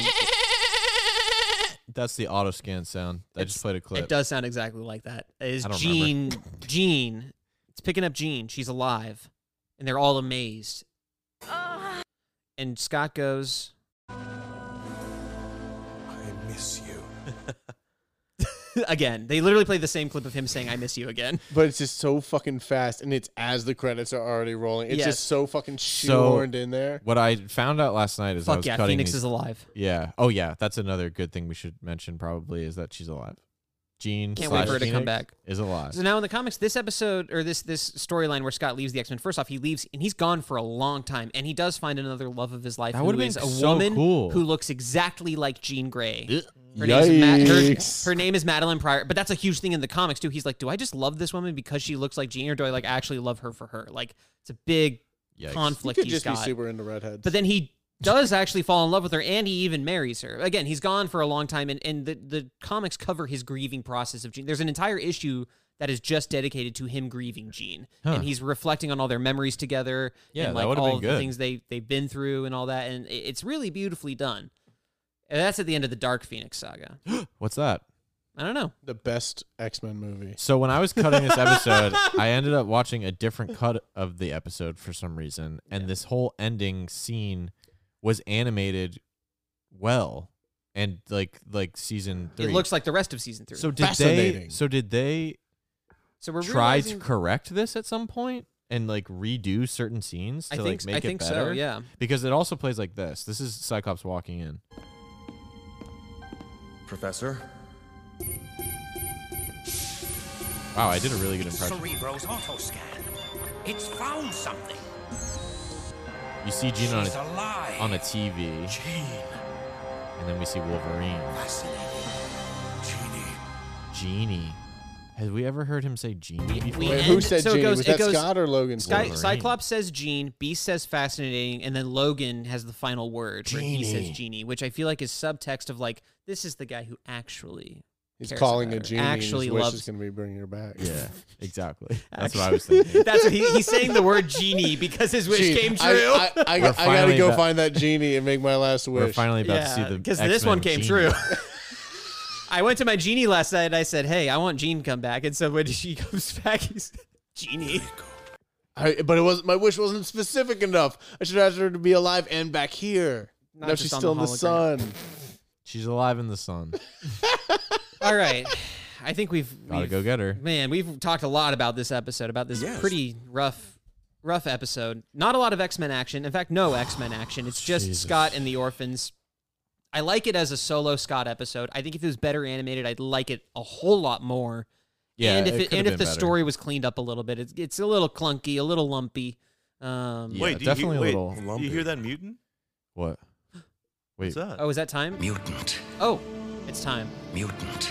Speaker 2: That's the auto scan sound. I just played a clip.
Speaker 3: it does sound exactly like that. Is
Speaker 2: I don't
Speaker 3: Jean?
Speaker 2: remember.
Speaker 3: Jean, it's picking up Jean. She's alive, and they're all amazed. And Scott goes, <laughs>
Speaker 8: I miss you.
Speaker 3: again. They literally play the same clip of him saying, "I miss you" again.
Speaker 5: But it's just so fucking fast, and it's as the credits are already rolling. It's
Speaker 3: Yes.
Speaker 5: just so fucking
Speaker 2: So-
Speaker 5: shoehorned in there.
Speaker 2: What I found out last night is I
Speaker 3: Fuck
Speaker 2: was
Speaker 3: yeah,
Speaker 2: cutting
Speaker 3: Phoenix
Speaker 2: these-
Speaker 3: is alive.
Speaker 2: Yeah. Oh yeah, that's another good thing we should mention probably is that she's alive. Jean
Speaker 3: Can't wait
Speaker 2: slash
Speaker 3: for her to come
Speaker 2: Phoenix
Speaker 3: back.
Speaker 2: Is alive.
Speaker 3: So now in the comics, this episode or this this storyline where Scott leaves the X Men. First off, he leaves and he's gone for a long time, and he does find another love of his life.
Speaker 2: That
Speaker 3: who
Speaker 2: would've been
Speaker 3: is a
Speaker 2: so
Speaker 3: woman
Speaker 2: cool.
Speaker 3: who looks exactly like Jean Grey.
Speaker 2: Ugh.
Speaker 3: Her name's Ma- her-
Speaker 5: Yikes.
Speaker 3: her, name is Madeline Pryor, but that's a huge thing in the comics too. He's like, do I just love this woman because she looks like Jean, or do I like actually love her for her? Like it's a
Speaker 2: Yikes.
Speaker 3: big
Speaker 5: You
Speaker 3: conflict
Speaker 5: could
Speaker 3: he's
Speaker 5: just
Speaker 3: got.
Speaker 5: be super into redheads.
Speaker 3: But then he does actually fall in love with her and he even marries her. Again, he's gone for a long time and, and the, the comics cover his grieving process of Gene. There's an entire issue that is just dedicated to him grieving Gene.
Speaker 2: Huh.
Speaker 3: And he's reflecting on all their memories together
Speaker 2: Yeah,
Speaker 3: and
Speaker 2: that
Speaker 3: like
Speaker 2: would've
Speaker 3: all
Speaker 2: been
Speaker 3: of the
Speaker 2: good.
Speaker 3: things they, they've been through and all that. And it- it's really beautifully done. And that's at the end of the Dark Phoenix saga.
Speaker 2: What's that?
Speaker 3: I don't know.
Speaker 5: the best X Men movie.
Speaker 2: So when I was cutting this
Speaker 3: <laughs>
Speaker 2: episode, I ended up watching a different cut of the episode for some reason, and this whole ending scene was animated well, and like like season three.
Speaker 3: It looks like the rest of season three.
Speaker 2: so
Speaker 3: So,
Speaker 2: did they?
Speaker 5: Fascinating.
Speaker 2: So did they
Speaker 3: we're
Speaker 2: try
Speaker 3: realizing-
Speaker 2: to correct this at some point and like redo certain scenes to
Speaker 3: I
Speaker 2: like
Speaker 3: think
Speaker 2: make
Speaker 3: I
Speaker 2: it
Speaker 3: think
Speaker 2: better?
Speaker 3: so, yeah.
Speaker 2: Because it also plays like this. This is Cyclops walking in.
Speaker 8: Professor?
Speaker 2: Wow, I did a really good impression.
Speaker 12: Cerebro's auto scan. It's found something.
Speaker 2: You see Jean on
Speaker 12: She's
Speaker 2: a,
Speaker 12: alive.
Speaker 2: on a TV. And then we see Wolverine. Genie. Have we ever heard him say genie before?
Speaker 3: we
Speaker 5: Wait, who
Speaker 3: end- <laughs>
Speaker 5: said
Speaker 3: so it
Speaker 5: Jeannie?
Speaker 3: goes-
Speaker 5: Was
Speaker 3: it
Speaker 5: that
Speaker 3: goes-
Speaker 5: Scott or Logan?
Speaker 3: Sky,
Speaker 5: said it?
Speaker 3: Cyclops says Gene, Beast says fascinating, and then Logan has the final word. where he says
Speaker 2: Genie.
Speaker 3: Genie, which I feel like is subtext of like this is the guy who actually
Speaker 5: He's
Speaker 3: cares
Speaker 5: calling
Speaker 3: about
Speaker 5: a
Speaker 3: her,
Speaker 5: genie. Actually,
Speaker 3: Actually
Speaker 5: his wish is
Speaker 3: loves.
Speaker 5: going to be bringing her back.
Speaker 2: Yeah, exactly. That's what I was thinking.
Speaker 3: That's what he, he's saying the word Genie because his
Speaker 5: <laughs>
Speaker 3: wish
Speaker 5: Gene,
Speaker 3: came true.
Speaker 5: I, I, I, I
Speaker 2: We're
Speaker 5: gotta
Speaker 2: finally
Speaker 5: go
Speaker 2: ba-
Speaker 5: find that genie and make my last wish.
Speaker 2: We're finally about to see
Speaker 3: yeah,
Speaker 2: the
Speaker 3: because this one
Speaker 2: X-Men
Speaker 3: came
Speaker 2: Genie.
Speaker 3: true. <laughs> I went to my genie last night and I said, "Hey, I want Gene to come back." And so when she <laughs> comes back, he's Genie.
Speaker 5: I, but it was my wish wasn't specific enough. I should have asked her to be alive and back here.
Speaker 3: Not
Speaker 5: now
Speaker 3: just
Speaker 5: she's
Speaker 3: on
Speaker 5: still
Speaker 3: the
Speaker 5: in the
Speaker 3: hologram.
Speaker 5: sun.
Speaker 2: She's alive in the sun.
Speaker 3: All right, I think we've
Speaker 2: Gotta
Speaker 3: we've-
Speaker 2: go get her.
Speaker 3: Man, we've talked a lot about this episode, about this
Speaker 8: Yes.
Speaker 3: pretty rough, rough episode. Not a lot of X Men action. In fact, no X
Speaker 2: <sighs>
Speaker 3: Men action. It's just
Speaker 2: Jesus.
Speaker 3: Scott and the orphans. I like it as a solo Scott episode. I think if it was better animated, I'd like it a whole lot more.
Speaker 2: Yeah,
Speaker 3: and if
Speaker 2: it
Speaker 3: it,
Speaker 2: could've
Speaker 3: and if
Speaker 2: been
Speaker 3: the
Speaker 2: better.
Speaker 3: story was cleaned up a little bit, it's, it's a little clunky, a little lumpy. Um,
Speaker 2: Yeah,
Speaker 4: wait, do
Speaker 2: definitely a
Speaker 4: you, hear- wait,
Speaker 2: little
Speaker 4: Do
Speaker 2: lumpy.
Speaker 4: you hear that mutant?
Speaker 2: What? Wait.
Speaker 4: What's that?
Speaker 3: Oh, is that time?
Speaker 7: Mutant.
Speaker 3: Oh, it's time.
Speaker 7: Mutant.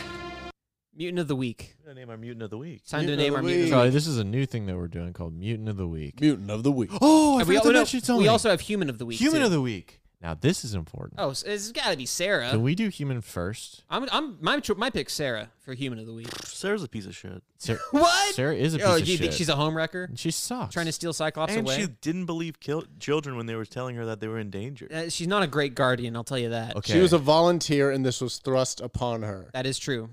Speaker 3: Mutant of the week.
Speaker 4: We're gonna name our mutant of the week.
Speaker 3: It's time
Speaker 5: Mutant
Speaker 3: to
Speaker 5: of
Speaker 3: name
Speaker 5: the
Speaker 3: our mutant. of the
Speaker 2: Charlie, this is a new thing that we're doing called Mutant of the Week.
Speaker 5: Mutant of the week.
Speaker 2: Oh,
Speaker 3: week.
Speaker 2: I
Speaker 3: we,
Speaker 2: forgot
Speaker 3: oh,
Speaker 2: to
Speaker 3: no,
Speaker 2: mention something.
Speaker 3: we also have human of the week.
Speaker 2: Human
Speaker 3: too.
Speaker 2: of the Week. Now this is important.
Speaker 3: Oh, so it's got to be Sarah.
Speaker 2: Can we do human first?
Speaker 3: I'm, I'm my cho- my pick Sarah for human of the week.
Speaker 4: Sarah's a piece of shit.
Speaker 2: Sarah,
Speaker 3: <laughs> What?
Speaker 2: Sarah is a piece
Speaker 3: oh,
Speaker 2: of
Speaker 3: you
Speaker 2: shit.
Speaker 3: think she's a homewrecker?
Speaker 2: she sucks.
Speaker 3: Trying to steal Cyclops
Speaker 4: And
Speaker 3: away?
Speaker 4: she didn't believe kill- children when they were telling her that they were in danger.
Speaker 3: Uh, she's not a great guardian, I'll tell you that.
Speaker 2: <gasps> Okay.
Speaker 5: She was a volunteer, and this was thrust upon her.
Speaker 3: That is true.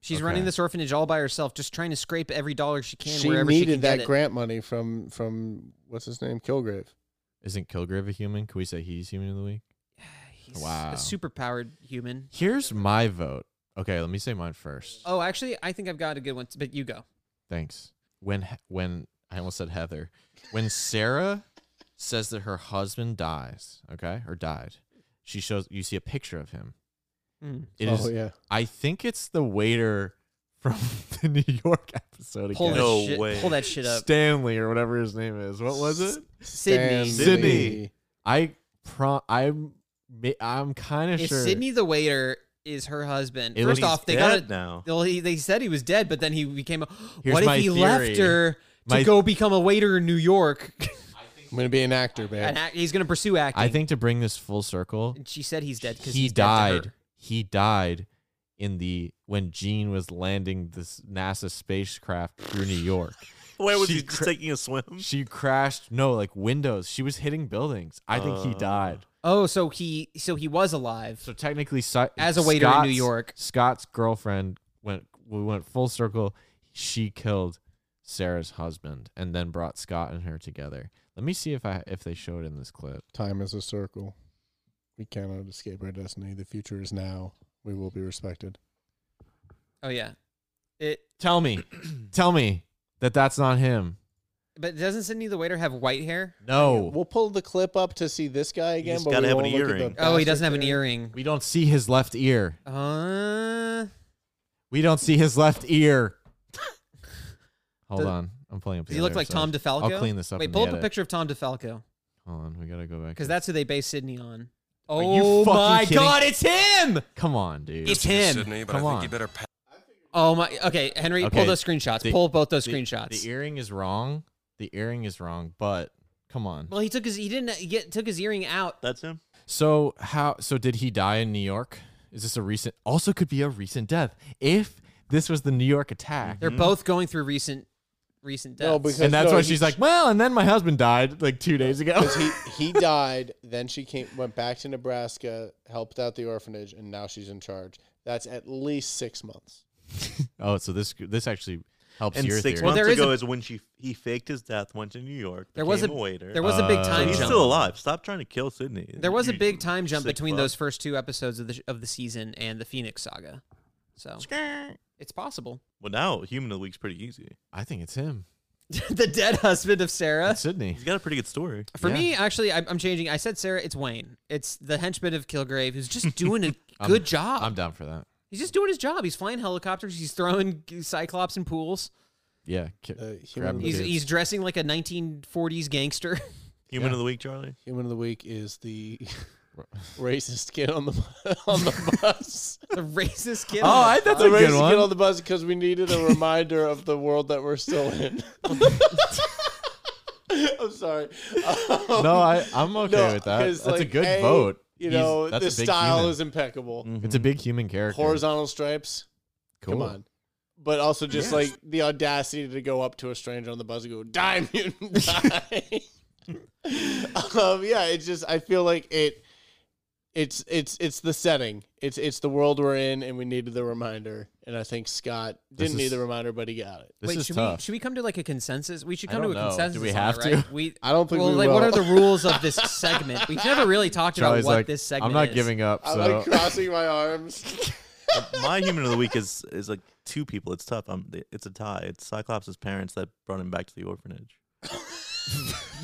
Speaker 3: She's
Speaker 2: Mm, Okay.
Speaker 3: running this orphanage all by herself, just trying to scrape every dollar she can
Speaker 5: she
Speaker 3: wherever she
Speaker 5: needed
Speaker 3: can get
Speaker 5: that
Speaker 3: it.
Speaker 5: grant money from from what's his name, Kilgrave.
Speaker 2: Isn't Kilgrave a human? Can we say he's human of the week?
Speaker 3: He's
Speaker 2: Wow.
Speaker 3: a superpowered human.
Speaker 2: Here's my vote. Okay, let me say mine first.
Speaker 3: Oh, actually, I think I've got a good one, but you go.
Speaker 2: Thanks. When He- when I almost said Heather, when Sarah says that her husband dies, okay, or died, she shows you see a picture of him.
Speaker 3: Mm.
Speaker 2: It
Speaker 5: oh
Speaker 2: is-
Speaker 5: yeah,
Speaker 2: I think it's the waiter from <laughs> the New York episode
Speaker 3: Pull
Speaker 2: again.
Speaker 3: that
Speaker 4: No
Speaker 3: shit.
Speaker 4: way.
Speaker 3: Pull that shit up.
Speaker 2: Stanley or whatever his name is. What was it?
Speaker 3: Sydney.
Speaker 5: Stan
Speaker 2: Sydney.
Speaker 5: Lee.
Speaker 2: I pro I'm ma- I'm kind of
Speaker 3: If
Speaker 2: sure.
Speaker 3: Sydney the waiter is her husband,
Speaker 2: It
Speaker 3: first
Speaker 2: was-
Speaker 3: off, they
Speaker 2: He's
Speaker 3: got
Speaker 2: dead
Speaker 3: it
Speaker 2: now.
Speaker 3: Well, he, they said he was dead, but then he became. A,
Speaker 2: <gasps> Here's
Speaker 3: what if
Speaker 2: my
Speaker 3: he left
Speaker 2: theory.
Speaker 3: her to
Speaker 2: My-
Speaker 3: go become a waiter in
Speaker 2: <laughs>
Speaker 3: New York?
Speaker 5: I'm gonna be an actor, babe.
Speaker 3: And act, he's gonna pursue acting.
Speaker 2: I think to bring this full circle,
Speaker 3: And she said he's dead because
Speaker 2: he
Speaker 3: he's dead to her.
Speaker 2: died. He died in the when Gene was landing this NASA spacecraft through New York.
Speaker 4: Where was
Speaker 2: She
Speaker 4: he just
Speaker 2: cra-
Speaker 4: taking a swim?
Speaker 2: She crashed. No, like windows. She was hitting buildings. I think he
Speaker 4: Uh.
Speaker 2: died.
Speaker 3: Oh, so he so he was alive. So
Speaker 2: technically, Si-
Speaker 3: as a waiter in New
Speaker 2: Scott's-
Speaker 3: York,
Speaker 2: Scott's girlfriend went. We went full circle. She killed Sarah's husband and then brought Scott and her together. Let me see if I if they show it in this clip.
Speaker 5: Time is a circle. We cannot escape our destiny. The future is now. We will be respected.
Speaker 3: oh yeah, it.
Speaker 2: Tell me, tell me that that's not him.
Speaker 3: But doesn't Sydney the waiter have white hair?
Speaker 2: No,
Speaker 5: We'll pull the clip up to see this guy again.
Speaker 2: just
Speaker 5: but
Speaker 2: gotta
Speaker 5: we
Speaker 2: have
Speaker 5: won't
Speaker 2: an
Speaker 5: look at the
Speaker 2: earring.
Speaker 3: Oh, he
Speaker 5: bastard
Speaker 3: doesn't have an
Speaker 5: there.
Speaker 3: earring.
Speaker 2: we don't see his left ear.
Speaker 3: Uh,
Speaker 2: We don't see his left
Speaker 3: <laughs>
Speaker 2: ear. Hold
Speaker 3: Does-
Speaker 2: on, I'm playing up.
Speaker 3: does
Speaker 2: the
Speaker 3: he look
Speaker 2: other
Speaker 3: like Tom
Speaker 2: side.
Speaker 3: DeFalco?
Speaker 2: I'll clean this up.
Speaker 3: Wait,
Speaker 2: in
Speaker 3: pull
Speaker 2: the
Speaker 3: up a
Speaker 2: edit.
Speaker 3: picture of Tom DeFalco
Speaker 2: Hold on, we gotta go back.
Speaker 3: because that's who they based Sydney on.
Speaker 2: Are you
Speaker 3: Oh
Speaker 2: fucking
Speaker 3: my
Speaker 2: kidding?
Speaker 3: God, it's him!
Speaker 2: Come on, dude.
Speaker 3: It's him.
Speaker 6: Sydney, but
Speaker 2: Come
Speaker 6: I think
Speaker 2: on.
Speaker 6: you better pass.
Speaker 3: Oh my. Okay, Henry,
Speaker 2: Okay,
Speaker 3: pull those screenshots.
Speaker 2: the-
Speaker 3: pull both those
Speaker 2: the-
Speaker 3: screenshots.
Speaker 2: The earring is wrong. The earring is wrong. But come on.
Speaker 3: well, he took his he didn't he get took his earring out.
Speaker 4: That's him.
Speaker 2: So how? So did he die in New York? Is this a recent? Also, could be a recent death if this was the New York attack.
Speaker 3: They're both going through recent recent deaths.
Speaker 5: No, because
Speaker 2: and that's
Speaker 5: no,
Speaker 2: why
Speaker 5: he-
Speaker 2: she's like, well, and then my husband died like two days ago.
Speaker 5: Because he, he <laughs> died, then she came went back to Nebraska, helped out the orphanage, and now she's in charge. That's at least six months.
Speaker 2: <laughs> oh, so this this actually helps
Speaker 4: And
Speaker 2: your
Speaker 4: six
Speaker 2: theory.
Speaker 4: months
Speaker 3: there is
Speaker 4: ago
Speaker 3: a-
Speaker 4: is, when she he faked his death, went to New York.
Speaker 3: There was
Speaker 4: became
Speaker 3: a-
Speaker 4: waiter.
Speaker 3: there was a big
Speaker 2: Uh,
Speaker 3: time
Speaker 4: He's
Speaker 3: jump.
Speaker 4: still alive. Stop trying to kill Sydney.
Speaker 3: There was a
Speaker 4: You <laughs>
Speaker 3: big time jump
Speaker 4: sick
Speaker 3: between
Speaker 4: fuck.
Speaker 3: those first two episodes of the of the season and the Phoenix Saga, so <laughs> it's possible. <laughs>
Speaker 4: Well, now human of the week's pretty easy.
Speaker 2: I think it's him.
Speaker 3: the dead husband of Sarah.
Speaker 2: It's Sydney.
Speaker 4: He's got a pretty
Speaker 3: <laughs>
Speaker 4: good story.
Speaker 3: For me, actually, I, I'm changing. I said Sarah. It's Wayne. It's the henchman of Kilgrave who's just doing a
Speaker 2: I'm-
Speaker 3: good job.
Speaker 2: I'm down for that.
Speaker 3: He's just doing his job. He's flying helicopters. He's throwing Cyclops in pools.
Speaker 2: Yeah. ki-
Speaker 5: Uh,
Speaker 2: grab
Speaker 5: human,
Speaker 2: him,
Speaker 5: of the
Speaker 3: He's,
Speaker 2: dude.
Speaker 3: he's dressing like a 1940s gangster. <laughs>
Speaker 4: Human
Speaker 2: Yeah.
Speaker 4: of the week, Charlie.
Speaker 5: human of the week is <laughs> the racist kid on the <laughs> on the bus.
Speaker 3: the racist kid.
Speaker 2: Oh, I, that's
Speaker 5: the
Speaker 2: a good
Speaker 5: racist kid on
Speaker 2: one.
Speaker 5: the bus because we needed a reminder of the world that we're still in. <laughs> I'm sorry. Um,
Speaker 2: <laughs> No,
Speaker 3: <laughs>
Speaker 2: I, I'm okay
Speaker 5: no,
Speaker 2: with that.
Speaker 5: 'cause,
Speaker 2: That's a
Speaker 5: like,
Speaker 2: good
Speaker 5: A,
Speaker 2: vote.
Speaker 5: You
Speaker 2: He's-
Speaker 5: know,
Speaker 2: that's
Speaker 5: the
Speaker 2: a big
Speaker 5: style
Speaker 2: human. Mm-hmm.
Speaker 5: is impeccable.
Speaker 3: Mm-hmm.
Speaker 2: It's a big human character.
Speaker 5: Horizontal stripes.
Speaker 2: Cool.
Speaker 5: Come on. But also just
Speaker 2: Yes.
Speaker 5: like the audacity to go up to a stranger on the bus and go, die, <laughs> mutant, die. <laughs> um, yeah, it's just I feel like it it's it's it's the setting. It's it's the world we're in and we needed the reminder. And I think Scott
Speaker 2: This
Speaker 5: didn't need
Speaker 2: is-
Speaker 5: the reminder, but he got it.
Speaker 2: This
Speaker 3: Wait,
Speaker 2: is
Speaker 3: should
Speaker 2: tough.
Speaker 3: we should we come to like a consensus? We should
Speaker 2: I
Speaker 3: come to a
Speaker 2: don't know. Do
Speaker 3: consensus.
Speaker 2: we
Speaker 3: on
Speaker 2: have
Speaker 3: that, right?
Speaker 2: to?
Speaker 3: We
Speaker 5: I don't think
Speaker 3: well,
Speaker 5: we
Speaker 3: like, what
Speaker 5: will.
Speaker 3: are the rules of this segment? We've never really talked
Speaker 2: Charlie's
Speaker 3: about what
Speaker 2: like,
Speaker 3: this segment.
Speaker 2: I'm not
Speaker 3: is.
Speaker 2: giving up.
Speaker 5: <laughs> I
Speaker 2: So
Speaker 5: <laughs> like crossing
Speaker 3: <laughs>
Speaker 5: my arms.
Speaker 4: Um, My human of the week is is like two people. It's tough. Um, it's a tie. It's Cyclops' parents that brought him back to the orphanage.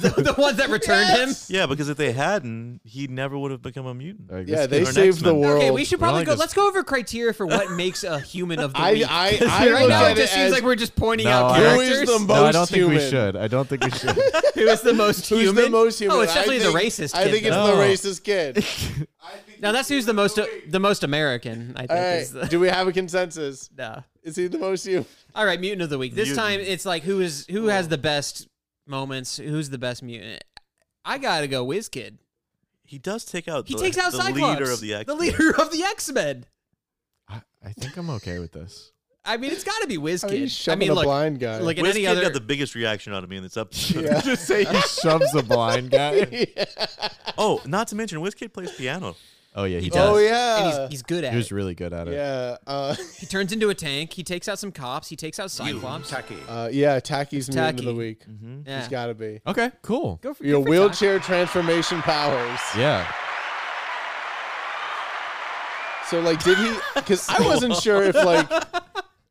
Speaker 3: the, <laughs> the ones that returned
Speaker 4: Yeah, because if they hadn't, he never would have become a mutant.
Speaker 2: Like,
Speaker 5: Yeah,
Speaker 2: this
Speaker 5: they
Speaker 4: Or an
Speaker 5: saved the
Speaker 4: X-Men.
Speaker 3: him.
Speaker 5: world.
Speaker 3: Okay, we should
Speaker 2: We're
Speaker 3: probably
Speaker 2: only
Speaker 3: go.
Speaker 2: just-
Speaker 3: Let's go over criteria for what makes a human of the
Speaker 5: I-
Speaker 3: week. <laughs>
Speaker 5: I-
Speaker 3: 'Cause
Speaker 5: I
Speaker 3: right now
Speaker 2: look
Speaker 3: it
Speaker 2: at
Speaker 3: just
Speaker 5: it
Speaker 3: seems
Speaker 5: as
Speaker 3: like we're just pointing
Speaker 2: No,
Speaker 3: out
Speaker 2: I-
Speaker 5: Who is
Speaker 2: <laughs>
Speaker 3: characters.
Speaker 5: the
Speaker 3: <laughs>
Speaker 2: no, I
Speaker 5: most
Speaker 2: don't think we
Speaker 5: human?
Speaker 2: should. I don't think we should.
Speaker 5: <laughs>
Speaker 3: Who is the most
Speaker 5: Who's
Speaker 3: human?
Speaker 5: the most human?
Speaker 3: Oh, it's
Speaker 5: I
Speaker 3: definitely
Speaker 5: think-
Speaker 3: the racist.
Speaker 5: I
Speaker 3: kid,
Speaker 5: think it's
Speaker 3: though.
Speaker 5: the
Speaker 2: though. <laughs>
Speaker 5: racist kid.
Speaker 3: now that's who's the most the most American. I think
Speaker 5: All
Speaker 3: is the <laughs>
Speaker 5: right. Do we have a consensus?
Speaker 3: no.
Speaker 5: Is he the most human?
Speaker 3: All right, mutant of the week. This
Speaker 4: Mutant. Oh.
Speaker 3: time it's like who is who has the best moments? Who's the best mutant? I gotta go, Wizkid.
Speaker 4: He does take out.
Speaker 3: He
Speaker 4: the,
Speaker 3: takes out
Speaker 4: the
Speaker 3: Cyclops,
Speaker 4: leader of the X.
Speaker 3: the leader <laughs> of the X Men.
Speaker 2: I, I think I'm okay with this.
Speaker 3: I mean, it's gotta be Wizkid.
Speaker 5: He's
Speaker 3: I mean,
Speaker 5: a
Speaker 3: look,
Speaker 5: blind
Speaker 3: <laughs>
Speaker 5: guy.
Speaker 3: look at
Speaker 4: Wiz
Speaker 3: any
Speaker 4: Kid
Speaker 3: other.
Speaker 4: got the biggest reaction out of me in this episode.
Speaker 2: <laughs>
Speaker 5: Yeah.
Speaker 2: Just say he shoves the blind
Speaker 5: <laughs>
Speaker 2: guy.
Speaker 4: Oh, not to mention, Wizkid plays piano.
Speaker 2: Oh yeah, he,
Speaker 3: He
Speaker 2: does.
Speaker 5: oh
Speaker 3: does.
Speaker 5: yeah.
Speaker 3: and he's, he's good at
Speaker 2: He was
Speaker 3: it.
Speaker 2: really good at it.
Speaker 5: yeah. Uh,
Speaker 3: He turns into a tank. He takes out some cops. He takes out Cyclops.
Speaker 12: Taki.
Speaker 5: uh, yeah. Tacky's
Speaker 3: It's
Speaker 5: mutant of the
Speaker 3: Taki.
Speaker 5: week.
Speaker 3: Mm-hmm. Yeah.
Speaker 5: He's got to be.
Speaker 2: Okay. Cool.
Speaker 3: Go for
Speaker 5: Your
Speaker 3: good for Taki.
Speaker 5: wheelchair transformation powers.
Speaker 2: Yeah.
Speaker 5: So like, did
Speaker 3: <laughs>
Speaker 5: he? Because I wasn't sure if like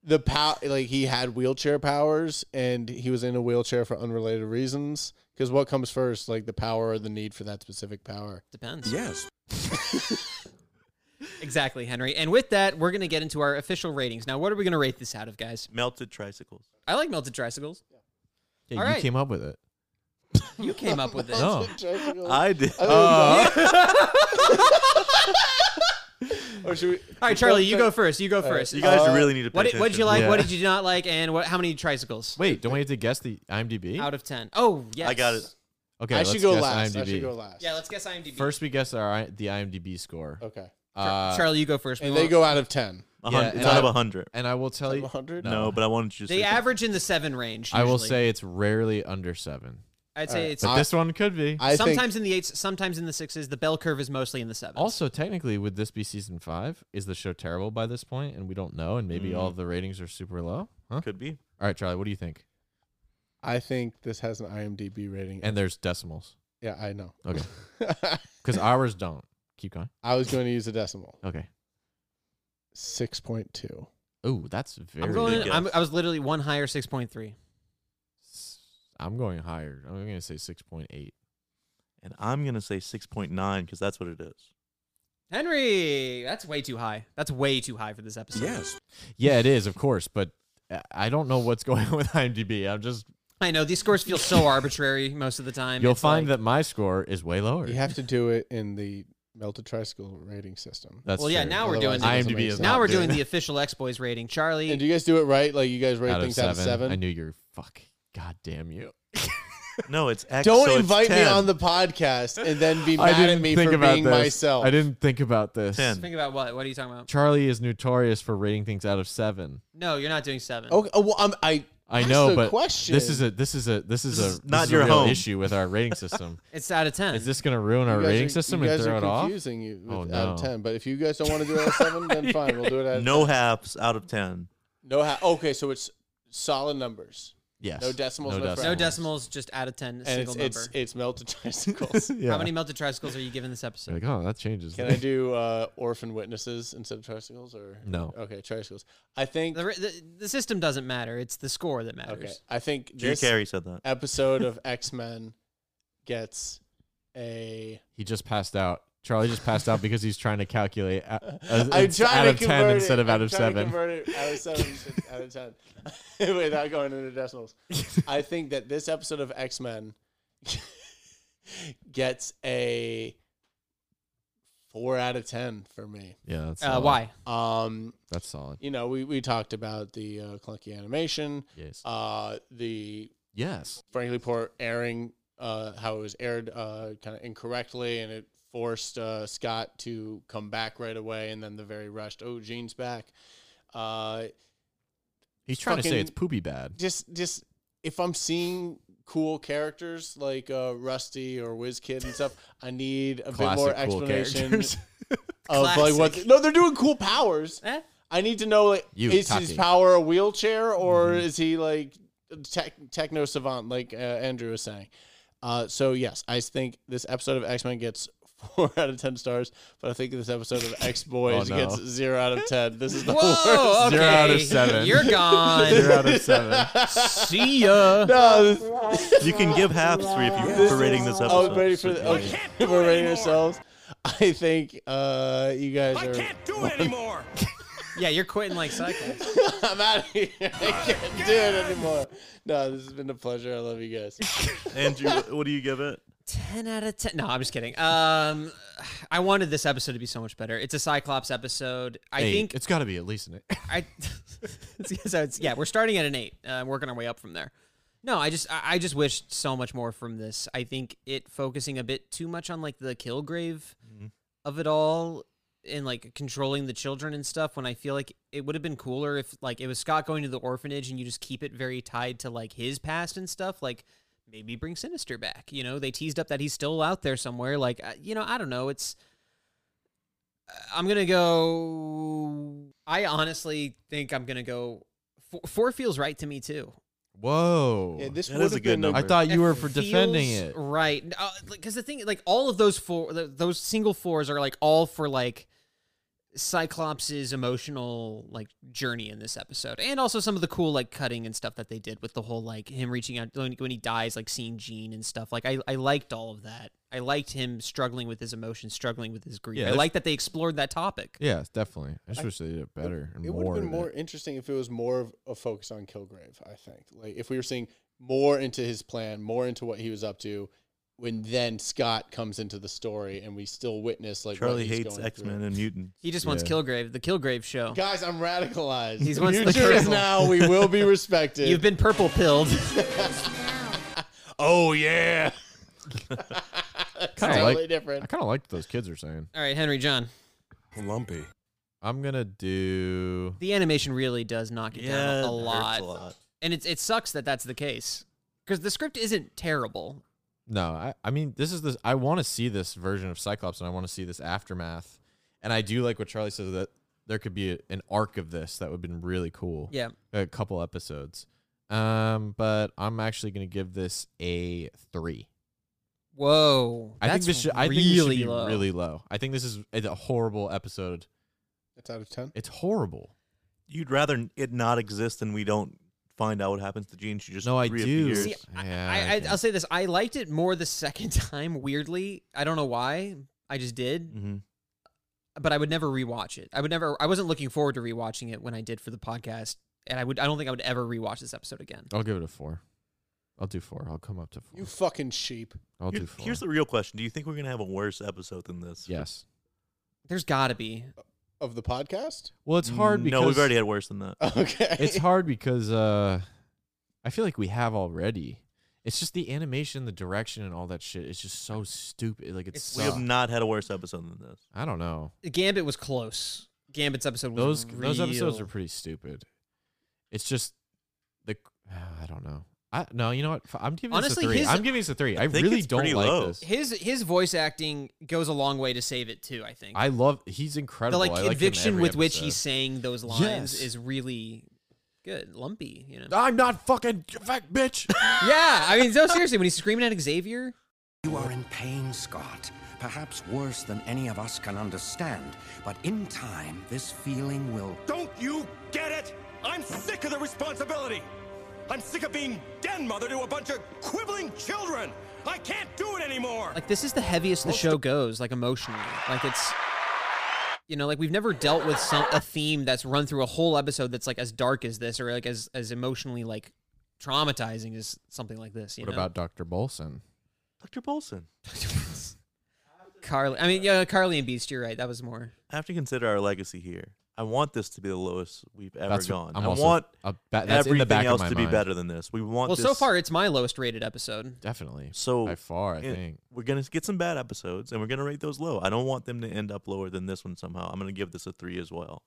Speaker 5: the pow like he had wheelchair powers and he was in a wheelchair for unrelated reasons. Because what comes first, like the power or the need for that specific power?
Speaker 3: Depends.
Speaker 12: Yes.
Speaker 3: <laughs> Exactly, Henry. And with that, we're gonna get into our official ratings. Now, what are we gonna rate this out of, guys?
Speaker 4: Melted tricycles.
Speaker 3: I like melted tricycles.
Speaker 2: Yeah,
Speaker 3: All
Speaker 2: you
Speaker 3: right.
Speaker 2: came up with it.
Speaker 3: You came up with
Speaker 5: <laughs>
Speaker 3: this.
Speaker 2: No.
Speaker 5: Oh.
Speaker 3: Uh,
Speaker 4: I did. <laughs>
Speaker 5: or should we?
Speaker 3: All right, Charlie, you go first. You go first.
Speaker 4: You
Speaker 5: Uh,
Speaker 4: guys really need to pay
Speaker 3: What did, what did you like?
Speaker 2: attention.
Speaker 3: What
Speaker 2: Yeah.
Speaker 3: did you not like? And what? How many tricycles?
Speaker 2: Wait, don't we have to guess the IMDb?
Speaker 3: Out of ten. Oh, yes.
Speaker 4: I got it.
Speaker 2: Okay,
Speaker 5: I
Speaker 2: let's
Speaker 5: should go
Speaker 2: guess
Speaker 5: last.
Speaker 2: IMDb.
Speaker 5: I should go last.
Speaker 3: Yeah, let's guess IMDb.
Speaker 2: First, we guess our I- the IMDb score.
Speaker 5: Okay.
Speaker 2: Uh,
Speaker 3: Charlie, you go first.
Speaker 5: And
Speaker 3: We
Speaker 5: they
Speaker 3: won't-
Speaker 5: go out of ten.
Speaker 4: A
Speaker 2: yeah,
Speaker 4: hun-
Speaker 2: and
Speaker 4: it's out of
Speaker 2: I-
Speaker 4: a hundred.
Speaker 2: And I will tell you,
Speaker 5: 100?
Speaker 4: No, but I wanted you to
Speaker 3: They
Speaker 4: say
Speaker 3: average in the seven range.
Speaker 2: I will
Speaker 3: usually.
Speaker 2: say it's rarely under seven.
Speaker 3: I'd say it's
Speaker 2: But this one could be.
Speaker 5: I think-
Speaker 3: sometimes in the eights, sometimes in the sixes. The bell curve is mostly in the sevens.
Speaker 2: also, technically, would this be season five? Is the show terrible by this point, and we don't know, and maybe
Speaker 3: Mm.
Speaker 2: all the ratings are super low? Huh?
Speaker 4: could be.
Speaker 2: All right, Charlie, what do you think?
Speaker 5: I think this has an IMDb rating.
Speaker 2: And there's decimals
Speaker 5: yeah, I know.
Speaker 2: Okay.
Speaker 3: <laughs>
Speaker 2: because ours don't. Keep going.
Speaker 5: <laughs> I was going to use a decimal.
Speaker 2: Okay.
Speaker 5: Six point two.
Speaker 2: Oh, that's very.
Speaker 3: I'm going.
Speaker 4: good
Speaker 3: I'm,
Speaker 4: guess.
Speaker 3: I was literally one higher, six point three.
Speaker 2: S- I'm going higher. I'm going to say six point eight.
Speaker 4: And I'm gonna say six point nine because that's what it is.
Speaker 3: Henry, that's way too high. That's way too high for this episode.
Speaker 8: Yes.
Speaker 2: Yeah, it is, of course, but I- I don't know what's <laughs> going on with IMDb. I'm just.
Speaker 3: I know these scores feel so arbitrary most of the time.
Speaker 2: You'll
Speaker 3: It's
Speaker 2: find
Speaker 3: like-
Speaker 2: that my score is way lower.
Speaker 5: You have to do it in the melted tricycle rating system.
Speaker 2: That's
Speaker 3: Well, yeah.
Speaker 2: true.
Speaker 3: Now we're
Speaker 5: Otherwise
Speaker 3: doing.
Speaker 5: it doesn't
Speaker 2: IMDb
Speaker 5: make
Speaker 2: is
Speaker 5: sense.
Speaker 3: Now
Speaker 2: not
Speaker 3: we're
Speaker 2: doing
Speaker 3: doing the
Speaker 2: <laughs> that.
Speaker 3: official X Boys rating. Charlie,
Speaker 5: And do you guys do it right? Like you guys rate
Speaker 2: out of
Speaker 5: things
Speaker 2: seven.
Speaker 5: <laughs> out of seven?
Speaker 2: I knew you're fuck. God damn you.
Speaker 4: No, it's X.
Speaker 5: Don't
Speaker 4: so it's
Speaker 5: invite me
Speaker 4: 10.
Speaker 5: on the podcast and then
Speaker 2: <laughs>
Speaker 5: be
Speaker 2: I
Speaker 5: mad
Speaker 2: didn't
Speaker 5: at me
Speaker 2: think
Speaker 5: for
Speaker 2: about
Speaker 5: being
Speaker 2: this.
Speaker 5: myself.
Speaker 2: I didn't think about this.
Speaker 4: Ten.
Speaker 3: think about what? What are you talking about?
Speaker 2: Charlie is notorious for rating things out of seven.
Speaker 3: No, you're not doing seven.
Speaker 5: Okay. oh, well, I'm, I.
Speaker 2: I
Speaker 5: asked
Speaker 2: know,
Speaker 5: the
Speaker 2: but
Speaker 5: question.
Speaker 2: this is a this is a this is
Speaker 4: This
Speaker 2: a
Speaker 4: is
Speaker 2: this
Speaker 4: not
Speaker 2: is
Speaker 4: your
Speaker 2: a real
Speaker 4: home.
Speaker 2: issue with our rating
Speaker 5: <laughs>
Speaker 2: system.
Speaker 3: It's out of ten.
Speaker 2: is this going to ruin our
Speaker 5: You guys
Speaker 2: rating
Speaker 5: are-
Speaker 2: system
Speaker 5: you
Speaker 2: and
Speaker 5: guys
Speaker 2: throw
Speaker 5: are
Speaker 2: it off?
Speaker 5: confusing you with
Speaker 2: Oh,
Speaker 5: out of
Speaker 2: no.
Speaker 5: ten. But if you guys don't want to do it out of
Speaker 2: <laughs>
Speaker 5: seven, then fine, we'll do it out of
Speaker 4: No halves out of ten.
Speaker 5: No, ha- okay, so it's solid numbers,
Speaker 2: Yes.
Speaker 5: No decimals, no
Speaker 3: no
Speaker 5: fractions.
Speaker 3: decimals? Just out of ten.
Speaker 5: and
Speaker 3: Single
Speaker 5: it's,
Speaker 3: number.
Speaker 5: it's it's melted <laughs>
Speaker 3: <laughs>
Speaker 2: <laughs>
Speaker 5: tricycles.
Speaker 2: Yeah.
Speaker 3: How many melted tricycles are you giving
Speaker 2: <laughs>
Speaker 3: this episode?
Speaker 2: Like, oh, that changes.
Speaker 5: Can I do uh, orphan witnesses instead of tricycles or
Speaker 2: No.
Speaker 5: Okay, tricycles. I think
Speaker 3: The, the, the system doesn't matter. It's the score that matters.
Speaker 5: okay, I think
Speaker 4: Drew
Speaker 5: this
Speaker 4: Carey said
Speaker 5: <laughs>
Speaker 4: that.
Speaker 5: episode of X Men gets a.
Speaker 2: <laughs> He just passed out. Charlie just passed out because he's trying to calculate out, uh,
Speaker 5: <laughs> I'm
Speaker 2: it's out
Speaker 5: trying
Speaker 2: of
Speaker 5: to
Speaker 2: ten
Speaker 5: convert
Speaker 2: instead
Speaker 5: it.
Speaker 2: of out
Speaker 5: I'm
Speaker 2: of
Speaker 5: trying to
Speaker 2: seven.
Speaker 5: convert it out of
Speaker 2: <laughs>
Speaker 5: seven to out of ten <laughs> without going into decimals. I think that this episode of X Men <laughs> gets a four out of ten for me.
Speaker 2: Yeah, that's
Speaker 3: Uh,
Speaker 2: solid.
Speaker 3: why?
Speaker 5: Um,
Speaker 2: That's solid.
Speaker 5: you know, we we talked about the uh, clunky animation,
Speaker 2: Yes.
Speaker 5: uh, the
Speaker 2: yes.
Speaker 5: frankly poor airing, uh, how it was aired uh, kind of incorrectly, and it forced uh, Scott to come back right away, and then the very rushed, oh, Gene's back. Uh,
Speaker 2: He's trying to say
Speaker 5: fucking-
Speaker 2: it's poopy bad.
Speaker 5: just just if I'm seeing cool characters like uh, Rusty or WizKid and stuff, I need a bit more
Speaker 2: Classic cool
Speaker 5: explanation <laughs>
Speaker 2: characters. <laughs>
Speaker 5: of like what.
Speaker 3: Classic.
Speaker 5: no, they're doing cool powers.
Speaker 3: Eh?
Speaker 5: I need to know like
Speaker 2: You,
Speaker 5: is his
Speaker 2: Taki.
Speaker 5: power a wheelchair or
Speaker 4: Mm-hmm.
Speaker 5: is he like tech, techno savant like uh, Andrew was saying. Uh, so yes, I think this episode of X Men gets <laughs> four out of ten stars, but I think this
Speaker 4: <laughs>
Speaker 5: episode of X Boys
Speaker 2: Oh, no.
Speaker 5: gets zero out of ten. This is the
Speaker 3: Whoa!
Speaker 2: <laughs>
Speaker 3: Okay.
Speaker 2: Zero out of seven. <laughs>
Speaker 3: You're gone.
Speaker 2: Zero
Speaker 3: <laughs>
Speaker 2: out of <laughs> seven.
Speaker 3: See ya.
Speaker 5: <laughs> No, this-
Speaker 4: You can give halves three if you for rating this
Speaker 5: I was
Speaker 4: episode.
Speaker 5: ready for the
Speaker 4: So-
Speaker 5: okay. <laughs> We're rating ourselves. I think uh, you guys
Speaker 6: I
Speaker 5: are.
Speaker 6: can't do it anymore.
Speaker 3: Yeah, you're quitting like cycles.
Speaker 5: <laughs> I'm out of here. <laughs> I can't do it anymore. No, this has been a pleasure. I love you guys.
Speaker 4: <laughs> Andrew, wh- what do you give it?
Speaker 3: <laughs> Ten out of ten. No, I'm just kidding. Um, I wanted this episode to be so much better. It's a Cyclops episode. I
Speaker 2: Eight.
Speaker 3: think
Speaker 2: it's got to be at least an eight.
Speaker 3: I <laughs> so it's yeah, we're starting at an eight, uh, working our way up from there. No, I just I, I just wish so much more from this. I think it focusing a bit too much on like the kill grave of it all and like controlling the children and stuff. When I feel like it would have been cooler if like it was Scott going to the orphanage and you just keep it very tied to like his past and stuff. Like maybe bring Sinister back. You know, they teased up that he's still out there somewhere. Like uh, you know, I don't know. It's I'm gonna go. I honestly think I'm gonna go. Four, four feels right to me too.
Speaker 2: Whoa.
Speaker 5: Yeah, this
Speaker 4: That
Speaker 5: would
Speaker 4: is a
Speaker 5: have
Speaker 4: good
Speaker 5: been a-
Speaker 4: number.
Speaker 2: I thought you were for
Speaker 3: Feels
Speaker 2: defending it.
Speaker 3: right? Because the thing, like all of those four, th- those single fours are like all for like Cyclops's emotional like journey in this episode, and also some of the cool like cutting and stuff that they did with the whole like him reaching out when when he dies, like seeing Jean and stuff. Like I, I liked all of that. I liked him struggling with his emotions, struggling with his grief.
Speaker 2: Yeah,
Speaker 3: I
Speaker 2: there's-
Speaker 3: like that they explored that topic.
Speaker 2: Yeah, definitely. I just wish they did it better and
Speaker 5: It would
Speaker 2: more.
Speaker 5: have been
Speaker 2: of it.
Speaker 5: more interesting if it was more of a focus on Kilgrave. I think, like if we were seeing more into his plan, more into what he was up to. When then Scott comes into the story, and we still witness like what
Speaker 4: Charlie
Speaker 5: he's
Speaker 4: hates
Speaker 5: going
Speaker 4: X Men
Speaker 5: through.
Speaker 4: and mutants.
Speaker 3: He just wants Kilgrave, the Kilgrave show.
Speaker 5: Guys, I'm radicalized.
Speaker 3: He's wants the
Speaker 5: Future is
Speaker 3: purple.
Speaker 5: now. We
Speaker 3: <laughs>
Speaker 5: will be respected.
Speaker 3: You've
Speaker 5: <laughs>
Speaker 3: been
Speaker 2: <laughs>
Speaker 3: purple pilled.
Speaker 5: oh yeah.
Speaker 2: Kinda
Speaker 5: totally
Speaker 2: like-
Speaker 5: different.
Speaker 2: I kind of like what those kids are saying.
Speaker 3: All right, Henry John.
Speaker 2: Lumpy. I'm gonna do.
Speaker 3: The animation really does knock it
Speaker 4: Yeah,
Speaker 3: down
Speaker 4: it
Speaker 3: a
Speaker 4: hurts
Speaker 3: lot.
Speaker 4: a lot.
Speaker 3: and it it sucks that that's the case because the script isn't terrible.
Speaker 2: No, I, I mean this is this. I want to see this version of Cyclops, and I want to see this aftermath. And I do like what Charlie says that there could be a, an arc of this that would have been really cool.
Speaker 3: Yeah.
Speaker 2: a couple episodes. Um, but I'm actually gonna give this a three.
Speaker 3: Whoa,
Speaker 2: I think
Speaker 3: that's
Speaker 2: this should. I
Speaker 3: really
Speaker 2: think this should be
Speaker 3: low.
Speaker 2: really low. I think this is it's a horrible episode.
Speaker 5: It's out of ten.
Speaker 2: It's horrible.
Speaker 4: You'd rather it not exist than we don't find out what happens to Jean. She just
Speaker 2: No, I do.
Speaker 4: reappears.
Speaker 2: See, Yeah,
Speaker 3: I, I,
Speaker 2: okay.
Speaker 3: I'll say this: I liked it more the <laughs> second time. Weirdly, I don't know why. I just did,
Speaker 2: Mm-hmm.
Speaker 4: Mhm.
Speaker 3: but I would never rewatch it. I would never. I wasn't looking forward to rewatching it when I did for the podcast, and I would. I don't think I would ever rewatch this episode again.
Speaker 2: I'll give it a four. I'll do four. I'll come up to four.
Speaker 5: You fucking sheep.
Speaker 2: I'll
Speaker 4: Here-
Speaker 2: do four.
Speaker 4: Here's the real question: Do you think we're gonna have a worse episode than this?
Speaker 2: yes.
Speaker 3: There's got to be.
Speaker 5: Of the podcast? <laughs>
Speaker 2: Well, it's hard because
Speaker 4: no, we've already had worse than that.
Speaker 5: Okay. <laughs>
Speaker 2: it's hard because uh, I feel like we have already. It's just the animation, the direction, and all that shit. It's just so stupid. Like it's
Speaker 4: we have not had a worse episode than this.
Speaker 2: I don't know.
Speaker 3: Gambit was close. Gambit's episode was
Speaker 2: Those those episodes
Speaker 3: real-
Speaker 2: are pretty stupid. It's just the ah, I don't know. I no, you know what? F- I'm giving
Speaker 3: Honestly,
Speaker 2: this a three.
Speaker 3: his-
Speaker 2: I'm giving this a three. I,
Speaker 4: I think
Speaker 2: really
Speaker 4: it's
Speaker 2: don't
Speaker 4: pretty
Speaker 2: like
Speaker 4: low.
Speaker 2: this.
Speaker 3: His his voice acting goes a long way to save it too. I think
Speaker 2: I love. He's
Speaker 3: the
Speaker 2: incredible.
Speaker 3: like
Speaker 2: I
Speaker 3: conviction
Speaker 2: like him every
Speaker 3: with which he
Speaker 2: episode.
Speaker 3: sang those lines
Speaker 2: Yes. Ah!
Speaker 3: is really good, lumpy. You know.
Speaker 2: I'm not fucking fuck bitch.
Speaker 3: yeah, I mean, no, seriously, when he's screaming at Xavier,
Speaker 12: You are in pain, Scott. Perhaps worse than any of us can understand. But in time, this feeling will.
Speaker 6: Don't you get it? I'm sick of the responsibility. I'm sick of being den mother to a bunch of quibbling children. I can't do it anymore.
Speaker 3: like this is the heaviest the show goes, like emotionally, like it's, you know, like we've never dealt with some a theme that's run through a whole episode that's like as dark as this, or like as as emotionally like traumatizing as something like this. <laughs> You
Speaker 2: What
Speaker 3: know?
Speaker 2: about Doctor Bolson?
Speaker 4: Dr. Bolson.
Speaker 3: Carly? I mean, yeah, Carly and Beast. You're right. That was more.
Speaker 4: I have to consider our legacy here. I want this to be the lowest we've ever
Speaker 2: That's-
Speaker 4: gone.
Speaker 2: I'm
Speaker 4: I
Speaker 2: also-
Speaker 4: want
Speaker 2: uh, ba- that's in
Speaker 4: everything
Speaker 2: the back of
Speaker 4: else
Speaker 2: my
Speaker 4: to
Speaker 2: mind.
Speaker 4: be better than this. We want
Speaker 3: Well,
Speaker 4: this,
Speaker 3: so far it's my lowest rated episode.
Speaker 2: Definitely.
Speaker 4: So
Speaker 2: by far, I
Speaker 4: it-
Speaker 2: think.
Speaker 4: we're gonna get some bad episodes, and we're gonna rate those low. I don't want them to end up lower than this one somehow. I'm gonna give this a three as well.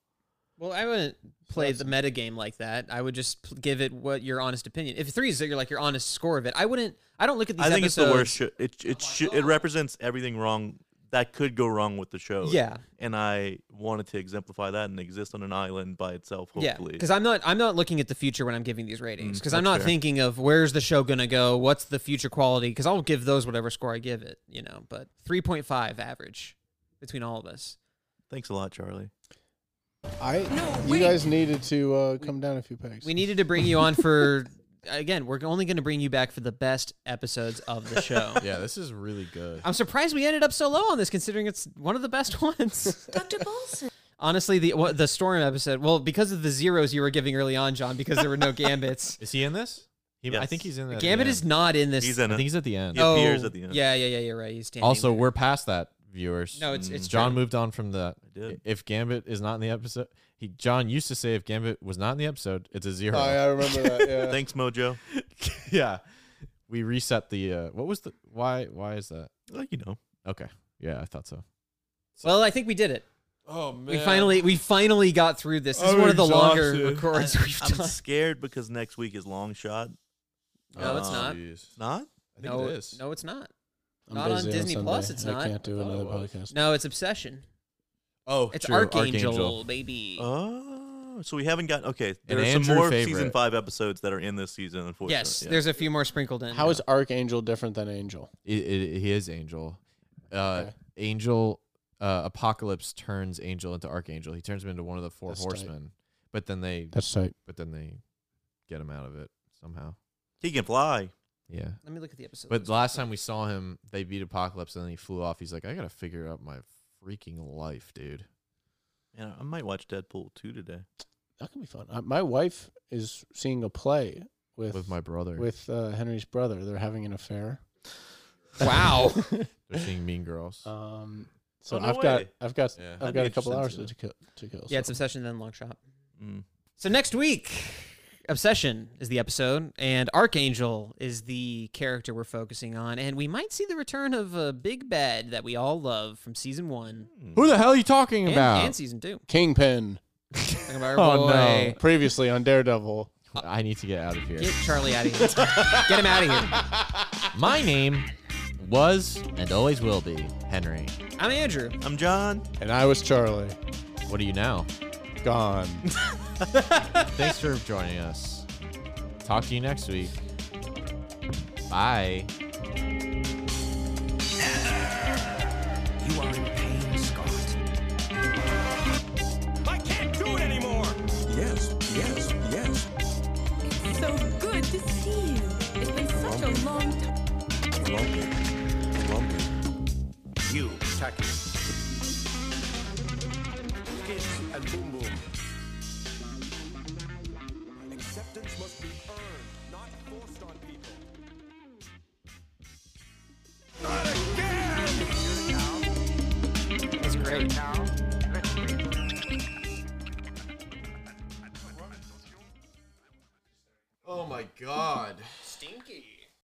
Speaker 3: Well, I wouldn't play the meta game like that. I would just pl- give it what your honest opinion. If three is your like your honest score of it, I wouldn't. I don't look at these.
Speaker 4: I think it's the
Speaker 3: episodes-
Speaker 4: worst. Show. It it sh- it represents everything wrong that could go wrong with the show.
Speaker 3: Yeah.
Speaker 4: and I wanted to exemplify that and exist on an island by itself.
Speaker 3: Yeah,
Speaker 4: Hopefully,
Speaker 3: because I'm not I'm not looking at the future when I'm giving these ratings because I'm
Speaker 4: Mm, that's
Speaker 3: not
Speaker 4: fair.
Speaker 3: thinking of where's the show gonna go, what's the future quality because I'll give those whatever score I give it, you know. But 3.5 average between all of us.
Speaker 4: thanks a lot, Charlie.
Speaker 5: I you guys needed to uh, come down a few pegs.
Speaker 3: We needed to bring you on
Speaker 4: <laughs>
Speaker 3: for again. We're only gonna bring you back for the best episodes of the show.
Speaker 2: Yeah, this is really good.
Speaker 3: I'm surprised we ended up so low on this, considering it's one of the best <laughs> ones.
Speaker 1: Dr. Bolson.
Speaker 3: Honestly, the what, the storm episode. Well, because of the zeros you were giving early on, John, because there were no
Speaker 2: <laughs>
Speaker 3: gambits.
Speaker 2: Is he in this? He, I
Speaker 4: Yes.
Speaker 2: think he's in that.
Speaker 3: Gambit is not in this. Oh,
Speaker 4: He's in
Speaker 2: I
Speaker 4: it.
Speaker 2: think he's at the end.
Speaker 4: He appears at the end.
Speaker 3: Yeah, yeah, yeah. You're right. He's standing.
Speaker 2: Also,
Speaker 3: there.
Speaker 2: we're past that, viewers.
Speaker 3: No, it's- it's
Speaker 2: John
Speaker 3: true.
Speaker 2: moved on from the.
Speaker 4: did.
Speaker 2: If Gambit is not in the episode, he John used to say if Gambit was not in the episode, it's a zero.
Speaker 5: Oh, yeah, I remember that. Yeah.
Speaker 4: <laughs> Thanks, Mojo.
Speaker 2: <laughs> yeah, we reset the. Uh, what was the why? Why is that?
Speaker 4: Well, you know,
Speaker 2: Okay, yeah, I thought so.
Speaker 3: well. I think we did it.
Speaker 2: Oh
Speaker 3: We finally we finally got through this. This is
Speaker 2: I'm
Speaker 3: one of the longer
Speaker 2: exhausted.
Speaker 4: <laughs>
Speaker 3: records we've
Speaker 4: Oh, I'm
Speaker 3: done.
Speaker 4: scared because next week is long shot.
Speaker 3: No, it's not.
Speaker 4: Not?
Speaker 2: I think
Speaker 3: No,
Speaker 2: it is.
Speaker 3: no, it's not.
Speaker 5: I'm
Speaker 3: not on
Speaker 5: busy
Speaker 3: Disney
Speaker 5: Sunday.
Speaker 3: Plus, it's
Speaker 5: I
Speaker 3: not.
Speaker 5: can't do
Speaker 2: Oh,
Speaker 5: another
Speaker 2: well.
Speaker 5: podcast.
Speaker 3: No, it's Obsession.
Speaker 2: Oh,
Speaker 3: It's
Speaker 2: true,
Speaker 3: Archangel, baby.
Speaker 4: Oh, so we haven't got okay. There
Speaker 2: An
Speaker 4: are
Speaker 2: Andrew
Speaker 4: some more season
Speaker 2: favorite.
Speaker 4: five episodes that are in this season. Unfortunately,
Speaker 3: yes,
Speaker 4: Yeah.
Speaker 3: there's a few more sprinkled in.
Speaker 5: How is Archangel different than Angel?
Speaker 2: It, it, he is Angel. Uh,
Speaker 5: Okay.
Speaker 2: Angel uh, Apocalypse turns Angel into Archangel. He turns him into one of the four
Speaker 5: That's tight.
Speaker 2: horsemen. But then they
Speaker 5: That's tight.
Speaker 2: but then they get him out of it somehow.
Speaker 4: he can fly.
Speaker 2: Yeah.
Speaker 3: Let me look at the episode.
Speaker 2: But last time we saw him, they beat Apocalypse and then he flew off. He's like, I gotta figure out my freaking life, dude.
Speaker 4: Yeah, I might watch Deadpool two today.
Speaker 5: That could be fun. Uh, my wife is seeing a play with
Speaker 2: With my brother.
Speaker 5: with uh, Henry's brother. They're having an affair.
Speaker 3: Wow. <laughs>
Speaker 2: They're seeing Mean Girls.
Speaker 5: Um, so
Speaker 3: Oh, no
Speaker 5: I've got
Speaker 3: way.
Speaker 5: I've got
Speaker 2: Yeah.
Speaker 5: I've
Speaker 3: That'd
Speaker 5: got
Speaker 3: be
Speaker 5: a couple hours
Speaker 3: interesting
Speaker 5: to
Speaker 3: to
Speaker 5: kill. To kill
Speaker 3: Yeah,
Speaker 5: so.
Speaker 3: it's Obsession then Long Shot.
Speaker 4: Mm.
Speaker 3: So next week, Obsession is the episode, and Archangel is the character we're focusing on, and we might see the return of a big bad that we all love from season one.
Speaker 2: Who the hell are you talking
Speaker 3: And-
Speaker 2: about?
Speaker 3: and season two.
Speaker 5: Kingpin.
Speaker 3: Talking about
Speaker 5: Oh,
Speaker 3: our boy.
Speaker 5: Previously on Daredevil.
Speaker 2: I need to get out of here.
Speaker 3: Get Charlie out of here. Get him out of here.
Speaker 2: My name was and always will be Henry.
Speaker 3: I'm Andrew.
Speaker 4: I'm John.
Speaker 5: And I was Charlie.
Speaker 2: What are you now?
Speaker 5: Gone.
Speaker 2: Thanks for joining us. Talk to you next week. Bye.
Speaker 12: You are in pain, Scott.
Speaker 6: I can't do it anymore.
Speaker 7: Yes, yes, yes.
Speaker 1: So good to see you. It's been such a long time.
Speaker 7: Lumpy. Lumpy.
Speaker 10: You, Taki. Kids and Boom Boom.
Speaker 6: Acceptance must be earned, not forced on people.
Speaker 3: That's great.
Speaker 2: Oh my god.